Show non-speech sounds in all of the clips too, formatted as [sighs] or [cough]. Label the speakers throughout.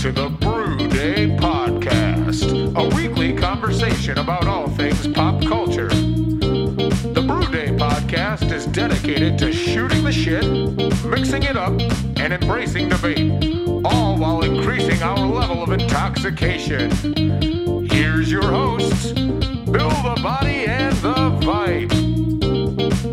Speaker 1: to the Brew Day Podcast, a weekly conversation about all things pop culture. The Brew Day Podcast is dedicated to shooting the shit, mixing it up, and embracing debate, all while increasing our level of intoxication. Here's your hosts, Bill the Body and the Vibe.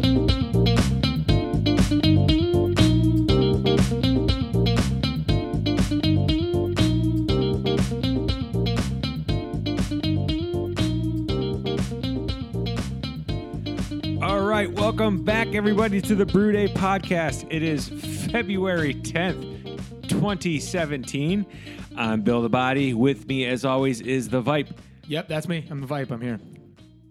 Speaker 2: All right, welcome back, everybody, to the Brew Day podcast. It is February 10th, 2017. I'm Bill the Body. With me, as always, is the Vipe.
Speaker 3: Yep, that's me. I'm a Vipe. I'm here.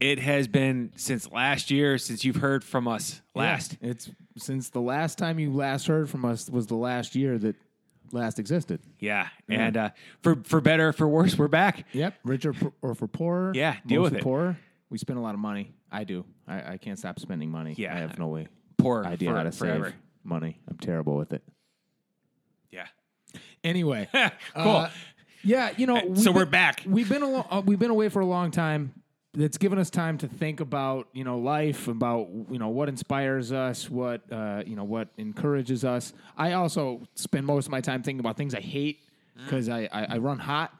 Speaker 2: It has been since last year since you've heard from us last.
Speaker 3: Yeah, it's since the last time you last heard from us was the last year that last existed.
Speaker 2: Yeah, and uh, for for better or for worse, we're back.
Speaker 3: Yep. Richer p- or for poorer.
Speaker 2: Yeah, deal
Speaker 3: mostly
Speaker 2: with it.
Speaker 3: Poorer. We spend a lot of money. I do. I, I can't stop spending money.
Speaker 2: Yeah.
Speaker 3: I have no way.
Speaker 2: Poor
Speaker 3: idea
Speaker 2: for,
Speaker 3: how to
Speaker 2: forever.
Speaker 3: save money. I'm terrible with it.
Speaker 2: Yeah, [laughs]
Speaker 3: [laughs] Anyway.
Speaker 2: cool.
Speaker 3: Uh, yeah, you know.
Speaker 2: so
Speaker 3: we've
Speaker 2: we're
Speaker 3: been-
Speaker 2: back.
Speaker 3: We've been a lo- uh, we've been away for a long time. That's given us time to think about you know life, about you know what inspires us, what uh, you know what encourages us. I also spend most of my time thinking about things I hate because I, I I run hot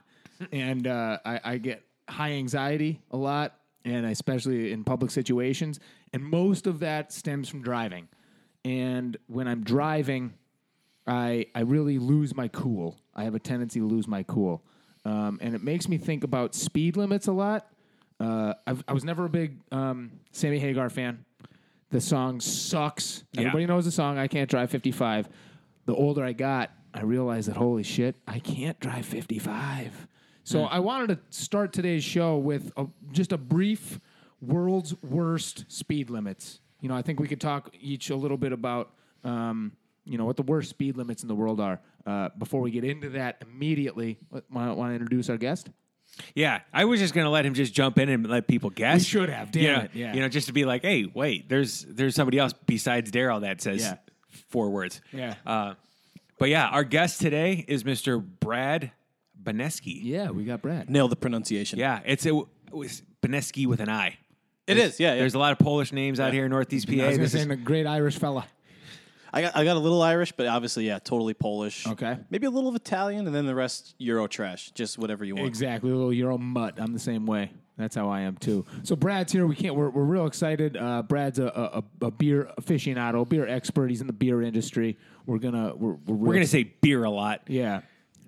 Speaker 3: and uh, I, I get high anxiety a lot, and especially in public situations. And most of that stems from driving. And when I'm driving, I I really lose my cool. I have a tendency to lose my cool, um, and it makes me think about speed limits a lot. Uh, I've, I was never a big um, Sammy Hagar fan. The song sucks. Everybody knows the song. I can't drive 55. The older I got, I realized that holy shit, I can't drive 55. So I wanted to start today's show with a, just a brief world's worst speed limits. You know, I think we could talk each a little bit about, um, you know, what the worst speed limits in the world are. Uh, before we get into that immediately, want to introduce our guest?
Speaker 2: Yeah, I was just gonna let him just jump in and let people guess.
Speaker 3: We should have, damn
Speaker 2: you know,
Speaker 3: it, yeah.
Speaker 2: you know, just to be like, hey, wait, there's there's somebody else besides Daryl that says
Speaker 3: Yeah.
Speaker 2: four words.
Speaker 3: Yeah.
Speaker 2: Uh, but yeah, our guest today is Mr. Brad Benesky.
Speaker 3: Yeah, we got Brad.
Speaker 4: Nail the pronunciation.
Speaker 2: Yeah, it's it, was Benesky with an I.
Speaker 4: it is. Yeah, yeah.
Speaker 2: There's a lot of Polish names out here in Northeast PA.
Speaker 3: I was going
Speaker 2: This
Speaker 3: to
Speaker 2: is-
Speaker 3: say, a great Irish fella.
Speaker 4: I got I got a little Irish, but obviously, yeah, totally Polish.
Speaker 3: Okay.
Speaker 4: maybe a little of Italian, and then the rest Euro trash. Just whatever you want.
Speaker 3: Exactly, little Euro mutt. I'm the same way. That's how I am too. So Brad's here. We can't. We're, we're real excited. Uh, Brad's a, a, a beer aficionado, a beer expert. He's in the beer industry. We're gonna we're we're, real
Speaker 2: we're gonna Mm-hmm. say beer a lot.
Speaker 3: yeah.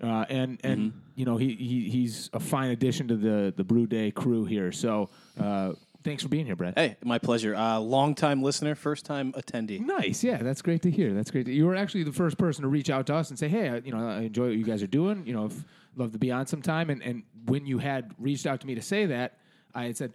Speaker 3: Uh, and and you know he, he he's a fine addition to the the Brew Day crew here. So uh, thanks for being here, Brad.
Speaker 4: Hey, my pleasure. Uh, long time listener, first time attendee.
Speaker 3: Nice, yeah, that's great to hear. That's great. To, you were actually the first person to reach out to us and say, "Hey, I, you know, I enjoy what you guys are doing. You know, if, love to be on sometime." And and when you had reached out to me to say that, I had said,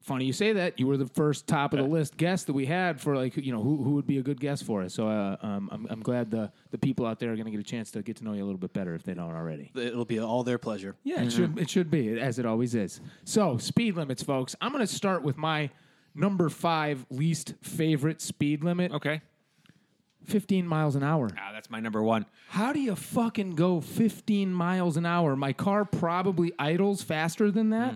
Speaker 3: "Funny you say that. You were the first top of the list guest that we had for like you know who, who would be a good guest for us." So uh, um, I'm I'm glad the the people out there are going to get a chance to get to know you a little bit better if they don't already. Mm-hmm.
Speaker 4: It'll be all their pleasure.
Speaker 3: Yeah, it should it should be as it always is. So speed limits, folks. I'm going to start with my number five least favorite speed limit:
Speaker 2: Okay.
Speaker 3: 15 miles an hour.
Speaker 2: Ah, that's my number one.
Speaker 3: How do you fucking go 15 miles an hour? My car probably idles faster than that.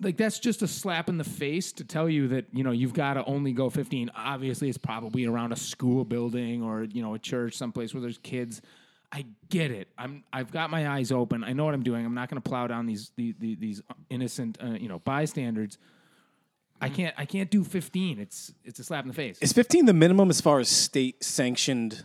Speaker 3: Like that's just a slap in the face to tell you that you know you've got to only go 15. Obviously, it's probably around a school building or you know a church, someplace where there's kids. I get it. I'm I've got my eyes open. I know what I'm doing. I'm not going to plow down these these, these innocent uh, you know bystanders. I can't I can't do 15. It's it's a slap in the face.
Speaker 4: Is 15 the minimum as far as state sanctioned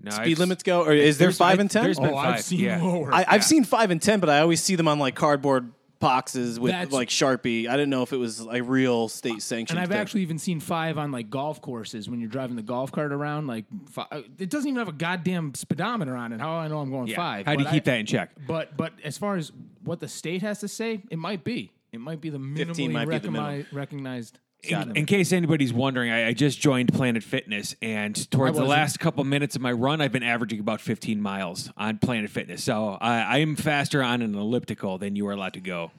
Speaker 2: No,
Speaker 4: speed
Speaker 2: it's-
Speaker 4: limits go, or is there
Speaker 2: there's-
Speaker 4: five
Speaker 2: I-
Speaker 4: and 10?
Speaker 2: there's been
Speaker 3: oh,
Speaker 2: five,
Speaker 3: I've seen
Speaker 2: yeah.
Speaker 3: lower.
Speaker 4: I, I've seen five and 10, but I always see them on like cardboard boxes with
Speaker 3: That's-
Speaker 4: like Sharpie. I didn't know if it was a real state sanctioned.
Speaker 3: And I've
Speaker 4: thing.
Speaker 3: actually even seen five on like golf courses when you're driving the golf cart around. Like, five, it doesn't even have a goddamn speedometer on it. How do I know I'm going
Speaker 2: Yeah.
Speaker 3: five?
Speaker 2: How do you
Speaker 3: But
Speaker 2: keep
Speaker 3: I-
Speaker 2: that in check?
Speaker 3: But but as far as what the state has to say, it might be it might be the minimally
Speaker 4: might be the
Speaker 3: recogni-
Speaker 4: minimum.
Speaker 3: recognized.
Speaker 2: In, in case anybody's wondering, I, I just joined Planet Fitness, and towards the
Speaker 3: wasn't.
Speaker 2: last couple minutes of my run, I've been averaging about 15 miles on Planet Fitness. So I, I am faster on an elliptical than you are allowed to go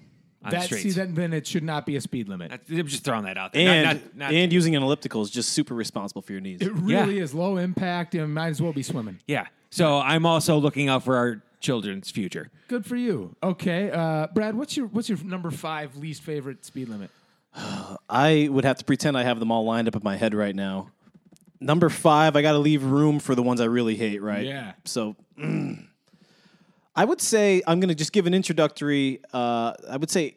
Speaker 2: on the
Speaker 3: that see
Speaker 2: streets.
Speaker 3: then then it should not be a speed limit.
Speaker 2: That's- I'm just throwing that out there.
Speaker 4: and,
Speaker 2: Not- not- not-
Speaker 4: and using an elliptical is just super responsible for your knees.
Speaker 3: it really is low impact. and might as well be swimming.
Speaker 2: yeah. So I'm also looking out for our children's future.
Speaker 3: Good for you. Okay, uh, Brad, what's your what's your number five least favorite speed limit?
Speaker 4: I would have to pretend I have them all lined up in my head right now. Number five, I got to leave room for the ones I really hate, right?
Speaker 3: Yeah.
Speaker 4: So mm. I would say I'm going to just give an introductory. Uh, I would say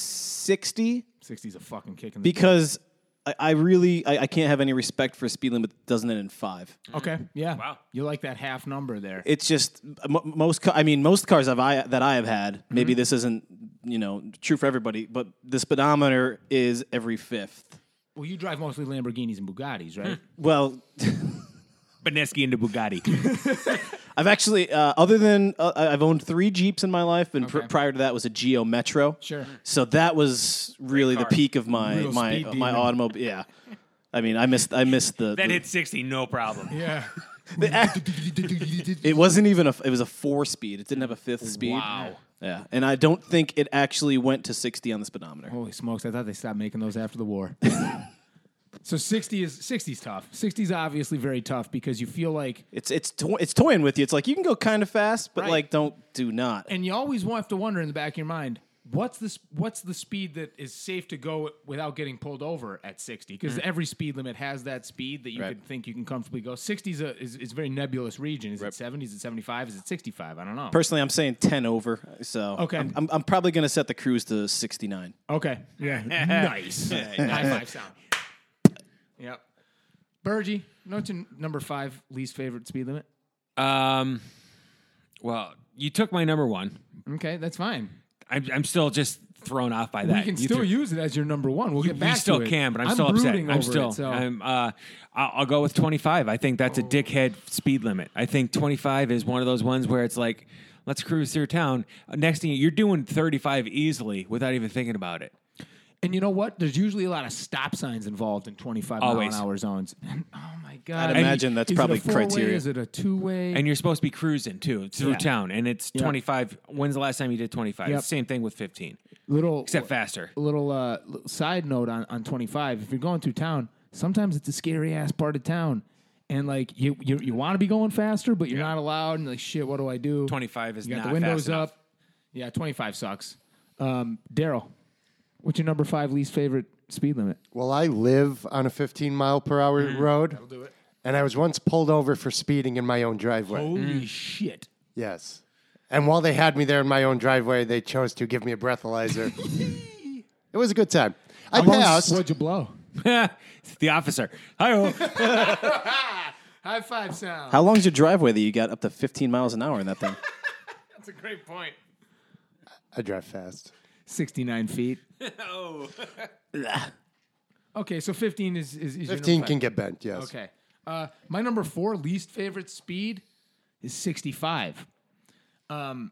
Speaker 4: 60
Speaker 3: Sixty's a fucking kick in the.
Speaker 4: because I, I really I, I can't have any respect for a speed limit that doesn't end in five.
Speaker 3: okay, yeah.
Speaker 2: Wow.
Speaker 3: You like that half number there?
Speaker 4: It's just m- most. Ca- I mean, most cars I've, I that I have had. Maybe this isn't you know true for everybody, but the speedometer is every fifth.
Speaker 3: well, you drive mostly Lamborghinis and Bugattis, right?
Speaker 4: Well,
Speaker 2: Beneski into
Speaker 3: [laughs]
Speaker 2: Bugatti.
Speaker 4: I've actually, uh, other than uh, I- I've owned three Jeeps in my life, and pr-
Speaker 3: Okay.
Speaker 4: prior to that was a Geo Metro.
Speaker 3: Sure.
Speaker 4: So that was really the
Speaker 2: car.
Speaker 4: peak of my
Speaker 3: Real
Speaker 4: my
Speaker 3: speed
Speaker 4: my
Speaker 3: demon.
Speaker 4: automobile. Yeah. I mean, I missed I missed the.
Speaker 2: that
Speaker 4: the-
Speaker 2: hit 60, no problem.
Speaker 3: yeah.
Speaker 4: it wasn't even a. f- It was a four speed. It didn't have a fifth speed.
Speaker 3: Wow.
Speaker 4: Yeah, and I don't think it actually went to sixty on the
Speaker 3: [laughs]
Speaker 4: speedometer.
Speaker 3: Holy smokes! I thought they stopped making those after the war. so sixty is sixty's tough. Sixty's obviously very tough because you feel like,
Speaker 4: It's it's to, it's toying with you. It's like you can go kind of fast, but
Speaker 3: Right.
Speaker 4: like don't do not.
Speaker 3: and you always have to wonder in the back of your mind. What's this? What's the speed that is safe to go without getting pulled over at sixty? Because every speed limit has that speed that you
Speaker 4: Right.
Speaker 3: could think you can comfortably go. Sixty's a is, is a very nebulous region. Is it seventy? Is it seventy five? Is it sixty five? I don't know.
Speaker 4: Personally, I'm saying ten over. So
Speaker 3: Okay.
Speaker 4: I'm, I'm, I'm probably gonna set the cruise to sixty nine.
Speaker 3: Okay.
Speaker 2: [laughs]
Speaker 3: Yeah. nice. High five sound. Yep. Burgie, what's your number five least favorite speed limit?
Speaker 2: Um, well, you took my number one.
Speaker 3: Okay, that's fine.
Speaker 2: I'm, I'm still just thrown off by that.
Speaker 3: we can
Speaker 2: You
Speaker 3: still
Speaker 2: threw-
Speaker 3: use it as your number one. We'll get
Speaker 2: We
Speaker 3: back
Speaker 2: still
Speaker 3: to it.
Speaker 2: can, but I'm, still upset.
Speaker 3: brooding
Speaker 2: I'm
Speaker 3: over
Speaker 2: still.
Speaker 3: It, so.
Speaker 2: I'm. Uh, I'll, I'll go with 25. I think that's a dickhead speed limit. I think 25 is one of those ones where it's like, let's cruise through town. Uh, Next thing you- you're doing 35 easily without even thinking about it.
Speaker 3: and you know what? There's usually a lot of stop signs involved in 25
Speaker 2: Always.
Speaker 3: mile an hour zones. And, oh my god!
Speaker 4: I'd imagine that's
Speaker 3: is
Speaker 4: probably
Speaker 3: it a four-way?
Speaker 4: criteria.
Speaker 3: Is it a two way?
Speaker 2: And you're supposed to be cruising too through
Speaker 3: Mm. Yeah.
Speaker 2: town, and it's
Speaker 3: Yep.
Speaker 2: 25. When's the last time you did 25?
Speaker 3: Yep.
Speaker 2: Same thing with 15,
Speaker 3: little
Speaker 2: except faster.
Speaker 3: a little uh, l- side note on, on 25 if you're going through town sometimes it's a scary ass part of town and like you you, you want to be going faster but you're not allowed and like shit what do i do
Speaker 2: 25 is
Speaker 3: you got
Speaker 2: not
Speaker 3: the windows
Speaker 2: fast enough.
Speaker 3: up yeah 25 sucks um, daryl what's your number five least favorite speed limit
Speaker 5: Well, I live on a 15 mile per hour
Speaker 3: Mm-hmm.
Speaker 5: road. And I was once pulled over for speeding in my own driveway.
Speaker 3: holy shit
Speaker 5: Yes. And while they had me there in my own driveway, they chose to give me
Speaker 3: [laughs]
Speaker 5: a breathalyzer. it was a good time. I passed.
Speaker 3: what'd you blow
Speaker 2: [laughs] the officer.
Speaker 3: [laughs]
Speaker 2: Hi,
Speaker 3: high five sound
Speaker 4: How long's your driveway that you got up to fifteen miles an hour in that thing?
Speaker 3: that's a great point
Speaker 5: I drive fast.
Speaker 3: 69 [laughs] feet Oh.
Speaker 5: [laughs]
Speaker 3: okay so 15 is is, is your number
Speaker 5: 15
Speaker 3: five.
Speaker 5: can get bent, yes.
Speaker 3: Okay. Uh, my number four least favorite speed is 65. Um,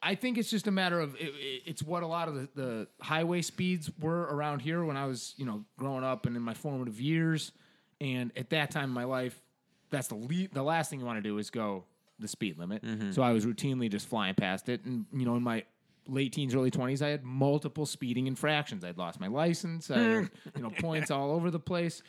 Speaker 3: I think it's just a matter of it, it- it's what a lot of the, the highway speeds were around here when I was you know growing up and in my formative years, and at that time in my life, that's the le- the last thing you want to do is go the speed limit. So I was routinely just flying past it, and you know in my late teens, early twenties, I had multiple speeding infractions. I'd lost my license, I had, you know points all over the place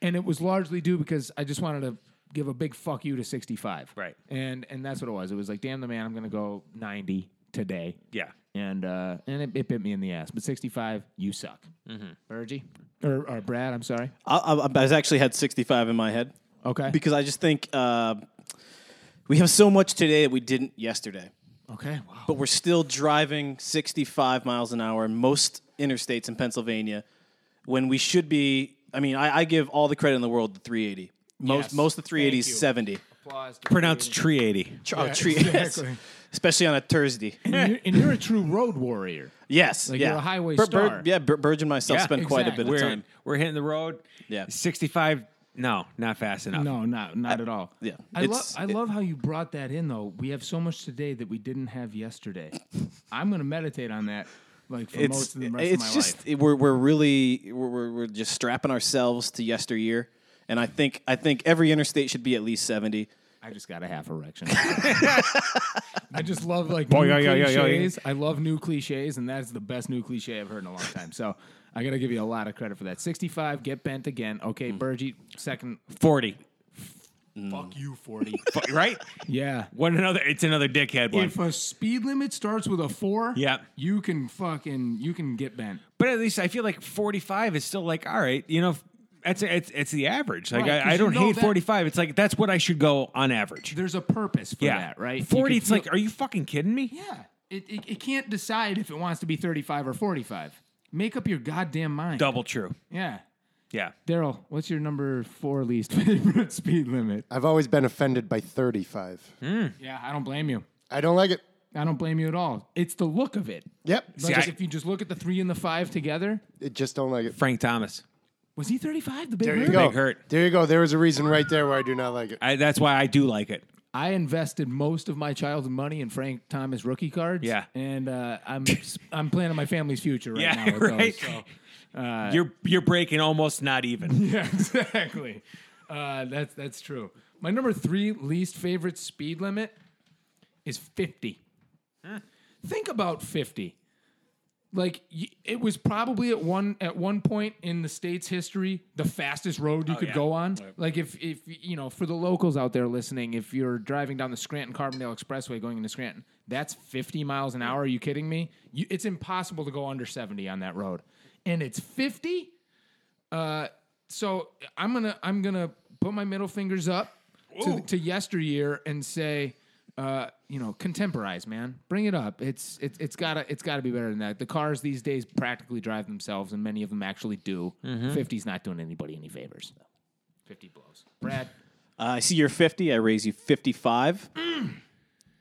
Speaker 3: and it was largely due because I just wanted to give a big fuck you to 65.
Speaker 2: Right.
Speaker 3: And and that's what it was. It was like, damn the man, I'm gonna go 90 today.
Speaker 2: yeah.
Speaker 3: And uh, and it, it bit me in the ass. But 65, you suck. Mm-hmm. or, or Brad, I'm sorry.
Speaker 4: [laughs] I, I, I've actually had sixty five in my head
Speaker 3: Okay.
Speaker 4: because I just think uh, we have so much today that we didn't yesterday.
Speaker 3: okay. Wow.
Speaker 4: but we're still driving 65 miles an hour in most interstates in Pennsylvania when we should be. I mean, I, I give all the credit in the world to 380. Most
Speaker 3: Yes.
Speaker 4: most of the 380 is
Speaker 3: Thank you.
Speaker 4: 70.
Speaker 3: Applause.
Speaker 2: Pronounced tree 80.
Speaker 4: Tr- oh, tree- yes.
Speaker 3: exactly.
Speaker 4: Especially on
Speaker 3: [laughs]
Speaker 4: a Thursday.
Speaker 3: and, you're, and you're a true road warrior.
Speaker 4: Yes.
Speaker 3: Like
Speaker 4: yeah.
Speaker 3: you're a highway
Speaker 4: Bur-
Speaker 3: star.
Speaker 4: Bur- yeah, Bur- Burge and myself
Speaker 2: Yeah,
Speaker 4: spent quite a bit
Speaker 2: we're
Speaker 4: of time.
Speaker 2: we're hitting the road.
Speaker 4: Yeah.
Speaker 2: 65. No, not fast enough.
Speaker 3: No, not not at all.
Speaker 4: yeah,
Speaker 3: I love
Speaker 4: it's-
Speaker 3: I
Speaker 4: it-
Speaker 3: love how you brought that in though. We have so much today that we didn't have yesterday. I'm gonna meditate on that like for
Speaker 4: It's
Speaker 3: most of the rest
Speaker 4: it's
Speaker 3: of my
Speaker 4: just
Speaker 3: life.
Speaker 4: it- we're we're really we're, we're we're just strapping ourselves to yesteryear, and I think I think every interstate should be at least 70.
Speaker 3: I just got a half erection. [laughs] I just love like
Speaker 2: Boy,
Speaker 3: new
Speaker 2: Oh, yeah, yeah, yeah, yeah, yeah.
Speaker 3: cliches. I love new cliches, and that's the best new cliche I've heard in a long time. So I got to give you a
Speaker 2: Mm.
Speaker 3: lot of credit for that. 65, get bent again. Okay, Burgie, second,
Speaker 2: 40.
Speaker 3: Fuck you,
Speaker 2: [laughs]
Speaker 3: 40.
Speaker 2: Fu- right?
Speaker 6: Yeah.
Speaker 2: What another? It's another dickhead one.
Speaker 3: if a speed limit starts with a four,
Speaker 2: Yep.
Speaker 3: you can fucking you can get bent.
Speaker 2: but at least I feel like 45 is still like, all right, you know, that's it's it's the average. Like
Speaker 3: Right, 'cause
Speaker 2: I, I
Speaker 3: you
Speaker 2: don't
Speaker 3: know
Speaker 2: hate
Speaker 3: that-
Speaker 2: 45. It's like that's what I should go on average.
Speaker 3: There's a purpose for
Speaker 2: Yeah,
Speaker 3: that, right? You
Speaker 2: 40.
Speaker 3: can
Speaker 2: It's
Speaker 3: feel-
Speaker 2: like, are you fucking kidding me?
Speaker 3: yeah, it, it it can't decide if it wants to be 35 or 45. Make up your goddamn mind.
Speaker 2: Double true.
Speaker 3: Yeah,
Speaker 2: Yeah.
Speaker 3: Daryl, what's your number four least [laughs] favorite speed limit?
Speaker 5: I've always been offended by 35.
Speaker 3: Hmm? Yeah, I don't blame you.
Speaker 5: I don't like it.
Speaker 3: I don't blame you at all. It's the look of it.
Speaker 5: Yep.
Speaker 3: But
Speaker 2: I-
Speaker 3: if you just look at the three and the five together,
Speaker 5: It just don't like it.
Speaker 2: Frank Thomas.
Speaker 3: was he 35? The big
Speaker 5: There you
Speaker 3: hurt?
Speaker 5: go.
Speaker 2: Big hurt.
Speaker 5: There you go. There was a reason right there why I do not like it.
Speaker 2: I, that's why I do like it.
Speaker 3: I invested most of my childhood money in Frank Thomas rookie cards.
Speaker 2: Yeah.
Speaker 3: and uh, I'm I'm planning my family's future right
Speaker 2: Yeah,
Speaker 3: now.
Speaker 2: [laughs]
Speaker 3: With
Speaker 2: right.
Speaker 3: Those, so.
Speaker 2: you're you're breaking almost not
Speaker 3: [laughs]
Speaker 2: even.
Speaker 3: Yeah, exactly. Uh, that's that's true. My number three least favorite speed limit is fifty. Think about fifty. Like y- it was probably at one at one point in the state's history the fastest road you could
Speaker 2: yeah.
Speaker 3: go on. Like if if you know for the locals out there listening, if you're driving down the Scranton Carbondale Expressway going into Scranton, that's fifty miles an hour. Are you kidding me? You, it's impossible to go under seventy on that road, and it's fifty so I'm gonna I'm gonna put my middle fingers up to, to yesteryear and say, uh, you know, contemporize, man. Bring it up. It's it's it's gotta it's gotta be better than that. The cars these days practically drive themselves, and many of them actually do.
Speaker 4: Mm-hmm.
Speaker 3: 50's not doing anybody any favors. Fifty blows. Brad,
Speaker 4: Uh, I see you're 50. I raise you 55.
Speaker 3: Mm.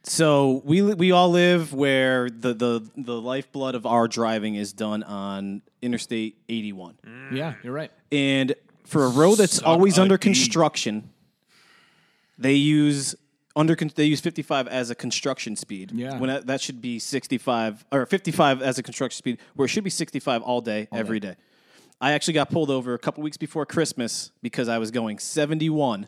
Speaker 4: So we li- we all live where the, the the lifeblood of our driving is done on Interstate 81,
Speaker 3: yeah, you're right.
Speaker 4: and for a road that's always
Speaker 2: a
Speaker 4: under
Speaker 2: D.
Speaker 4: construction, they use under con- they use 55 as a construction speed.
Speaker 3: Yeah.
Speaker 4: when that, that should be 65 or 55 as a construction speed, where it should be 65 all day every day. I actually got pulled over a couple weeks before Christmas because I was going 71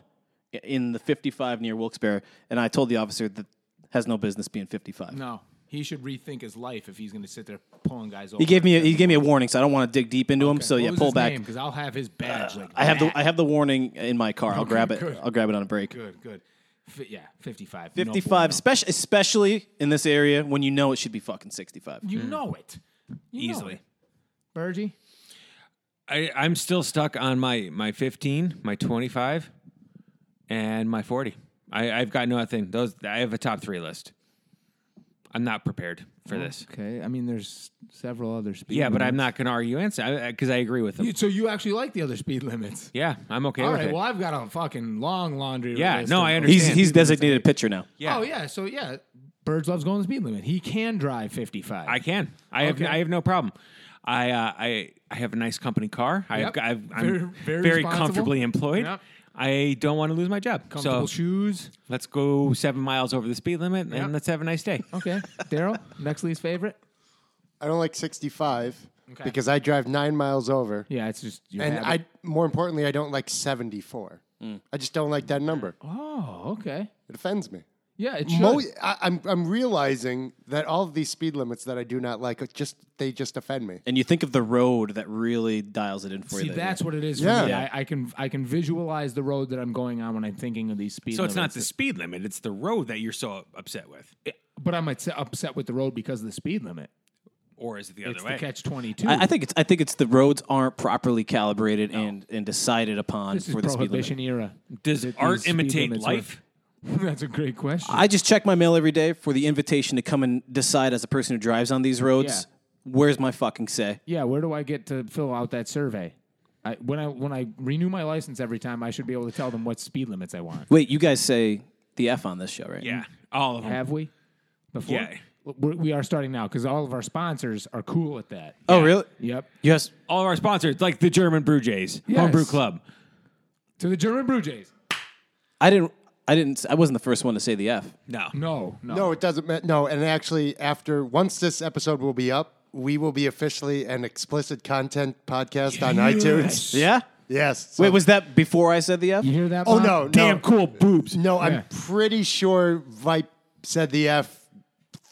Speaker 4: i- in the 55 near Wilkes-Barre, and I told the officer that has no business being 55.
Speaker 3: No, he should rethink his life if he's gonna sit there pulling guys over.
Speaker 4: He gave me a, he gave me a warning, so I don't want to dig deep into him. So yeah, pull back. Uh,
Speaker 3: because I'll have his badge. like
Speaker 4: I have
Speaker 3: that.
Speaker 4: the I have the warning in my car. I'll grab it.
Speaker 3: good.
Speaker 4: I'll grab it on a break.
Speaker 3: good good. Fi yeah, fifty-five. No
Speaker 4: 55,
Speaker 3: bueno.
Speaker 4: especially especially in this area when you know it should be fucking 65.
Speaker 3: You know it. You know
Speaker 2: Easily.
Speaker 3: it. Bergie?
Speaker 2: I, I'm still stuck on my my 15, my 25, and my 40. I, I've got nothing. Those I have a top three list. I'm not prepared for this.
Speaker 3: Okay. I mean, there's several other speed
Speaker 2: Yeah, but I'm not going to argue answer because I, agree with them.
Speaker 3: So you actually like the other speed limits.
Speaker 2: yeah, I'm okay
Speaker 3: All
Speaker 2: with
Speaker 3: right.
Speaker 2: it.
Speaker 3: Well, I've got a fucking long laundry
Speaker 2: Yeah,
Speaker 3: list.
Speaker 2: no,
Speaker 3: of-
Speaker 2: I understand.
Speaker 4: He's he's designated pitcher now.
Speaker 2: yeah.
Speaker 3: Oh, yeah. So, yeah, Birds loves going the speed limit. He can drive 55.
Speaker 2: I can. I have.
Speaker 3: Okay.
Speaker 2: I have no problem. I uh, I I have a nice company car. I've,
Speaker 3: Yep.
Speaker 2: got- I've, I'm
Speaker 3: Very-
Speaker 2: very,
Speaker 3: very responsible.
Speaker 2: comfortably employed.
Speaker 3: Yep.
Speaker 2: I don't want to lose my job. So
Speaker 3: Comfortable shoes.
Speaker 2: let's go seven miles over the speed limit and let's have a nice day.
Speaker 3: Okay.
Speaker 2: [laughs]
Speaker 3: Daryl, next least favorite?
Speaker 5: I don't like 65
Speaker 3: Okay.
Speaker 5: because I drive nine miles over.
Speaker 3: Yeah, it's just your
Speaker 5: And
Speaker 3: habit.
Speaker 5: I, more importantly, I don't like 74. I just don't like that number.
Speaker 3: Oh, okay.
Speaker 5: It offends me.
Speaker 3: Yeah, it should.
Speaker 5: Mo- I, I'm, I'm realizing that all of these speed limits that I do not like, it just they just offend me.
Speaker 4: And you think of the road that really dials it in for
Speaker 3: See,
Speaker 4: you. that
Speaker 3: that's
Speaker 4: year.
Speaker 3: what it is.
Speaker 5: Yeah.
Speaker 3: For me.
Speaker 5: Yeah.
Speaker 3: I, I can I can visualize the road that I'm going on when I'm thinking of these speed
Speaker 2: So it's not
Speaker 3: limits.
Speaker 2: the speed limit; it's the road that you're so upset with,
Speaker 3: But I'm upset- upset with the road because of the speed limit.
Speaker 2: or is it the other
Speaker 3: It's
Speaker 2: way?
Speaker 3: the catch 22.
Speaker 4: I, I think it's I think it's the roads aren't properly calibrated and, and decided upon
Speaker 3: This is
Speaker 4: for the speed limit.
Speaker 3: prohibition era.
Speaker 2: Does
Speaker 3: That these
Speaker 2: art
Speaker 3: speed
Speaker 2: imitate
Speaker 3: limits
Speaker 2: life?
Speaker 3: were- [laughs] That's a great question.
Speaker 4: I just check my mail every day for the invitation to come and decide as a person who drives on these roads. Where's my fucking say?
Speaker 3: yeah, where do I get to fill out that survey? I, when I when I renew my license every time, I should be able to tell them what speed limits I want.
Speaker 4: Wait, you guys say the f on this show, right?
Speaker 2: Yeah, all of them.
Speaker 3: Have we? Before
Speaker 2: Yeah.
Speaker 3: We're, we are starting now because all of our sponsors are cool at that.
Speaker 4: Oh, really?
Speaker 3: Yep.
Speaker 4: Yes.
Speaker 2: all of our sponsors, like the German Brew Jays,
Speaker 3: Yes.
Speaker 2: Homebrew Club.
Speaker 3: To the German Brew Jays.
Speaker 4: I didn't. I didn't. I wasn't the first one to say the f.
Speaker 2: No,
Speaker 3: No,
Speaker 4: Oh.
Speaker 3: no.
Speaker 5: No, it doesn't matter. No, and actually, after once this episode will be up, we will be officially an explicit content podcast on iTunes.
Speaker 4: Yeah.
Speaker 5: Yes. so-
Speaker 4: Wait, was that before I said the f?
Speaker 3: You hear that?
Speaker 5: Oh
Speaker 3: Bob?
Speaker 5: no, no.
Speaker 2: damn cool boobs.
Speaker 5: No,
Speaker 3: Yeah.
Speaker 5: I'm pretty sure Vipe said the F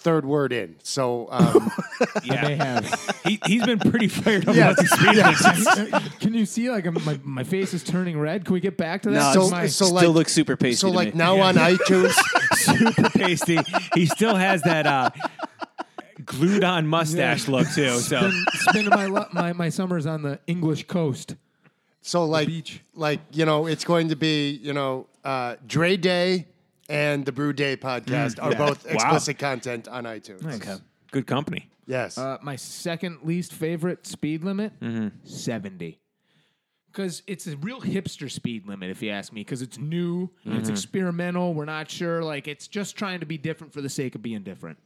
Speaker 5: third word in. So
Speaker 4: [laughs]
Speaker 5: um,
Speaker 2: Yeah. [laughs]
Speaker 3: They have.
Speaker 2: he, he's been pretty fired up
Speaker 5: Yeah.
Speaker 2: about the speed limit.
Speaker 3: Can you see like my, my face is turning red? Can we get back to
Speaker 4: No,
Speaker 3: that?
Speaker 4: it's-
Speaker 5: so,
Speaker 3: my-
Speaker 5: so
Speaker 4: Still
Speaker 5: like
Speaker 4: looks super pasty.
Speaker 5: so
Speaker 4: to
Speaker 5: like
Speaker 4: me.
Speaker 5: now on iTunes,
Speaker 2: super pasty. He still has that uh, glued on mustache look too. So
Speaker 3: Spending my, lo- my my summers on the English coast.
Speaker 5: so like
Speaker 3: beach.
Speaker 5: like you know it's going to be you know uh, Dre Day and the Brew Day podcast are both explicit content on iTunes.
Speaker 3: Mm, Okay.
Speaker 2: good company.
Speaker 5: Yes.
Speaker 3: Uh, my second least favorite speed limit,
Speaker 4: Mm-hmm.
Speaker 3: 70. Because it's a real hipster speed limit, if you ask me, because it's new, and
Speaker 4: Mm-hmm.
Speaker 3: it's experimental, we're not sure. Like, it's just trying to be different for the sake of being different.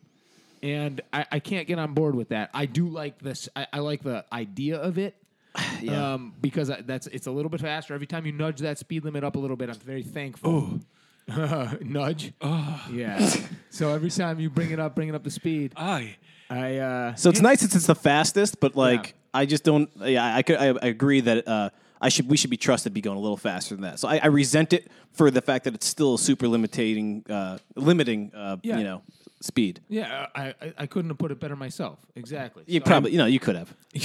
Speaker 3: And I, I can't get on board with that. I do like this, I, I like the idea of it.
Speaker 4: [sighs] Yeah.
Speaker 3: Um, because I, that's it's a little bit faster. Every time you nudge that speed limit up a little bit, I'm very thankful. [laughs] nudge. Yeah.
Speaker 4: [laughs]
Speaker 3: so every time you bring it up, bringing up the speed,
Speaker 2: [laughs] I
Speaker 3: I uh,
Speaker 4: So it's nice since it's the fastest, but like I just don't. Yeah, I could. I, I agree that uh, I should. We should be trusted to be going a little faster than that. So I, I resent it for the fact that it's still super limiting. Uh, limiting. Uh,
Speaker 3: Yeah.
Speaker 4: You know, speed.
Speaker 3: Yeah, I, I, I couldn't have put it better myself. Exactly.
Speaker 4: You
Speaker 3: So
Speaker 4: probably. you know, you could have.
Speaker 2: I, wa-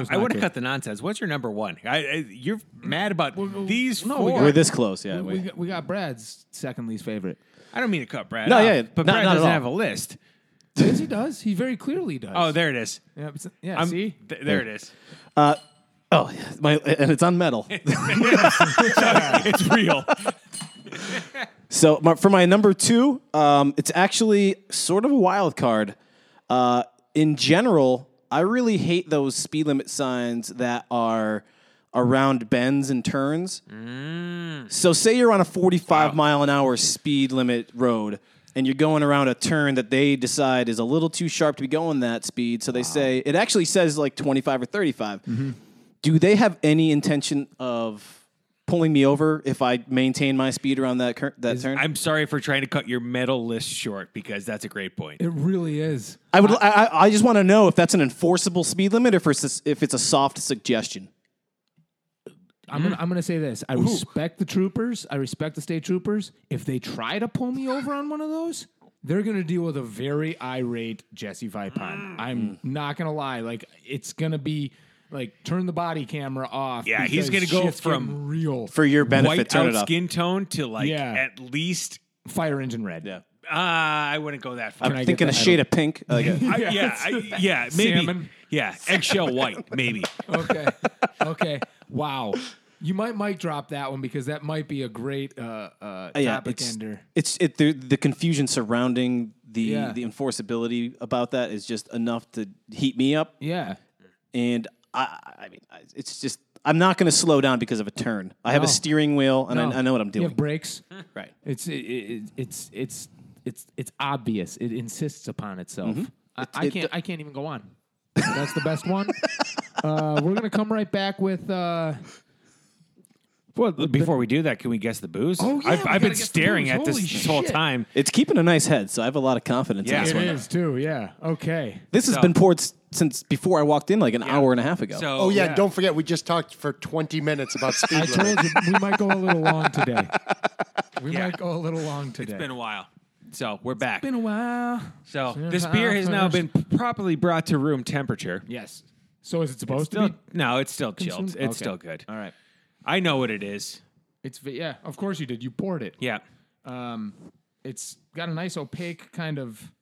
Speaker 3: chose
Speaker 2: I
Speaker 3: not
Speaker 2: would
Speaker 3: to.
Speaker 2: have cut the nonsense. What's your number one? I, I, you're mad about these
Speaker 3: no, we
Speaker 2: four.
Speaker 4: We're this close.
Speaker 3: we,
Speaker 4: Yeah. we-
Speaker 3: got, we got Brad's second
Speaker 2: [laughs]
Speaker 3: least favorite.
Speaker 2: I don't mean to cut Brad.
Speaker 4: No,
Speaker 2: off,
Speaker 4: yeah,
Speaker 2: but
Speaker 4: not-
Speaker 2: Brad
Speaker 4: not at
Speaker 2: doesn't
Speaker 4: all.
Speaker 2: have a list.
Speaker 3: yes, he does. He very clearly does.
Speaker 2: Oh, there it is.
Speaker 3: yeah. but- yeah
Speaker 2: I'm-
Speaker 3: see,
Speaker 2: th- there it
Speaker 3: [laughs]
Speaker 2: is.
Speaker 4: oh, yeah, my and it's on [laughs] metal.
Speaker 2: It's real.
Speaker 4: So my, for my number two, um, it's actually sort of a wild card. Uh, in general, I really hate those speed limit signs that are around bends and turns. So say you're on a 45 mile an hour speed limit road and you're going around a turn that they decide is a little too sharp to be going that speed. So they say it actually says like 25 or 35. Do they have any intention of pulling me over if I maintain my speed around that cur- that
Speaker 2: [laughs]
Speaker 4: turn?
Speaker 2: I'm sorry for trying to cut your metal list short because that's a great point.
Speaker 3: it really is.
Speaker 4: I would. I, I- I just want to know if that's an enforceable speed limit or if it's if it's a soft suggestion.
Speaker 3: I'm
Speaker 2: Mm.
Speaker 3: gonna I'm gonna say this. I respect the troopers. I respect the state troopers. If they try to pull me over on one of those, they're gonna deal with a very irate Jesse
Speaker 2: Mm.
Speaker 3: Vipon. I'm not gonna lie. Like it's gonna be like turn the body camera off.
Speaker 2: Yeah, he's
Speaker 3: because
Speaker 2: gonna go
Speaker 3: shit's getting
Speaker 2: from-
Speaker 3: real
Speaker 4: For your benefit,
Speaker 2: White
Speaker 4: turn
Speaker 2: out
Speaker 4: it off.
Speaker 2: skin tone to like
Speaker 3: Yeah.
Speaker 2: at least.
Speaker 3: fire engine red.
Speaker 4: Yeah.
Speaker 2: Uh, I wouldn't go that far.
Speaker 3: I get
Speaker 4: Thinking a
Speaker 3: that? I
Speaker 4: shade of pink.
Speaker 3: [laughs]
Speaker 4: Like,
Speaker 2: I- yeah, I- yeah, maybe.
Speaker 3: Salmon.
Speaker 2: Yeah, eggshell white,
Speaker 3: [laughs]
Speaker 2: maybe.
Speaker 3: okay. Okay. Wow. You might mic drop that one because that might be a great uh, uh,
Speaker 4: yeah,
Speaker 3: topic
Speaker 4: it's,
Speaker 3: ender.
Speaker 4: it's it the, the confusion surrounding the
Speaker 3: Yeah.
Speaker 4: the enforceability about that is just enough to heat me up.
Speaker 3: Yeah.
Speaker 4: And I I mean I- it's just I'm not going to slow down because of a turn. I have
Speaker 3: No.
Speaker 4: a steering wheel and I, I know what I'm
Speaker 3: You
Speaker 4: doing.
Speaker 3: have brakes.
Speaker 4: right.
Speaker 3: It's it, it, it's it's it's it's obvious. It insists upon itself. I, I
Speaker 4: Mm-hmm. it-
Speaker 3: can't I can't even go on. That's the best
Speaker 4: [laughs]
Speaker 3: one. Uh, we're gonna come right back with. Uh,
Speaker 2: Well, before we do that, can we guess the booze?
Speaker 3: Oh, yeah,
Speaker 2: I've,
Speaker 3: we
Speaker 2: I've been
Speaker 3: gotta guess the
Speaker 2: staring
Speaker 3: booze.
Speaker 2: at this,
Speaker 3: Holy
Speaker 2: this whole
Speaker 3: shit.
Speaker 2: time.
Speaker 4: It's keeping a nice head, so I have a lot of confidence
Speaker 2: Yeah.
Speaker 4: in this
Speaker 2: It
Speaker 4: one.
Speaker 3: is too. Yeah. Okay.
Speaker 4: This has
Speaker 2: So-
Speaker 4: been poured s- since before I walked in, like an hour and a half ago.
Speaker 2: So,
Speaker 5: oh yeah, don't forget we just talked for 20 minutes
Speaker 3: [laughs]
Speaker 5: about
Speaker 3: I
Speaker 5: speed
Speaker 3: told
Speaker 5: limit.
Speaker 3: you we might go a little long today. We
Speaker 2: Yeah.
Speaker 3: might go a little long today.
Speaker 2: it's been a while. So we're back.
Speaker 3: been a while.
Speaker 2: so this beer has now been properly brought to room temperature.
Speaker 3: Yes. So is it supposed
Speaker 2: Still,
Speaker 3: to be?
Speaker 2: no, it's still chilled.
Speaker 3: consumed?
Speaker 2: It's
Speaker 3: Okay.
Speaker 2: still good.
Speaker 3: All right.
Speaker 2: I know what it is.
Speaker 3: It's yeah. Of course you did. You poured it.
Speaker 2: Yeah.
Speaker 3: Um, it's got a nice opaque kind of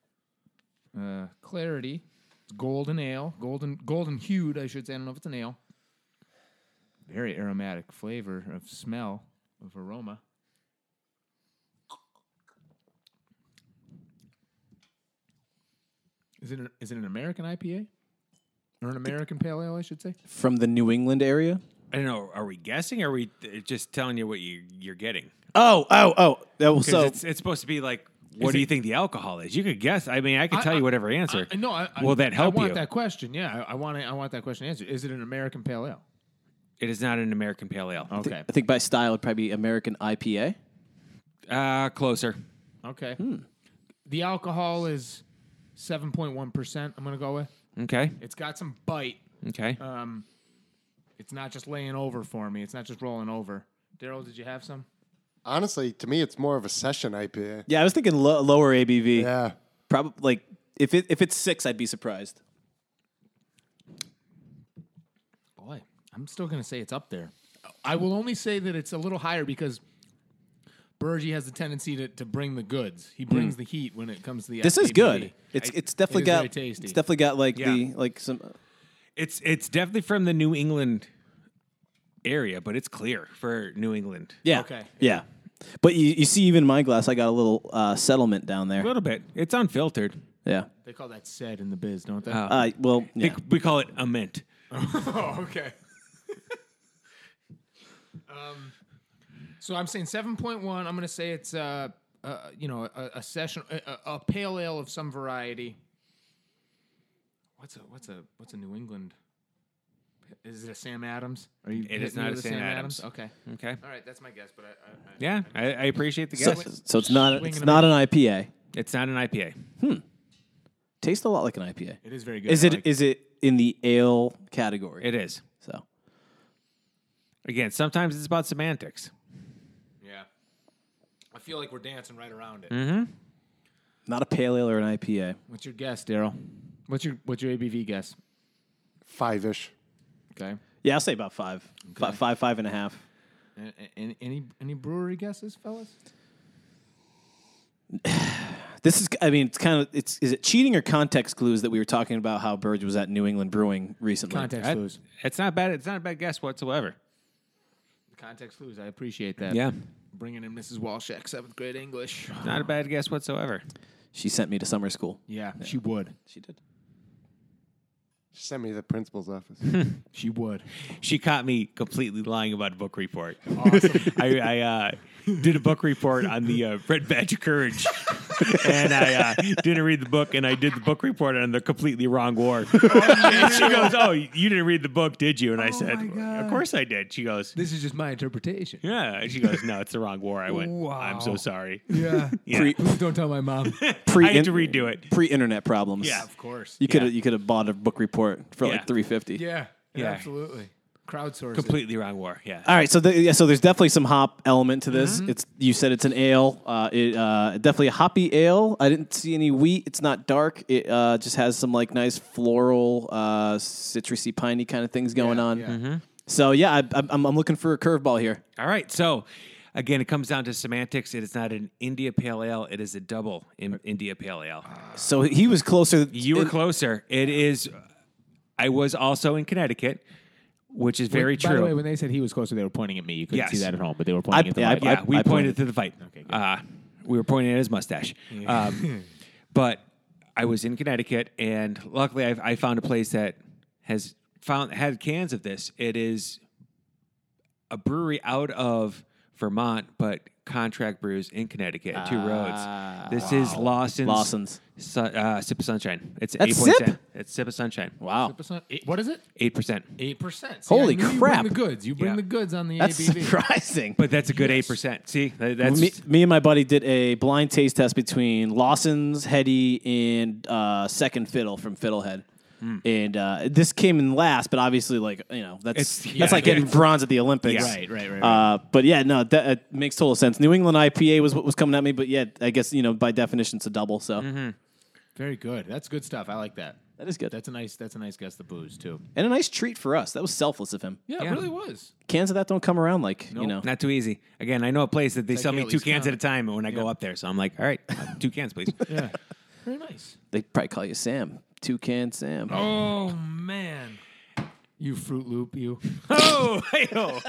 Speaker 3: uh, clarity. It's golden ale, golden golden hued. I should say. I don't know if it's an ale. Very aromatic flavor of smell of aroma. Is it, an, is it an American IPA? Or an American Pale Ale, I should say?
Speaker 4: From the New England area.
Speaker 2: I don't know. Are we guessing? Or are we uh, just telling you what you, you're getting?
Speaker 4: Oh, oh, oh. That was
Speaker 2: 'Cause
Speaker 4: so
Speaker 2: it's, it's supposed to be like, what
Speaker 3: Is
Speaker 2: do
Speaker 3: it-
Speaker 2: you think the alcohol is? You could guess. I mean, I could
Speaker 3: I-
Speaker 2: tell
Speaker 3: I-
Speaker 2: you whatever answer.
Speaker 3: I, no, I, I-
Speaker 2: Will that help
Speaker 3: I want
Speaker 2: you?
Speaker 3: that question. Yeah, I, I want. I want that question answered. Is it an American Pale Ale?
Speaker 2: It is not an American Pale Ale.
Speaker 3: Okay.
Speaker 4: I think by style it'd probably be American IPA.
Speaker 2: Uh, closer.
Speaker 3: Okay.
Speaker 4: Hmm.
Speaker 3: The alcohol is 7.1%, I'm going to go with.
Speaker 2: Okay.
Speaker 3: It's got some bite.
Speaker 2: Okay.
Speaker 3: Um, it's not just laying over for me, it's not just rolling over. Daryl, did you have some?
Speaker 5: Honestly, to me it's more of a session IPA.
Speaker 4: Yeah, I was thinking lo- lower ABV.
Speaker 5: Yeah.
Speaker 4: probably like if it if it's six, I'd be surprised.
Speaker 3: Boy, I'm still going to say it's up there. I will only say that it's a little higher because Bergie has the tendency to, to bring the goods. He brings the heat when it comes to the.
Speaker 4: Hmm. This is
Speaker 3: FTP.
Speaker 4: good. It's
Speaker 3: I-
Speaker 4: it's
Speaker 3: it
Speaker 4: definitely
Speaker 3: is
Speaker 4: got
Speaker 3: very tasty.
Speaker 4: it's definitely got like the
Speaker 2: Yeah.
Speaker 4: like some
Speaker 2: It's it's definitely from the New England area, but it's clear for New England.
Speaker 4: yeah
Speaker 3: Okay.
Speaker 4: yeah. But you, you see, even in my glass, I got a little uh, settlement down
Speaker 2: A
Speaker 4: there.
Speaker 2: little bit. It's unfiltered.
Speaker 4: Yeah.
Speaker 3: they call that said in the biz, don't they?
Speaker 4: Uh, well, yeah.
Speaker 2: They- we call it a mint.
Speaker 3: oh, okay. [laughs] um, so I'm saying 7.1. I'm going to say it's uh, uh, you know a, a session a, a a pale ale of some variety. What's a what's a what's a New England? Is it a Sam Adams? Are you
Speaker 2: It is
Speaker 3: hitting me
Speaker 2: not
Speaker 3: with
Speaker 2: a Sam Adams.
Speaker 3: Okay.
Speaker 2: Okay.
Speaker 3: All right, that's my guess, but I, I, I
Speaker 2: Yeah, I, I appreciate the
Speaker 4: so,
Speaker 2: guess.
Speaker 4: so it's not
Speaker 3: Swinging
Speaker 4: it's
Speaker 3: a
Speaker 4: not an IPA.
Speaker 2: It's not an IPA.
Speaker 4: Tastes a lot like an IPA.
Speaker 3: it is very good.
Speaker 4: Is
Speaker 3: I
Speaker 4: it is
Speaker 3: like-
Speaker 4: it in the ale category?
Speaker 2: It is.
Speaker 4: so
Speaker 2: Again, sometimes it's about semantics.
Speaker 3: yeah. I feel like we're dancing right around it.
Speaker 4: not a pale ale or an IPA.
Speaker 3: What's your guess, Daryl? What's your what's your ABV guess?
Speaker 5: Five ish.
Speaker 3: Okay.
Speaker 4: Yeah, I'll say about five, Fi- five, five and a half.
Speaker 3: A- a- Any, any any brewery guesses, fellas?
Speaker 4: This is, I mean, it's kind of, it's is it cheating or context clues that we were talking about how Burge was at New England Brewing recently?
Speaker 3: Context
Speaker 2: I-
Speaker 3: clues.
Speaker 2: It's not bad. It's not a bad guess whatsoever.
Speaker 3: Context clues. I appreciate that.
Speaker 2: Yeah,
Speaker 3: Bringing in Mrs. Walshak, seventh grade English.
Speaker 2: not a bad guess whatsoever.
Speaker 4: She sent me to summer school.
Speaker 3: Yeah, she would.
Speaker 4: She did.
Speaker 5: Send me to the
Speaker 3: [laughs]
Speaker 5: principal's office. Uh,
Speaker 3: She would.
Speaker 2: She caught me completely lying about a book report. I, I uh, did a book report on the uh, Red Badge of Courage, and I uh, didn't read the book, and I did the book report on the completely wrong war.
Speaker 3: Oh,
Speaker 2: and she goes, "Oh, you didn't read the book, did you?" And I said, "Of course I did." She goes,
Speaker 3: This is just my interpretation.
Speaker 2: "Yeah," and she goes, "No, it's the wrong war." I went, "I'm so
Speaker 3: Wow.
Speaker 2: sorry."
Speaker 3: Yeah.
Speaker 2: Yeah.
Speaker 3: Please don't tell my mom. [laughs]
Speaker 4: Pre-
Speaker 2: I had to redo it.
Speaker 4: Pre-internet problems.
Speaker 2: Yeah.
Speaker 3: course.
Speaker 4: You could have you could have bought a book report for
Speaker 2: Yeah.
Speaker 4: like three fifty.
Speaker 3: Yeah.
Speaker 2: Yeah.
Speaker 3: Absolutely. Crowdsourcing.
Speaker 2: Completely wrong war. Yeah.
Speaker 4: All right, so the, yeah, so there's definitely some hop element to this. It's you said it's an ale, uh, it, uh, definitely a hoppy ale. I didn't see any wheat. It's not dark. It uh, just has some like nice floral, uh, citrusy, piney kind of things going on.
Speaker 2: Mm-hmm.
Speaker 4: So yeah, I, I'm- I'm, I'm looking for a curveball here.
Speaker 2: All right. So again, it comes down to semantics. It is not an India Pale Ale. It is a double in India Pale Ale.
Speaker 4: So he was closer.
Speaker 2: You were
Speaker 4: it-
Speaker 2: closer. It is. I was also in Connecticut, which is very
Speaker 3: By
Speaker 2: true.
Speaker 3: the way, when they said he was closer, they were pointing at me. You couldn't
Speaker 2: Yes.
Speaker 3: see that at home, but they were
Speaker 4: I,
Speaker 3: pointing at the
Speaker 4: yeah, I,
Speaker 3: light.
Speaker 2: yeah, we
Speaker 4: I- I
Speaker 2: pointed to the fight. uh, we were pointing at his mustache. [laughs] Um, but I was in Connecticut, and luckily I, I found a place that has found had cans of this. It is a brewery out of Vermont, but contract brews in Connecticut, Two Roads. This is Lawson's.
Speaker 4: Lawson's.
Speaker 2: Su- uh, sip of sunshine. It's
Speaker 4: That's
Speaker 2: eight point
Speaker 4: sip?
Speaker 2: seven. It's sip of sunshine.
Speaker 4: Wow,
Speaker 3: Eight- What is it?
Speaker 2: Eight percent.
Speaker 3: Eight percent.
Speaker 4: Holy
Speaker 3: You
Speaker 4: crap.
Speaker 3: bring the goods. You bring
Speaker 2: Yeah.
Speaker 3: the goods on the
Speaker 4: that's
Speaker 3: ABV.
Speaker 4: [laughs] surprising.
Speaker 2: But that's a good eight percent. See, that- that's
Speaker 4: me, me and my buddy did a blind taste test between Lawson's, Heady, and uh, Second Fiddle from Fiddlehead.
Speaker 2: Hmm.
Speaker 4: And uh, this came in last, but obviously, like you know, that's
Speaker 2: It's- yeah,
Speaker 4: that's like getting
Speaker 2: it's-
Speaker 4: bronze at the Olympics,
Speaker 2: Yeah. Right,
Speaker 3: right, right,
Speaker 4: Uh, but yeah, no, that it makes total sense. New England IPA was what was coming at me, but yeah, I guess you know by definition it's a double, so
Speaker 2: Mm-hmm.
Speaker 3: Very good. That's good stuff. I like that.
Speaker 4: that is good
Speaker 3: That's a nice. That's a nice guess. The booze too.
Speaker 4: and a nice treat for us. That was selfless of him.
Speaker 3: Yeah,
Speaker 2: Yeah.
Speaker 3: it really was.
Speaker 4: Cans of that don't come around like you know.
Speaker 2: Not too easy. Again, I know a place that they sell
Speaker 3: like,
Speaker 2: me
Speaker 3: yeah,
Speaker 2: two
Speaker 3: at
Speaker 2: cans
Speaker 3: least
Speaker 2: at a time when I go up there. So I'm like, all
Speaker 3: [laughs]
Speaker 2: right, uh, two cans, please.
Speaker 3: Yeah, very nice.
Speaker 4: They probably call you Sam, two can Sam.
Speaker 3: Oh man, you Fruit Loop, you.
Speaker 2: oh, hey, oh.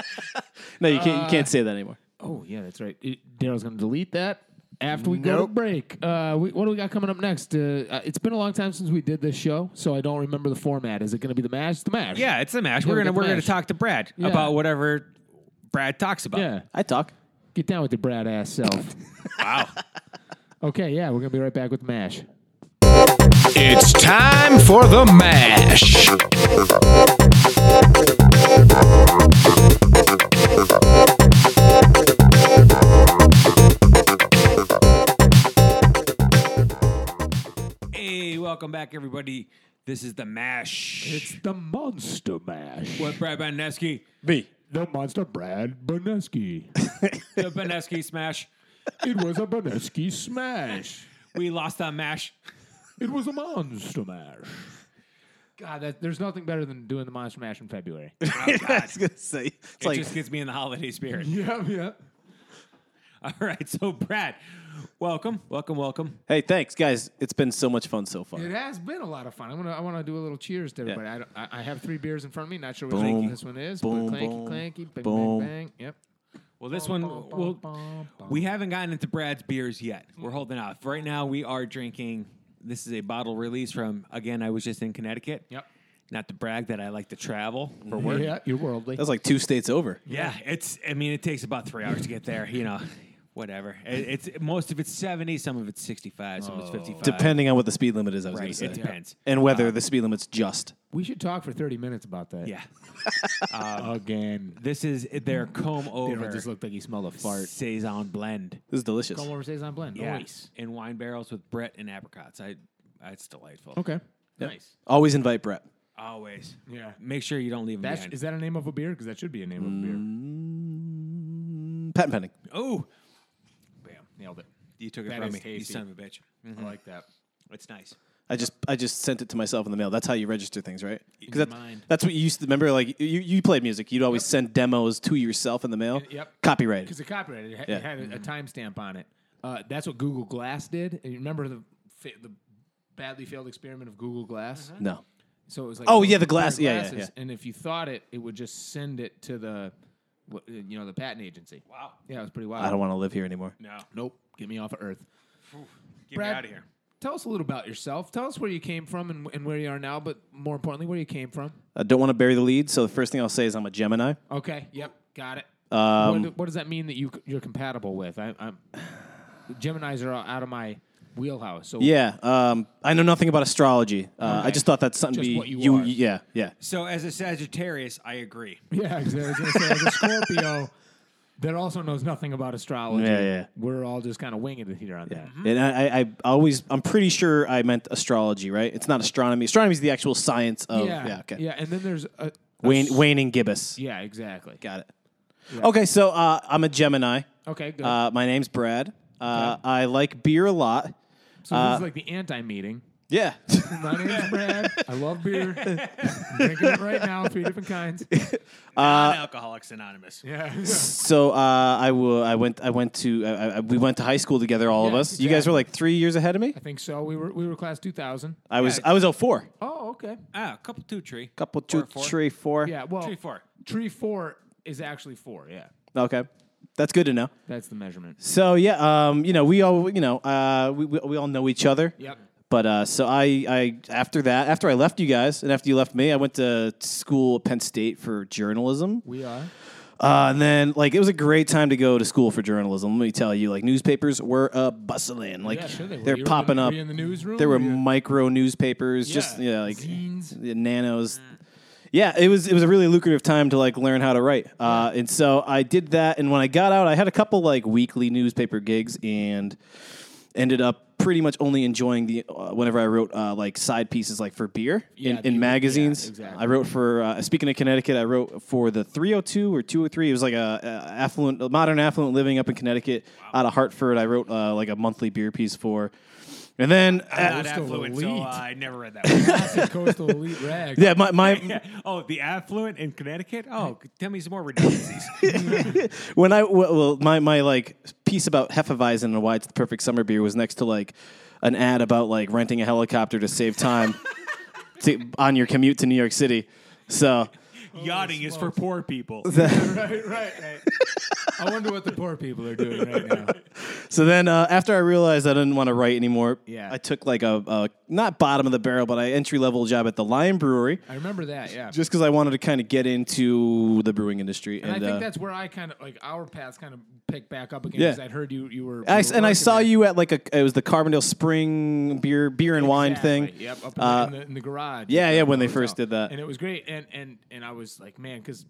Speaker 4: No, you can't you
Speaker 2: Uh.
Speaker 4: can't say that anymore.
Speaker 3: Oh yeah, that's right. It- Daryl's gonna delete that after we go to
Speaker 5: Nope.
Speaker 3: break. Uh, we, what do we got coming up next? Uh, uh, it's been a long time since we did this show, so I don't remember the format. Is it gonna be the mash? It's the mash.
Speaker 2: Yeah, it's the mash.
Speaker 3: Yeah,
Speaker 2: we're
Speaker 3: we
Speaker 2: gonna
Speaker 3: got the
Speaker 2: we're gonna
Speaker 3: mash.
Speaker 2: talk to Brad
Speaker 3: Yeah.
Speaker 2: about whatever Brad talks about.
Speaker 3: Yeah.
Speaker 2: [laughs]
Speaker 4: I talk.
Speaker 3: Get down with your Brad ass self. [laughs]
Speaker 2: Wow.
Speaker 3: okay. Yeah, we're gonna be right back with mash.
Speaker 1: It's time for the mash.
Speaker 2: hey, welcome back, everybody. This is the mash.
Speaker 3: It's the Monster Mash.
Speaker 2: with Brad Benesky,
Speaker 4: B.
Speaker 3: The Monster Brad Boneski.
Speaker 2: the Benesky Smash.
Speaker 3: It was a Boneski smash.
Speaker 2: we lost on Mash.
Speaker 3: It was a monster mash. God, that, there's nothing better than doing the monster mash in February.
Speaker 4: [laughs] I was gonna say it's
Speaker 2: it
Speaker 4: like
Speaker 2: just gets me in the holiday spirit. [laughs]
Speaker 3: [laughs] yeah, yeah.
Speaker 2: All right, so Brad, welcome, welcome, welcome.
Speaker 4: hey, thanks guys. It's been so much fun so far.
Speaker 3: It has been a lot of fun. I'm gonna, I want to do a little cheers to everybody. I don't- I, I, have three beers in front of me. Not sure which
Speaker 4: Boom.
Speaker 3: one this one is.
Speaker 4: Boom,
Speaker 3: but clanky,
Speaker 4: boom,
Speaker 3: clanky, bang,
Speaker 4: boom.
Speaker 3: bang, bang. Yep.
Speaker 2: Well, this one, well, we haven't gotten into Brad's beers yet. We're holding off. Right now, we are drinking. This is a bottle release from. Again, I was just in Connecticut.
Speaker 3: Yep. Mm-hmm.
Speaker 2: Not to brag that I like to travel for work.
Speaker 3: Yeah, you're worldly.
Speaker 4: That's like two states over.
Speaker 2: Yeah, it's. I mean, it takes about three hours to get there. You know, whatever. It, it's most of it's seventy, some of it's sixty-five, some of it's
Speaker 3: Oh.
Speaker 2: fifty-five.
Speaker 4: Depending on what the speed limit is, I was
Speaker 2: Right,
Speaker 4: gonna say.
Speaker 2: it depends. Uh,
Speaker 4: And whether the speed limit's just.
Speaker 3: We should talk for 30 minutes about that.
Speaker 2: Yeah,
Speaker 3: Again.
Speaker 2: this is their comb over
Speaker 3: It just looked like he smelled a fart.
Speaker 2: saison blend.
Speaker 4: This is delicious.
Speaker 3: Come over saison blend.
Speaker 2: Yeah,
Speaker 3: Nice.
Speaker 2: in wine barrels with Brett and apricots. I, it's delightful.
Speaker 3: Okay.
Speaker 4: Yep.
Speaker 3: Nice.
Speaker 4: Always invite Brett.
Speaker 2: Always.
Speaker 3: Yeah.
Speaker 2: Make sure you don't leave them
Speaker 3: That
Speaker 2: behind.
Speaker 3: is that a name of a beer? Because that should be a name of a
Speaker 4: Mm.
Speaker 3: beer.
Speaker 4: Patent pending.
Speaker 2: oh,
Speaker 3: Bam. Nailed it.
Speaker 2: you took it
Speaker 3: That
Speaker 2: from
Speaker 3: is
Speaker 2: me, you
Speaker 3: tasty.
Speaker 2: son of a bitch.
Speaker 4: Mm-hmm.
Speaker 3: I like that.
Speaker 2: It's nice.
Speaker 4: I just I just sent it to myself in the mail. That's how you register things, right? Because that's,
Speaker 3: mind.
Speaker 4: that's what you used to remember. Like you, you played music, you'd always send demos to yourself in the mail.
Speaker 3: yep.
Speaker 4: Copyright.
Speaker 3: Because it copyrighted. It, ha-
Speaker 4: Yeah. Mm-hmm.
Speaker 3: it had a, a timestamp on it. Uh, that's what Google Glass did. And you remember the fa- the badly failed experiment of Google Glass?
Speaker 4: No.
Speaker 3: So it was like
Speaker 4: Oh,
Speaker 3: those
Speaker 4: yeah, the
Speaker 3: pair
Speaker 4: glass-
Speaker 3: of
Speaker 4: yeah, yeah,
Speaker 3: glasses,
Speaker 4: yeah.
Speaker 3: And if you thought it, it would just send it to the what, uh, you know the patent agency. Wow. Yeah, it was pretty wild.
Speaker 4: I don't want to live here anymore.
Speaker 2: No,
Speaker 3: Nope. Get me off of Earth.
Speaker 2: get
Speaker 3: Brad-
Speaker 2: me out of here.
Speaker 3: Tell us a little about yourself. Tell us where you came from and, and where you are now, but more importantly, where you came from.
Speaker 4: I don't want to bury the lead, so the first thing I'll say is I'm a Gemini.
Speaker 3: Okay. Yep. Got it.
Speaker 4: Um,
Speaker 3: what, do- what does that mean that you c- you're compatible with? I, I'm [sighs] Gemini's are out of my wheelhouse. So
Speaker 4: Yeah, um, I know nothing about astrology. Uh, I
Speaker 3: Okay.
Speaker 4: just thought that's something
Speaker 3: Just
Speaker 4: be
Speaker 3: what you
Speaker 4: you.
Speaker 3: are.
Speaker 4: Yeah, yeah.
Speaker 2: So as a Sagittarius, I agree.
Speaker 3: yeah, exactly. I was gonna say, as a Scorpio [laughs] that also knows nothing about astrology.
Speaker 4: Yeah, yeah.
Speaker 3: We're all just kind of winging it here on that.
Speaker 4: And I, I, I always, I'm pretty sure I meant astrology, right? It's not astronomy. Astronomy is the actual science of. Oh, Yeah,
Speaker 3: yeah,
Speaker 4: okay.
Speaker 3: yeah, and then there's a, a
Speaker 4: Wayne,
Speaker 3: s-
Speaker 4: waning gibbous.
Speaker 3: Yeah, exactly.
Speaker 4: Got it. Okay, so uh, I'm a Gemini.
Speaker 3: Okay, good.
Speaker 4: Uh, my name's Brad. Uh, I like beer a lot.
Speaker 3: so this is like the anti-meeting.
Speaker 4: uh, Yeah.
Speaker 3: My name's Brad. I love beer. I'm drinking it right now, three different kinds.
Speaker 4: [laughs]
Speaker 2: Non-Alcoholics Anonymous.
Speaker 3: Yeah,
Speaker 4: [laughs] so uh, I will. I went. I went to. I, I, we went to high school together, all of
Speaker 3: Yeah,
Speaker 4: us. You guys were
Speaker 3: exactly.
Speaker 4: like three years ahead of me.
Speaker 3: I think so. We were we were class 2000.
Speaker 4: I was. I was 04.
Speaker 3: Oh, okay.
Speaker 2: Ah, a couple two tree.
Speaker 4: Couple,
Speaker 2: Four,
Speaker 4: two,
Speaker 2: four.
Speaker 4: three, four.
Speaker 3: Yeah, well,
Speaker 2: Tree four.
Speaker 3: Tree four is actually four. Yeah,
Speaker 4: Okay, that's good to know.
Speaker 3: that's the measurement.
Speaker 4: So yeah, um, you know, we all, you know, uh, we, we, we all know each other.
Speaker 3: Yep.
Speaker 4: But uh, so I, I after that, after I left you guys, and after you left me, I went to school at Penn State for journalism.
Speaker 3: We are.
Speaker 4: Uh, and then, like, it was a great time to go to school for journalism. Let me tell you, like, newspapers were uh, bustling. Like,
Speaker 3: Yeah, sure they were.
Speaker 4: are
Speaker 3: You were
Speaker 4: popping
Speaker 3: in-
Speaker 4: up.
Speaker 3: were you in the newsroom?
Speaker 4: There were
Speaker 3: Were you-
Speaker 4: micro newspapers, just
Speaker 3: Yeah,
Speaker 4: yeah, like [laughs]
Speaker 3: zines.
Speaker 4: yeah,
Speaker 3: Mm.
Speaker 4: nanos. Yeah, it was it was a really lucrative time to like learn how to write. Uh, and so I did that. And when I got out, I had a couple like weekly newspaper gigs and ended up pretty much only enjoying the uh, whenever I wrote uh, like side pieces like for beer in,
Speaker 3: Yeah,
Speaker 4: in
Speaker 3: beer,
Speaker 4: magazines.
Speaker 3: yeah, exactly.
Speaker 4: I wrote for uh, speaking of Connecticut, I wrote for the 302 or 203. It was like a, a affluent, a modern affluent living up in Connecticut, out of Hartford. I wrote uh, like a monthly beer piece for, and then
Speaker 2: I'm not
Speaker 4: uh,
Speaker 2: affluent, so uh, I never read that. one.
Speaker 3: [laughs] Classic coastal elite rag.
Speaker 4: yeah, my,
Speaker 3: [laughs]
Speaker 4: my
Speaker 2: [laughs] oh, the affluent in Connecticut. Oh, tell me some more
Speaker 3: [laughs]
Speaker 2: redundancies.
Speaker 4: when I well my my like piece about Hefeweizen and why it's the perfect summer beer was next to like an ad about like renting a helicopter to
Speaker 3: [laughs]
Speaker 4: save time to, on your commute to New York City. So
Speaker 2: Yachting is for poor people.
Speaker 3: right, right, right. I wonder what the poor people are doing right now.
Speaker 4: So then, uh, after I realized I didn't want to write anymore,
Speaker 3: Yeah.
Speaker 4: I took like a, a not bottom of the barrel, but I entry level job at the Lion Brewery,
Speaker 3: I remember that. Yeah.
Speaker 4: just because I wanted to kind of get into the brewing industry.
Speaker 3: and I
Speaker 4: And,
Speaker 3: think
Speaker 4: uh,
Speaker 3: that's where I kind of like our paths kind of picked back up again
Speaker 4: Yeah.
Speaker 3: because I'd heard you you were.
Speaker 4: I
Speaker 3: you
Speaker 4: s-
Speaker 3: were
Speaker 4: and I
Speaker 3: working
Speaker 4: saw
Speaker 3: there.
Speaker 4: you at like a it was the Carbondale Spring beer beer and wine
Speaker 3: Exactly.
Speaker 4: thing.
Speaker 3: Yep, up in,
Speaker 4: Uh,
Speaker 3: the, in, the, in the garage.
Speaker 4: yeah,
Speaker 3: at the
Speaker 4: yeah, when they
Speaker 3: hotel.
Speaker 4: first did that.
Speaker 3: and it was great. And and and I was like, man, because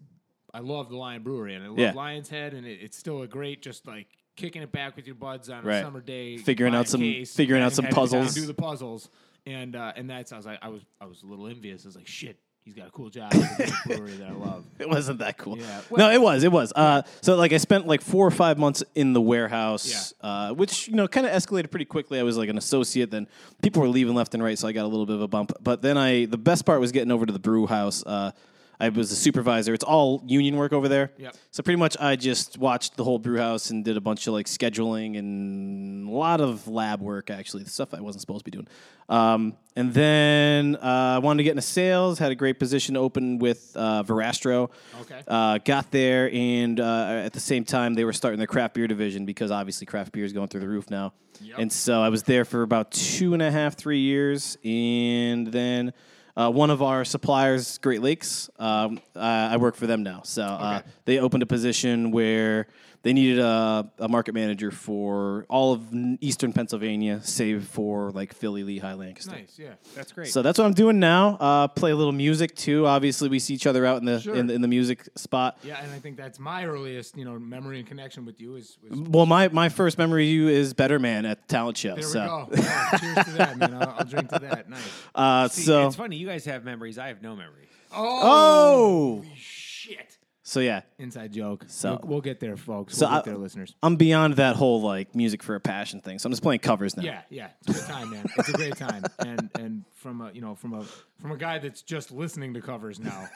Speaker 3: I love the Lion Brewery and I love
Speaker 4: Yeah.
Speaker 3: Lion's Head, and it, it's still a great just like kicking it back with your buds on
Speaker 4: Right.
Speaker 3: a summer day,
Speaker 4: Figuring
Speaker 3: buy
Speaker 4: out
Speaker 3: a
Speaker 4: some-
Speaker 3: case,
Speaker 4: figuring out
Speaker 3: and
Speaker 4: some
Speaker 3: head down,
Speaker 4: puzzles.
Speaker 3: do the puzzles, and uh, and that's I was like, I was I was a little envious. I was like, shit. He's got a cool job at a brewery that I
Speaker 4: [laughs]
Speaker 3: love.
Speaker 4: It wasn't that cool.
Speaker 3: Yeah.
Speaker 4: no, it was. It was. Uh, so like I spent like four or five months in the warehouse, uh, which you know kind of escalated pretty quickly. I was like an associate. Then people were leaving left and right, so I got a little bit of a bump. But then I the best part was getting over to the brew house. Uh, I was a supervisor. It's all union work over there.
Speaker 3: Yep.
Speaker 4: So pretty much I just watched the whole brew house and did a bunch of like scheduling and a lot of lab work actually, the stuff I wasn't supposed to be doing. Um, and then uh, I wanted to get into sales, had a great position open with uh, Verastro.
Speaker 3: Okay.
Speaker 4: Uh, got there, and uh, at the same time, they were starting their craft beer division because obviously craft beer is going through the roof now. And so I was there for about two and a half, three years, and then uh, one of our suppliers, Great Lakes, um, I, I work for them now. So uh, they opened a position where they needed a, a market manager for all of n- eastern Pennsylvania, save for like Philly, Lehigh, Lancaster.
Speaker 3: Nice, yeah.
Speaker 2: That's great.
Speaker 4: So that's what I'm doing now. Uh, play a little music too. Obviously, we see each other out in the in, the- in the music spot.
Speaker 3: Yeah, and I think that's my earliest, you know, memory and connection with you is. was
Speaker 4: Well, my, my first memory of you is Better Man at the talent show.
Speaker 3: there
Speaker 4: so
Speaker 3: we go. Yeah, cheers to that, man. I'll, I'll drink to that. Nice.
Speaker 4: [laughs] Uh,
Speaker 2: See,
Speaker 4: so
Speaker 2: it's funny. You guys have memories. I have no memories.
Speaker 4: oh,
Speaker 3: Shit.
Speaker 4: so yeah.
Speaker 3: Inside joke.
Speaker 4: So-
Speaker 3: we'll, we'll get there, folks.
Speaker 4: So
Speaker 3: we'll
Speaker 4: I-
Speaker 3: get there, listeners.
Speaker 4: I'm beyond that whole like music for a passion thing. So I'm just playing covers now.
Speaker 3: Yeah, yeah, it's a good time, man. It's a great [laughs] time, and and from a you know from a from a guy that's just listening to covers now,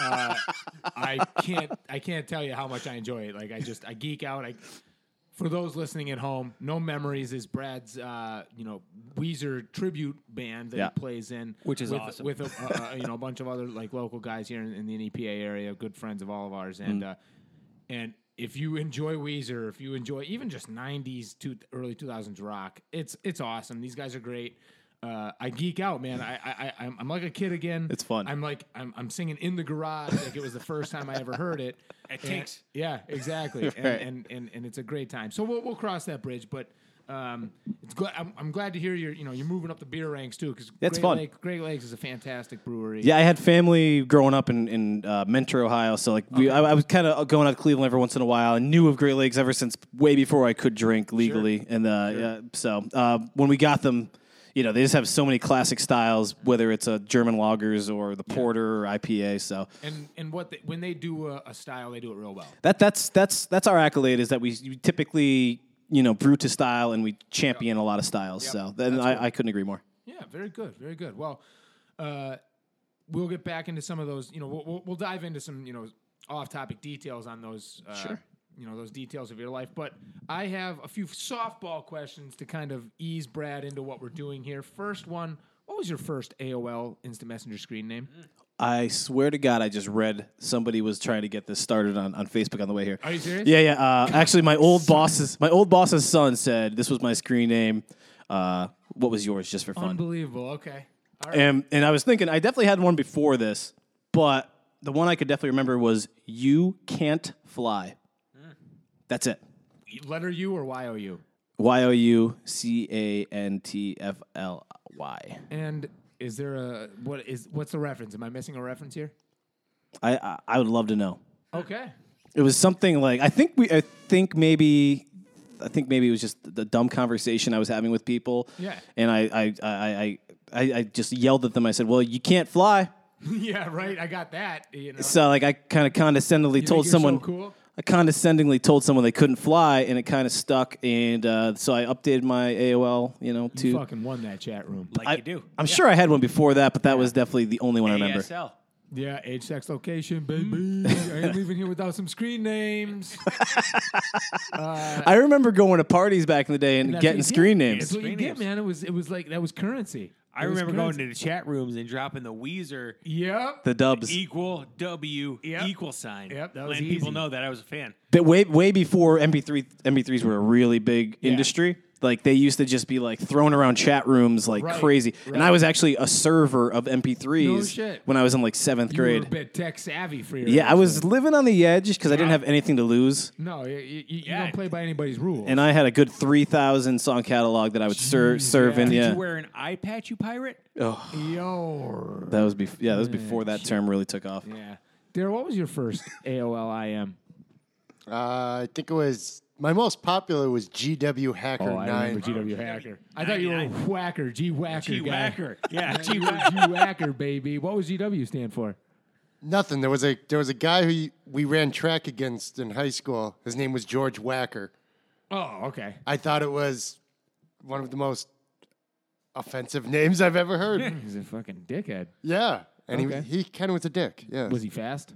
Speaker 3: uh, I can't I can't tell you how much I enjoy it. Like I just I geek out. I for those listening at home, no memories is Brad's uh, you know Weezer tribute band that
Speaker 4: Yeah.
Speaker 3: he plays in,
Speaker 2: Which is
Speaker 3: with,
Speaker 2: awesome.
Speaker 3: with a, uh, you know a bunch of other like local guys here in, in the NEPA area, good friends of all of ours, and.
Speaker 4: Mm.
Speaker 3: Uh, and if you enjoy Weezer, if you enjoy even just '90s to early 2000s rock, it's it's awesome. These guys are great. Uh, I geek out, man. I, I, I I'm- I'm like a kid again.
Speaker 4: It's fun.
Speaker 3: I'm like I'm, I'm singing in the garage like it was the first time I ever heard it.
Speaker 2: [laughs] It
Speaker 3: And-
Speaker 2: takes.
Speaker 3: yeah,
Speaker 4: [laughs]
Speaker 3: exactly. and,
Speaker 4: Right.
Speaker 3: and, and and it's a great time. So we'll, we'll cross that bridge, but. Um, it's glad I'm, I'm glad to hear you're you know you're moving up the beer ranks too because
Speaker 4: That's
Speaker 3: Great
Speaker 4: fun.
Speaker 3: Lake, Great Lakes is a fantastic brewery.
Speaker 4: Yeah, I had family growing up in in uh, Mentor, Ohio. So like we, I, I was kind of going out to Cleveland every once in a while, and knew of Great Lakes ever since way before I could drink legally. And uh, yeah, so uh, when we got them, you know, they just have so many classic styles, whether it's a German lagers or the porter or IPA. So
Speaker 3: and and what they, when they do a, a style, they do it real well.
Speaker 4: that that's that's that's our accolade is that we typically you know brew to style and we champion a lot of styles. So then I, I couldn't agree more.
Speaker 3: Yeah, very good, very good. Well, uh, we'll get back into some of those. You know, we'll, we'll, we'll dive into some you know off-topic details on those. Uh,
Speaker 4: Sure.
Speaker 3: You know those details of your life, but I have a few softball questions to kind of ease Brad into what we're doing here. First one: What was your first AOL Instant Messenger screen name?
Speaker 4: I swear to God, I just read somebody was trying to get this started on, on Facebook on the way here.
Speaker 3: Are you serious?
Speaker 4: Yeah, yeah. Uh, actually, my old boss's my old boss's son said this was my screen name. Uh, what was yours, just for fun?
Speaker 3: Unbelievable. Okay. All right.
Speaker 4: And and I was thinking, I definitely had one before this, but the one I could definitely remember was "You Can't Fly."
Speaker 3: Hmm.
Speaker 4: That's it.
Speaker 3: Letter U or Y O U?
Speaker 4: Y o u c a n t f l y.
Speaker 3: And is there a what is what's the reference? Am I missing a reference here?
Speaker 4: I I I would love to know.
Speaker 3: Okay. [laughs]
Speaker 4: It was something like I think we I think maybe I think maybe it was just the dumb conversation I was having with people.
Speaker 3: Yeah.
Speaker 4: And I I I I, I, I just yelled at them. I said, "Well, you can't fly."
Speaker 3: yeah. Right. I got that. You know.
Speaker 4: So like I kind of condescendingly told
Speaker 3: think you're so
Speaker 4: someone
Speaker 3: cool?
Speaker 4: I condescendingly told someone they couldn't fly, and it kind of stuck. And uh, so I updated my AOL, you know, to
Speaker 3: You fucking won that chat room.
Speaker 2: Like
Speaker 4: I
Speaker 2: you do.
Speaker 4: I'm sure I had one before that, but that was definitely the only one I remember.
Speaker 2: ASL.
Speaker 3: Yeah, age, sex, location, baby. I ain't leaving here without some screen [laughs] names.
Speaker 4: I remember going to parties back in the day and
Speaker 3: That's what
Speaker 4: getting
Speaker 3: you
Speaker 4: screen
Speaker 3: get.
Speaker 4: names.
Speaker 3: That's what you
Speaker 2: Screen
Speaker 3: get,
Speaker 2: names.
Speaker 3: man. It was it was like that was currency.
Speaker 2: I remember going to the chat rooms and dropping the Weezer
Speaker 3: Yep.
Speaker 4: The dubs.
Speaker 2: equal W
Speaker 3: Yep.
Speaker 2: equal sign.
Speaker 3: Yep, that was
Speaker 2: letting people
Speaker 3: easy.
Speaker 2: know that I was a fan.
Speaker 4: that way way before MP3 MP3s were a really big industry. Like they used to just be like thrown around chat rooms like
Speaker 3: Right,
Speaker 4: crazy. And I
Speaker 3: right.
Speaker 4: was actually a server of MP3s
Speaker 3: No shit.
Speaker 4: when I was in like seventh
Speaker 3: You were a
Speaker 4: grade.
Speaker 3: bit tech savvy for your
Speaker 4: Yeah, I was living on the edge because I didn't have anything to lose,
Speaker 3: No, you, you, you
Speaker 2: Yeah.
Speaker 3: don't play by anybody's rules.
Speaker 4: and I had a good three thousand song catalog that I would ser- serve in.
Speaker 2: Did
Speaker 4: Yeah,
Speaker 2: you wear an eye patch, you pirate?
Speaker 3: Yo.
Speaker 4: that was bef- yeah, that was before that term really took off. [laughs]
Speaker 3: Yeah. Daryl, what was your first AOL IM?
Speaker 5: Uh, I think it was My most popular was GW Hacker
Speaker 3: Oh,
Speaker 5: Nine.
Speaker 3: I remember GW Hacker. I thought you were Whacker, G Whacker.
Speaker 2: G Wacker. Yeah.
Speaker 3: G Whacker, baby. What was GW stand for?
Speaker 5: Nothing. There was a there was a guy who we ran track against in high school. His name was George Wacker.
Speaker 3: Oh, okay.
Speaker 5: I thought it was one of the most offensive [laughs] names I've ever
Speaker 3: [laughs]
Speaker 5: heard.
Speaker 3: He's a fucking dickhead.
Speaker 5: yeah. And
Speaker 3: Okay.
Speaker 5: he he kind of was a dick. Yeah.
Speaker 3: Was he fast?